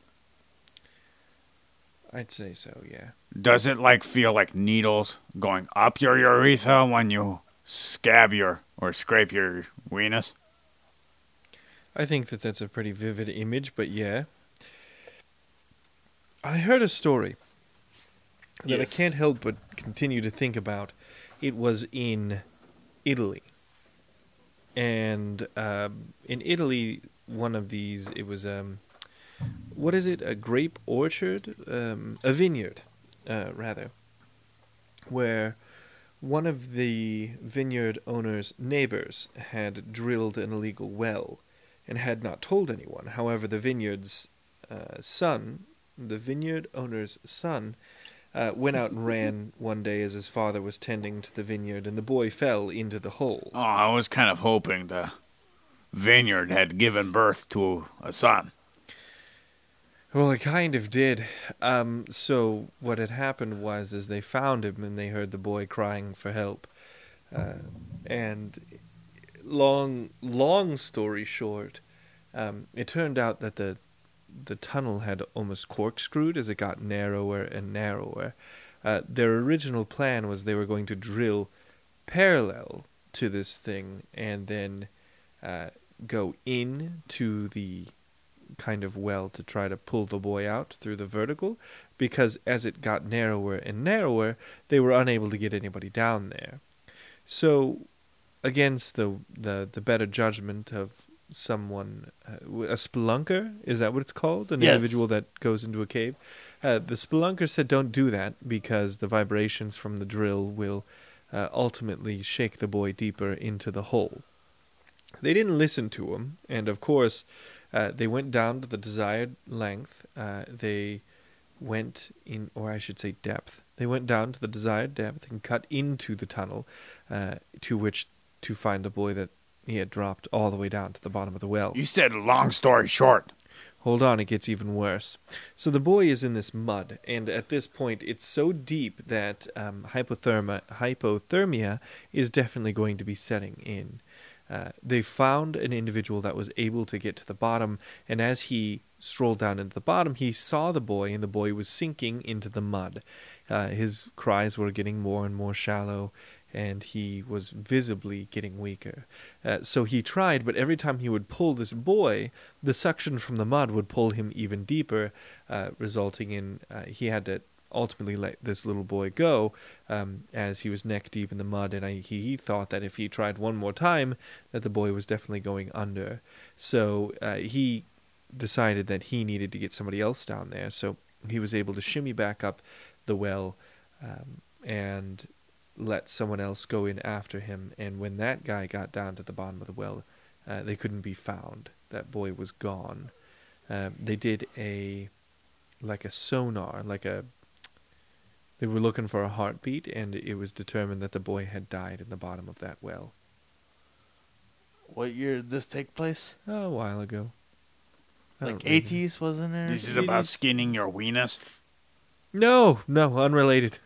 Speaker 2: I'd say so, yeah.
Speaker 1: Does it like feel like needles going up your urethra when you scab your or scrape your weenus?
Speaker 2: I think that that's a pretty vivid image, but yeah. I heard a story that I
Speaker 3: Yes.
Speaker 2: can't help but continue to think about. It was in Italy. And um, in Italy, one of these, it was, um, what is it? A grape orchard? Um, a vineyard, uh, rather. Where one of the vineyard owner's neighbors had drilled an illegal well and had not told anyone. However, the vineyard's uh, son, the vineyard owner's son, uh, went out and ran one day as his father was tending to the vineyard, and the boy fell into the hole.
Speaker 1: Oh, I was kind of hoping the vineyard had given birth to a son.
Speaker 2: Well, it kind of did. Um, so what had happened was, is they found him and they heard the boy crying for help. Uh, and long, long story short, um, it turned out that the the tunnel had almost corkscrewed as it got narrower and narrower. Uh, their original plan was they were going to drill parallel to this thing and then uh, go in to the kind of well to try to pull the boy out through the vertical because as it got narrower and narrower, they were unable to get anybody down there. So, against the the, the better judgment of someone, uh, a spelunker is that what it's called? An
Speaker 3: Yes.
Speaker 2: individual that goes into a cave. Uh, the spelunker said, "Don't do that because the vibrations from the drill will uh, ultimately shake the boy deeper into the hole." They didn't listen to him, and of course, uh, they went down to the desired length. Uh, they went in, or I should say, depth. They went down to the desired depth and cut into the tunnel, uh, to which to find the boy that he had dropped all the way down to the bottom of the well.
Speaker 1: You said long story short.
Speaker 2: Hold on, it gets even worse. So the boy is in this mud, and at this point, it's so deep that um, hypothermia, hypothermia is definitely going to be setting in. Uh, they found an individual that was able to get to the bottom, and as he strolled down into the bottom, he saw the boy, and the boy was sinking into the mud. Uh, his cries were getting more and more shallow, and he was visibly getting weaker. Uh, so he tried, but every time he would pull this boy, the suction from the mud would pull him even deeper, uh, resulting in uh, he had to ultimately let this little boy go um, as he was neck deep in the mud and I, he, he thought that if he tried one more time that the boy was definitely going under so uh, he decided that he needed to get somebody else down there so he was able to shimmy back up the well um, and let someone else go in after him and when that guy got down to the bottom of the well uh, they couldn't be found that boy was gone um, they did a like a sonar like a they were looking for a heartbeat and it was determined that the boy had died in the bottom of that well
Speaker 3: What year did this take place?
Speaker 2: a while ago
Speaker 3: Like eighties, wasn't there?
Speaker 1: This is about
Speaker 3: 80s?
Speaker 1: skinning your weenus.
Speaker 2: No, no, unrelated.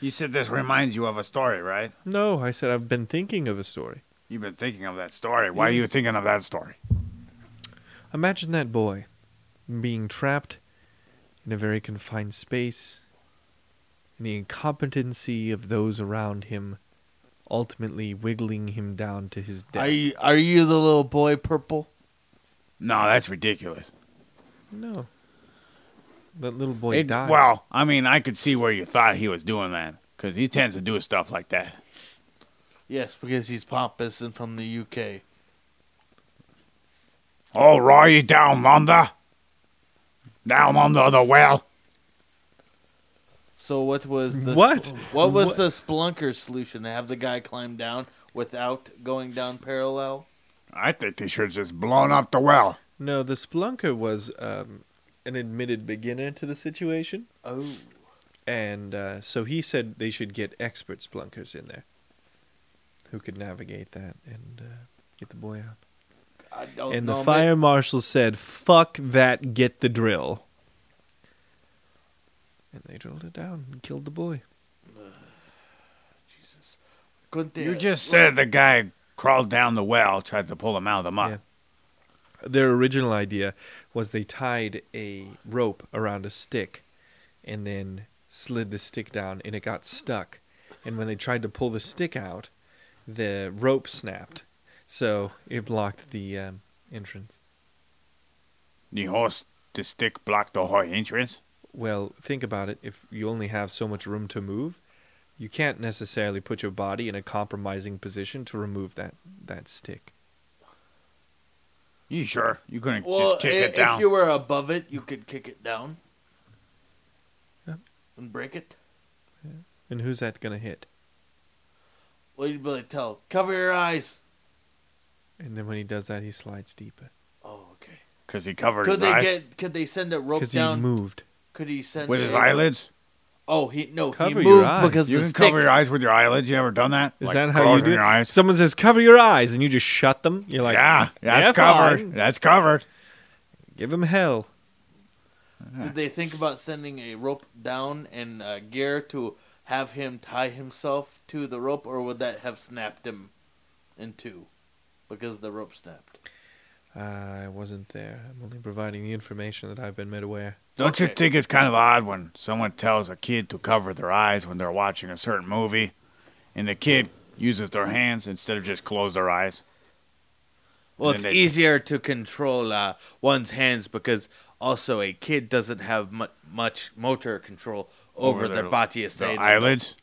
Speaker 1: You said this reminds you of a story, right?
Speaker 2: no, I said I've been thinking of a story.
Speaker 1: You've been thinking of that story. Why are you thinking of that story?
Speaker 2: Imagine that boy being trapped in a very confined space, and the incompetency of those around him ultimately wiggling him down to his death.
Speaker 3: Are you are you the little boy purple?
Speaker 1: No, that's ridiculous.
Speaker 2: No. That little boy
Speaker 1: It-
Speaker 2: died.
Speaker 1: well, I mean, I could see where you thought he was doing that because he tends to do stuff like that.
Speaker 3: Yes, because he's pompous and from the UK.
Speaker 1: All right, Oh, down under, down under the well.
Speaker 3: So what was the
Speaker 2: What?
Speaker 3: what was
Speaker 2: What?
Speaker 3: the Splunker solution to have the guy climb down without going down parallel?
Speaker 1: I think they should have just blown up the well.
Speaker 2: No, the Splunker was um, an admitted beginner to the situation.
Speaker 3: Oh,
Speaker 2: And uh, so he said they should get expert Splunkers in there who could navigate that and uh, get the boy out.
Speaker 3: I don't
Speaker 2: and
Speaker 3: know.
Speaker 2: the
Speaker 3: Oh, ma-
Speaker 2: fire marshal said, fuck that, get the drill. And they drilled it down and killed the boy.
Speaker 3: Jesus, couldn't they?
Speaker 1: You just said the guy crawled down the well, tried to pull him out of the mud.
Speaker 2: Yeah. Their original idea was they tied a rope around a stick and then slid the stick down and it got stuck. And when they tried to pull the stick out, the rope snapped. So it blocked the um, entrance.
Speaker 1: The horse, the stick blocked the whole entrance.
Speaker 2: Well, think about it. If you only have so much room to move, you can't necessarily put your body in a compromising position to remove that, that stick.
Speaker 1: You sure you couldn't
Speaker 3: Well,
Speaker 1: just kick
Speaker 3: i-
Speaker 1: it down?
Speaker 3: If you were above it, you could kick it down
Speaker 2: Yeah.
Speaker 3: and break it.
Speaker 2: And who's that going to hit?
Speaker 3: Well, you'd be like, "Tell cover your eyes."
Speaker 2: And then when he does that, he slides deeper.
Speaker 3: Oh, okay.
Speaker 1: Because he covered
Speaker 3: Could
Speaker 1: his
Speaker 3: they
Speaker 1: eyes
Speaker 3: get? Could they send a rope
Speaker 2: Because he
Speaker 3: down?
Speaker 2: moved.
Speaker 3: Could he send
Speaker 1: with his
Speaker 3: a-
Speaker 1: eyelids.
Speaker 3: Oh, he no.
Speaker 2: Cover
Speaker 3: he
Speaker 2: your
Speaker 3: moved
Speaker 2: eyes.
Speaker 3: because
Speaker 1: You
Speaker 3: the
Speaker 1: can
Speaker 3: stick.
Speaker 1: cover your eyes with your eyelids. You ever done that?
Speaker 2: Is
Speaker 1: Like,
Speaker 2: that how you
Speaker 1: closing
Speaker 2: do it?
Speaker 1: your eyes?
Speaker 2: Someone says, cover your eyes, and you just shut them. You're like,
Speaker 1: yeah, that's
Speaker 2: "Yeah,
Speaker 1: covered.
Speaker 2: fine."
Speaker 1: That's covered.
Speaker 2: Give him hell.
Speaker 3: Did they think about sending a rope down and a gear to have him tie himself to the rope, or would that have snapped him in two because the rope snapped?
Speaker 2: I wasn't there. I'm only providing the information that I've been made aware.
Speaker 1: Don't you
Speaker 3: Okay.
Speaker 1: think it's kind of odd when someone tells a kid to cover their eyes when they're watching a certain movie, and the kid uses their hands instead of just close their eyes?
Speaker 3: Well,
Speaker 1: And
Speaker 3: it's
Speaker 1: then they-
Speaker 3: easier to control uh, one's hands because also a kid doesn't have mu- much motor control over,
Speaker 1: Over
Speaker 3: their,
Speaker 1: their-
Speaker 3: body as
Speaker 1: The
Speaker 3: they
Speaker 1: eyelids.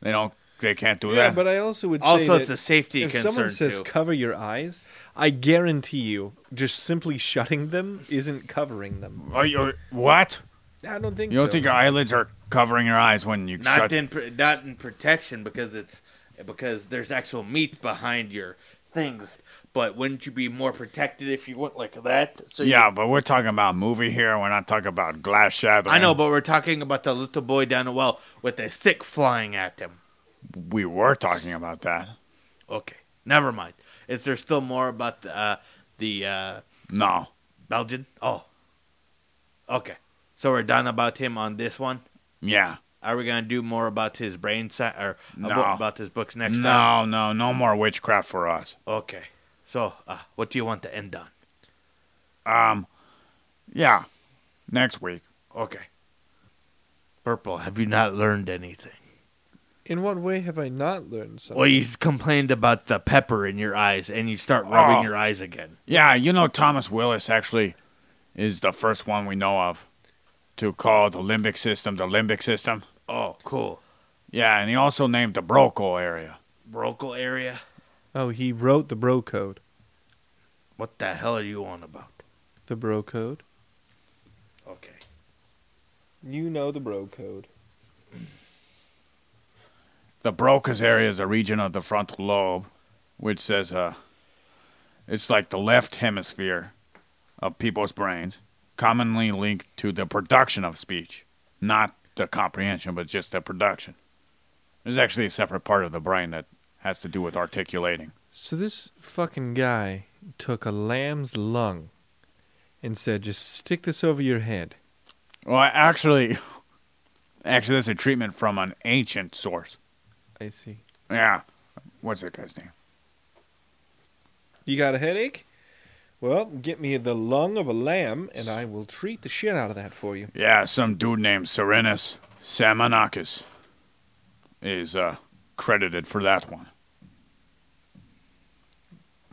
Speaker 1: They don't. They can't do
Speaker 2: Yeah,
Speaker 1: that.
Speaker 2: but I also would say
Speaker 3: Also,
Speaker 2: that
Speaker 3: it's a safety
Speaker 2: if
Speaker 3: concern
Speaker 2: someone says
Speaker 3: too.
Speaker 2: cover your eyes, I guarantee you, just simply shutting them isn't covering them.
Speaker 1: Are you, what?
Speaker 2: I don't think
Speaker 1: You don't
Speaker 2: so.
Speaker 1: think your eyelids are covering your eyes when you
Speaker 3: not
Speaker 1: shut?
Speaker 3: in pr- not in protection because it's because there's actual meat behind your things. But wouldn't you be more protected if you went like that? So you-
Speaker 1: yeah, but we're talking about movie here. We're not talking about glass shattering.
Speaker 3: I know, but we're talking about the little boy down the well with a stick flying at him.
Speaker 1: we were talking about that.
Speaker 3: Okay, never mind. Is there still more about the uh, the uh,
Speaker 1: No,
Speaker 3: Belgian? Oh, okay. So we're done about him on this one.
Speaker 1: yeah,
Speaker 3: Are we gonna do more about his brain si- or
Speaker 1: No.
Speaker 3: about, about his books next time?
Speaker 1: no, no, no more witchcraft for us.
Speaker 3: Okay. So, uh, what do you want to end on?
Speaker 1: Um, yeah, next week.
Speaker 3: Okay. Purple, have you not learned anything?
Speaker 2: In what way have I not learned something?
Speaker 3: Well, you s- complained about the pepper in your eyes, and you start rubbing
Speaker 1: Oh.
Speaker 3: your eyes again.
Speaker 1: Yeah, you know Thomas Willis actually is the first one we know of to call the limbic system the limbic system.
Speaker 3: Oh, cool.
Speaker 1: Yeah, and he also named the Brocal area.
Speaker 3: Brocal area.
Speaker 2: oh, he wrote the bro code.
Speaker 3: What the hell are you on about?
Speaker 2: The bro code.
Speaker 3: Okay.
Speaker 2: You know the bro code.
Speaker 1: The Broca's area is a region of the frontal lobe, which says uh, it's like the left hemisphere of people's brains, commonly linked to the production of speech, not the comprehension, but just the production. There's actually a separate part of the brain that has to do with articulating.
Speaker 2: So this fucking guy took a lamb's lung and said, "Just stick this over your head."
Speaker 1: Well, I actually, actually, that's a treatment from an ancient source.
Speaker 2: I see.
Speaker 1: Yeah. What's that guy's name?
Speaker 2: You got a headache? Well, get me the lung of a lamb, and I will treat the shit out of that for you.
Speaker 1: Yeah, some dude named Serenus Samanakis is uh, credited for that one.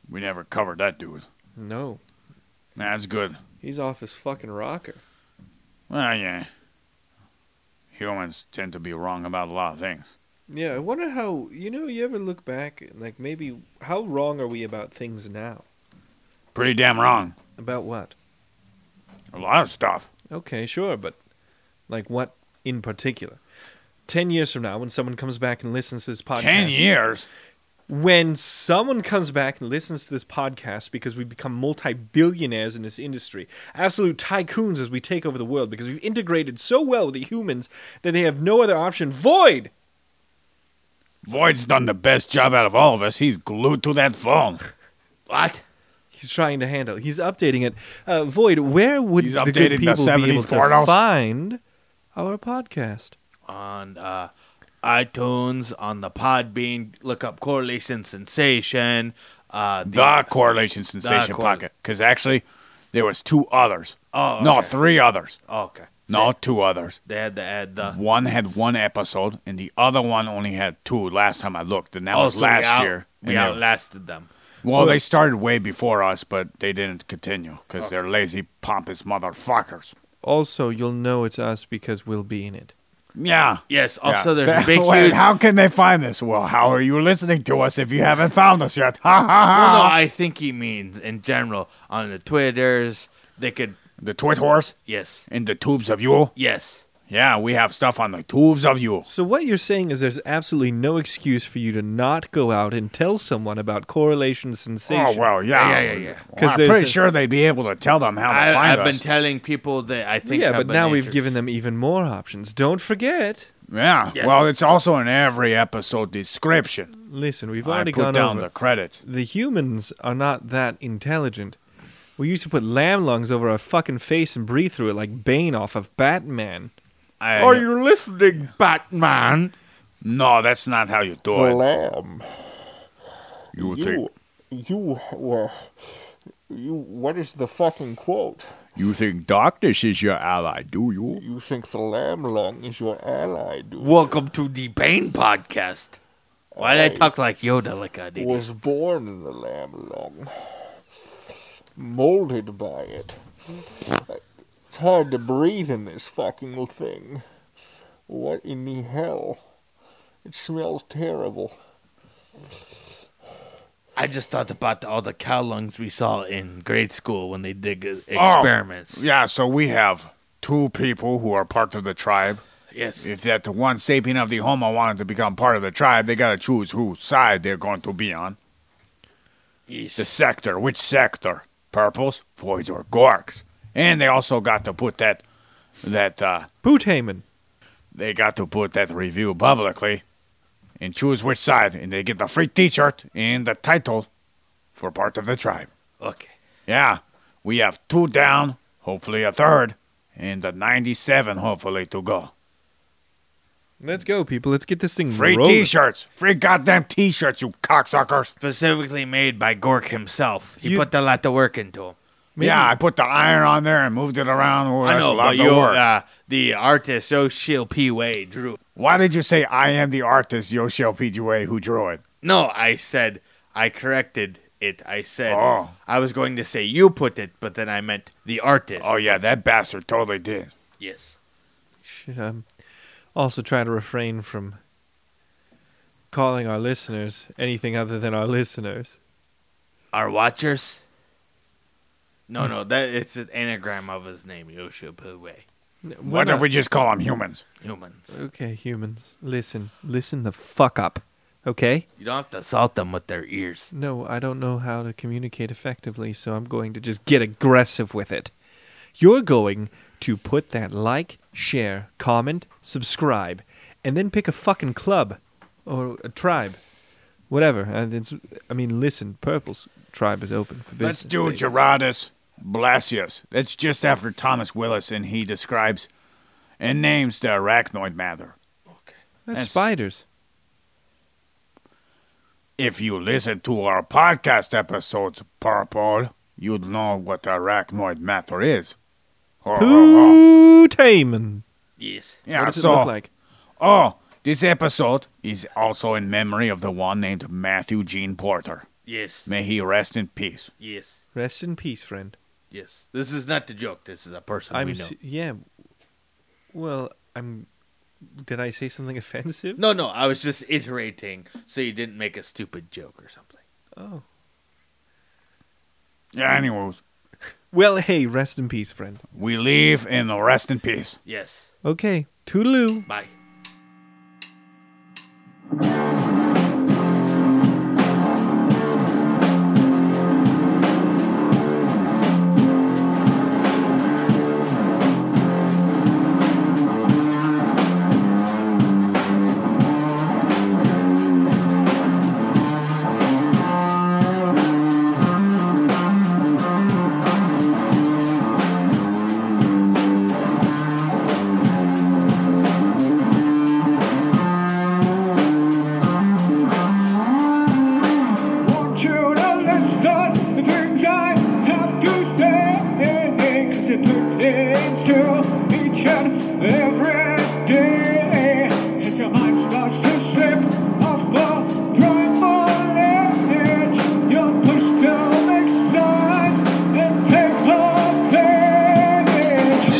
Speaker 1: We never covered that dude.
Speaker 2: No,
Speaker 1: That's good.
Speaker 2: he's off his fucking rocker.
Speaker 1: Well, yeah. Humans tend to be wrong about a lot of things.
Speaker 2: Yeah, I wonder how you know. You ever look back, like maybe how wrong are we about things now?
Speaker 1: Pretty damn wrong.
Speaker 2: About what?
Speaker 1: A lot of stuff.
Speaker 2: Okay, sure, but like what in particular? Ten years from now, when someone comes back and listens to this podcast,
Speaker 1: Ten years?
Speaker 2: when someone comes back and listens to this podcast because we become multi-billionaires in this industry absolute tycoons as we take over the world because we've integrated so well with the humans that they have no other option void
Speaker 1: Void's done the best job out of all of us. He's glued to that phone.
Speaker 3: What?
Speaker 2: he's trying to handle he's updating it uh, void where would
Speaker 1: He's
Speaker 2: the good
Speaker 1: updated the
Speaker 2: people be
Speaker 1: 70s
Speaker 2: able to
Speaker 1: portals.
Speaker 2: find our podcast
Speaker 3: On uh, iTunes, on the Podbean, look up correlation sensation. Uh,
Speaker 1: The correlation sensation
Speaker 3: correl-
Speaker 1: pocket. Because actually, there was two others.
Speaker 3: Oh,
Speaker 1: No,
Speaker 3: okay. Oh,
Speaker 1: three others.
Speaker 3: okay.
Speaker 1: No, two others.
Speaker 3: They had to add the.
Speaker 1: One had one episode, and the other one only had two. Last time I looked, and that was
Speaker 3: Also, Oh, we
Speaker 1: last
Speaker 3: out-
Speaker 1: year.
Speaker 3: We
Speaker 1: And they-
Speaker 3: outlasted them.
Speaker 1: well, they started way before us, but they didn't continue
Speaker 3: Oh.
Speaker 1: because they're lazy, pompous motherfuckers.
Speaker 2: also you'll know it's us because we'll be in it
Speaker 1: Yeah.
Speaker 3: Yes.
Speaker 1: Yeah.
Speaker 3: Also, Oh, there's
Speaker 1: That-
Speaker 3: a big
Speaker 1: Wait,
Speaker 3: huge.
Speaker 1: how can they find this? Well, how are you listening to us if you haven't found us yet? Ha ha ha!
Speaker 2: Ah.
Speaker 3: Well, no, I think he means in general on the Twitters. They could.
Speaker 1: the twit horse
Speaker 3: Yes.
Speaker 1: in the tubes of you.
Speaker 3: Yes.
Speaker 1: Yeah, we have stuff on the tubes of you.
Speaker 2: So what you're saying is there's absolutely no excuse for you to not go out and tell someone about correlation sensation.
Speaker 1: Oh well, yeah,
Speaker 3: Yeah, yeah, yeah, yeah.
Speaker 1: Well,
Speaker 2: 'Cause
Speaker 1: I'm
Speaker 2: there's
Speaker 1: pretty
Speaker 2: a-
Speaker 1: sure they'd be able to tell them how to
Speaker 3: I,
Speaker 1: find
Speaker 3: I've been
Speaker 1: us.
Speaker 3: telling people that I think.
Speaker 2: yeah,
Speaker 3: have
Speaker 2: but
Speaker 3: an
Speaker 2: now we've
Speaker 3: interest.
Speaker 2: given them even more options. Don't forget.
Speaker 1: yeah.
Speaker 3: Yes.
Speaker 1: Well, it's also in every episode description.
Speaker 2: Listen, we've
Speaker 1: I
Speaker 2: already
Speaker 1: put
Speaker 2: gone
Speaker 1: down
Speaker 2: over.
Speaker 1: the credits.
Speaker 2: The humans are not that intelligent. We used to put lamb lungs over our fucking face and breathe through it like Bane off of Batman.
Speaker 1: I-
Speaker 3: you listening, Batman?
Speaker 1: No, that's not how you do it.
Speaker 4: lamb.
Speaker 1: You
Speaker 4: You,
Speaker 1: think
Speaker 4: you, well, you, what is the fucking quote?
Speaker 1: you think darkness is your ally, do you?
Speaker 4: You think the lamb lung is your ally, dude?
Speaker 3: Welcome to the Bane podcast. Why
Speaker 2: Oh.
Speaker 3: did I talk like Yoda, like I did?
Speaker 4: Was born in the lamb lung, molded by it. It's hard to breathe in this fucking thing. What in the hell? It smells terrible.
Speaker 3: I just thought about all the cow lungs we saw in grade school when they did uh,
Speaker 1: Oh,
Speaker 3: experiments.
Speaker 1: Yeah, so we have two people who are part of the tribe.
Speaker 3: Yes.
Speaker 1: If that one sapien of the Homo wanted to become part of the tribe, they gotta choose whose side they're going to be on.
Speaker 3: Yes.
Speaker 1: The sector. Which sector? Purples, voids, or gorks. And they also got to put that that uh
Speaker 2: Boot Heyman.
Speaker 1: they got to put that review publicly and choose which side and they get the free t shirt and the title for part of the tribe.
Speaker 3: Okay.
Speaker 1: Yeah. We have two down, hopefully a third, and the ninety seven hopefully to go.
Speaker 2: Let's go, people. Let's get this thing
Speaker 1: Free
Speaker 2: rolling.
Speaker 1: t shirts. Free goddamn t shirts, you cocksuckers.
Speaker 3: Specifically made by Gork himself. He
Speaker 2: You-
Speaker 3: put a lot of work into him.
Speaker 2: Maybe-
Speaker 1: Yeah, I put the iron on there and moved it around. Oh,
Speaker 3: I
Speaker 1: that's
Speaker 3: know,
Speaker 1: a lot
Speaker 3: but
Speaker 1: of
Speaker 3: you,
Speaker 1: work.
Speaker 3: uh, the artist O'Shill P. Way drew.
Speaker 1: Why did you say I am the artist, Yoshio PGA, who drew it?
Speaker 3: No, I said I corrected it. I said
Speaker 1: Oh.
Speaker 3: I was going to say you put it, but then I meant the artist.
Speaker 1: Oh yeah, that bastard totally did.
Speaker 3: yes.
Speaker 2: should um, also try to refrain from calling our listeners anything other than our listeners.
Speaker 3: Our watchers. No, no, that it's an anagram of his name, Yoshio P. Way.
Speaker 1: Why don't we just call them humans?
Speaker 3: Humans.
Speaker 2: Okay, humans, listen, listen the fuck up. Okay?
Speaker 3: You don't have to assault them with their ears.
Speaker 2: No, I don't know how to communicate effectively, so I'm going to just get aggressive with it. You're going to put that like, share, comment, subscribe, and then pick a fucking club or a tribe. Whatever. And it's, I mean, listen, Purple's tribe is open for business.
Speaker 1: Let's do
Speaker 2: baby.
Speaker 1: Gerardus, Blasius. That's just after Thomas Willis, and he describes and names the arachnoid matter.
Speaker 2: That's,
Speaker 1: That's-
Speaker 2: spiders.
Speaker 1: If you listen to our podcast episodes, Purple, you'd know what arachnoid matter is. Ho, ho, ho.
Speaker 2: Pootamen.
Speaker 3: Yes.
Speaker 1: Yeah,
Speaker 2: what does
Speaker 1: so,
Speaker 2: it look like?
Speaker 1: Oh, this episode is also in memory of the one named Matthew Gene Porter.
Speaker 3: Yes.
Speaker 1: May he rest in peace.
Speaker 3: Yes.
Speaker 2: Rest in peace, friend.
Speaker 3: Yes. This is not the joke. This is a person
Speaker 2: I'm
Speaker 3: we know.
Speaker 2: s- yeah. Well, I'm. Did I say something offensive?
Speaker 3: No, no. I was just iterating so you didn't make a stupid joke or something.
Speaker 2: Oh.
Speaker 1: Yeah, anyways,
Speaker 2: Well, hey, rest in peace, friend.
Speaker 1: we leave in rest in peace.
Speaker 3: Yes.
Speaker 2: Okay, toodaloo.
Speaker 3: Bye.
Speaker 5: Want you to listen to things I have to say, 'cause it pertains to each and every day. As your mind starts to slip off the primal edge, you're pushed to make signs and take the page.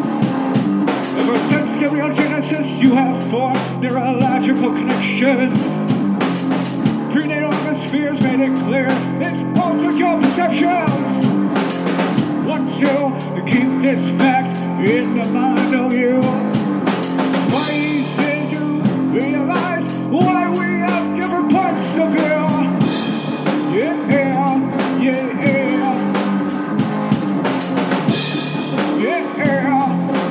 Speaker 5: Ever since stereogenesis, you have formed neurological connections. Prenatal atmospheres made it clear it's altered your perceptions. Once you keep this fact in the mind of you, why easy to realize why we have different points of view. Yeah, yeah.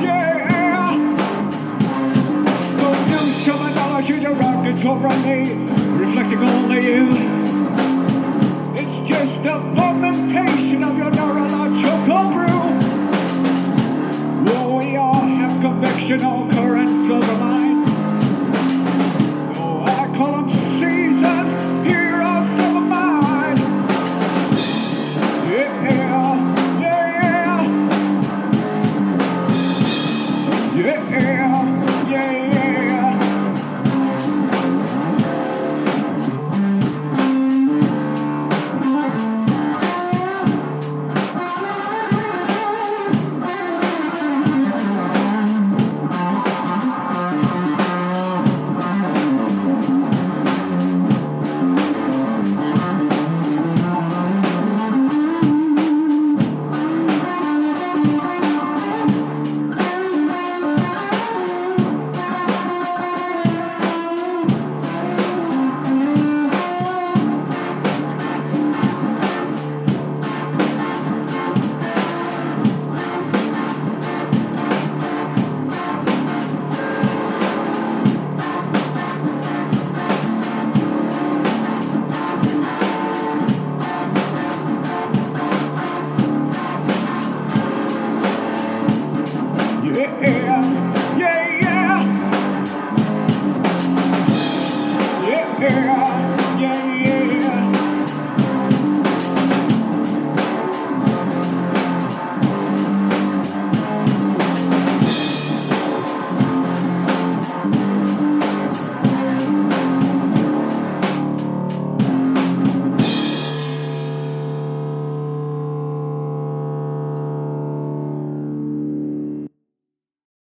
Speaker 5: Yeah, yeah. Don't use terminology directed toward me, reflecting only you. It's just a fermentation of your neurological brew. Well, we all have convictional currents of the mind. Oh,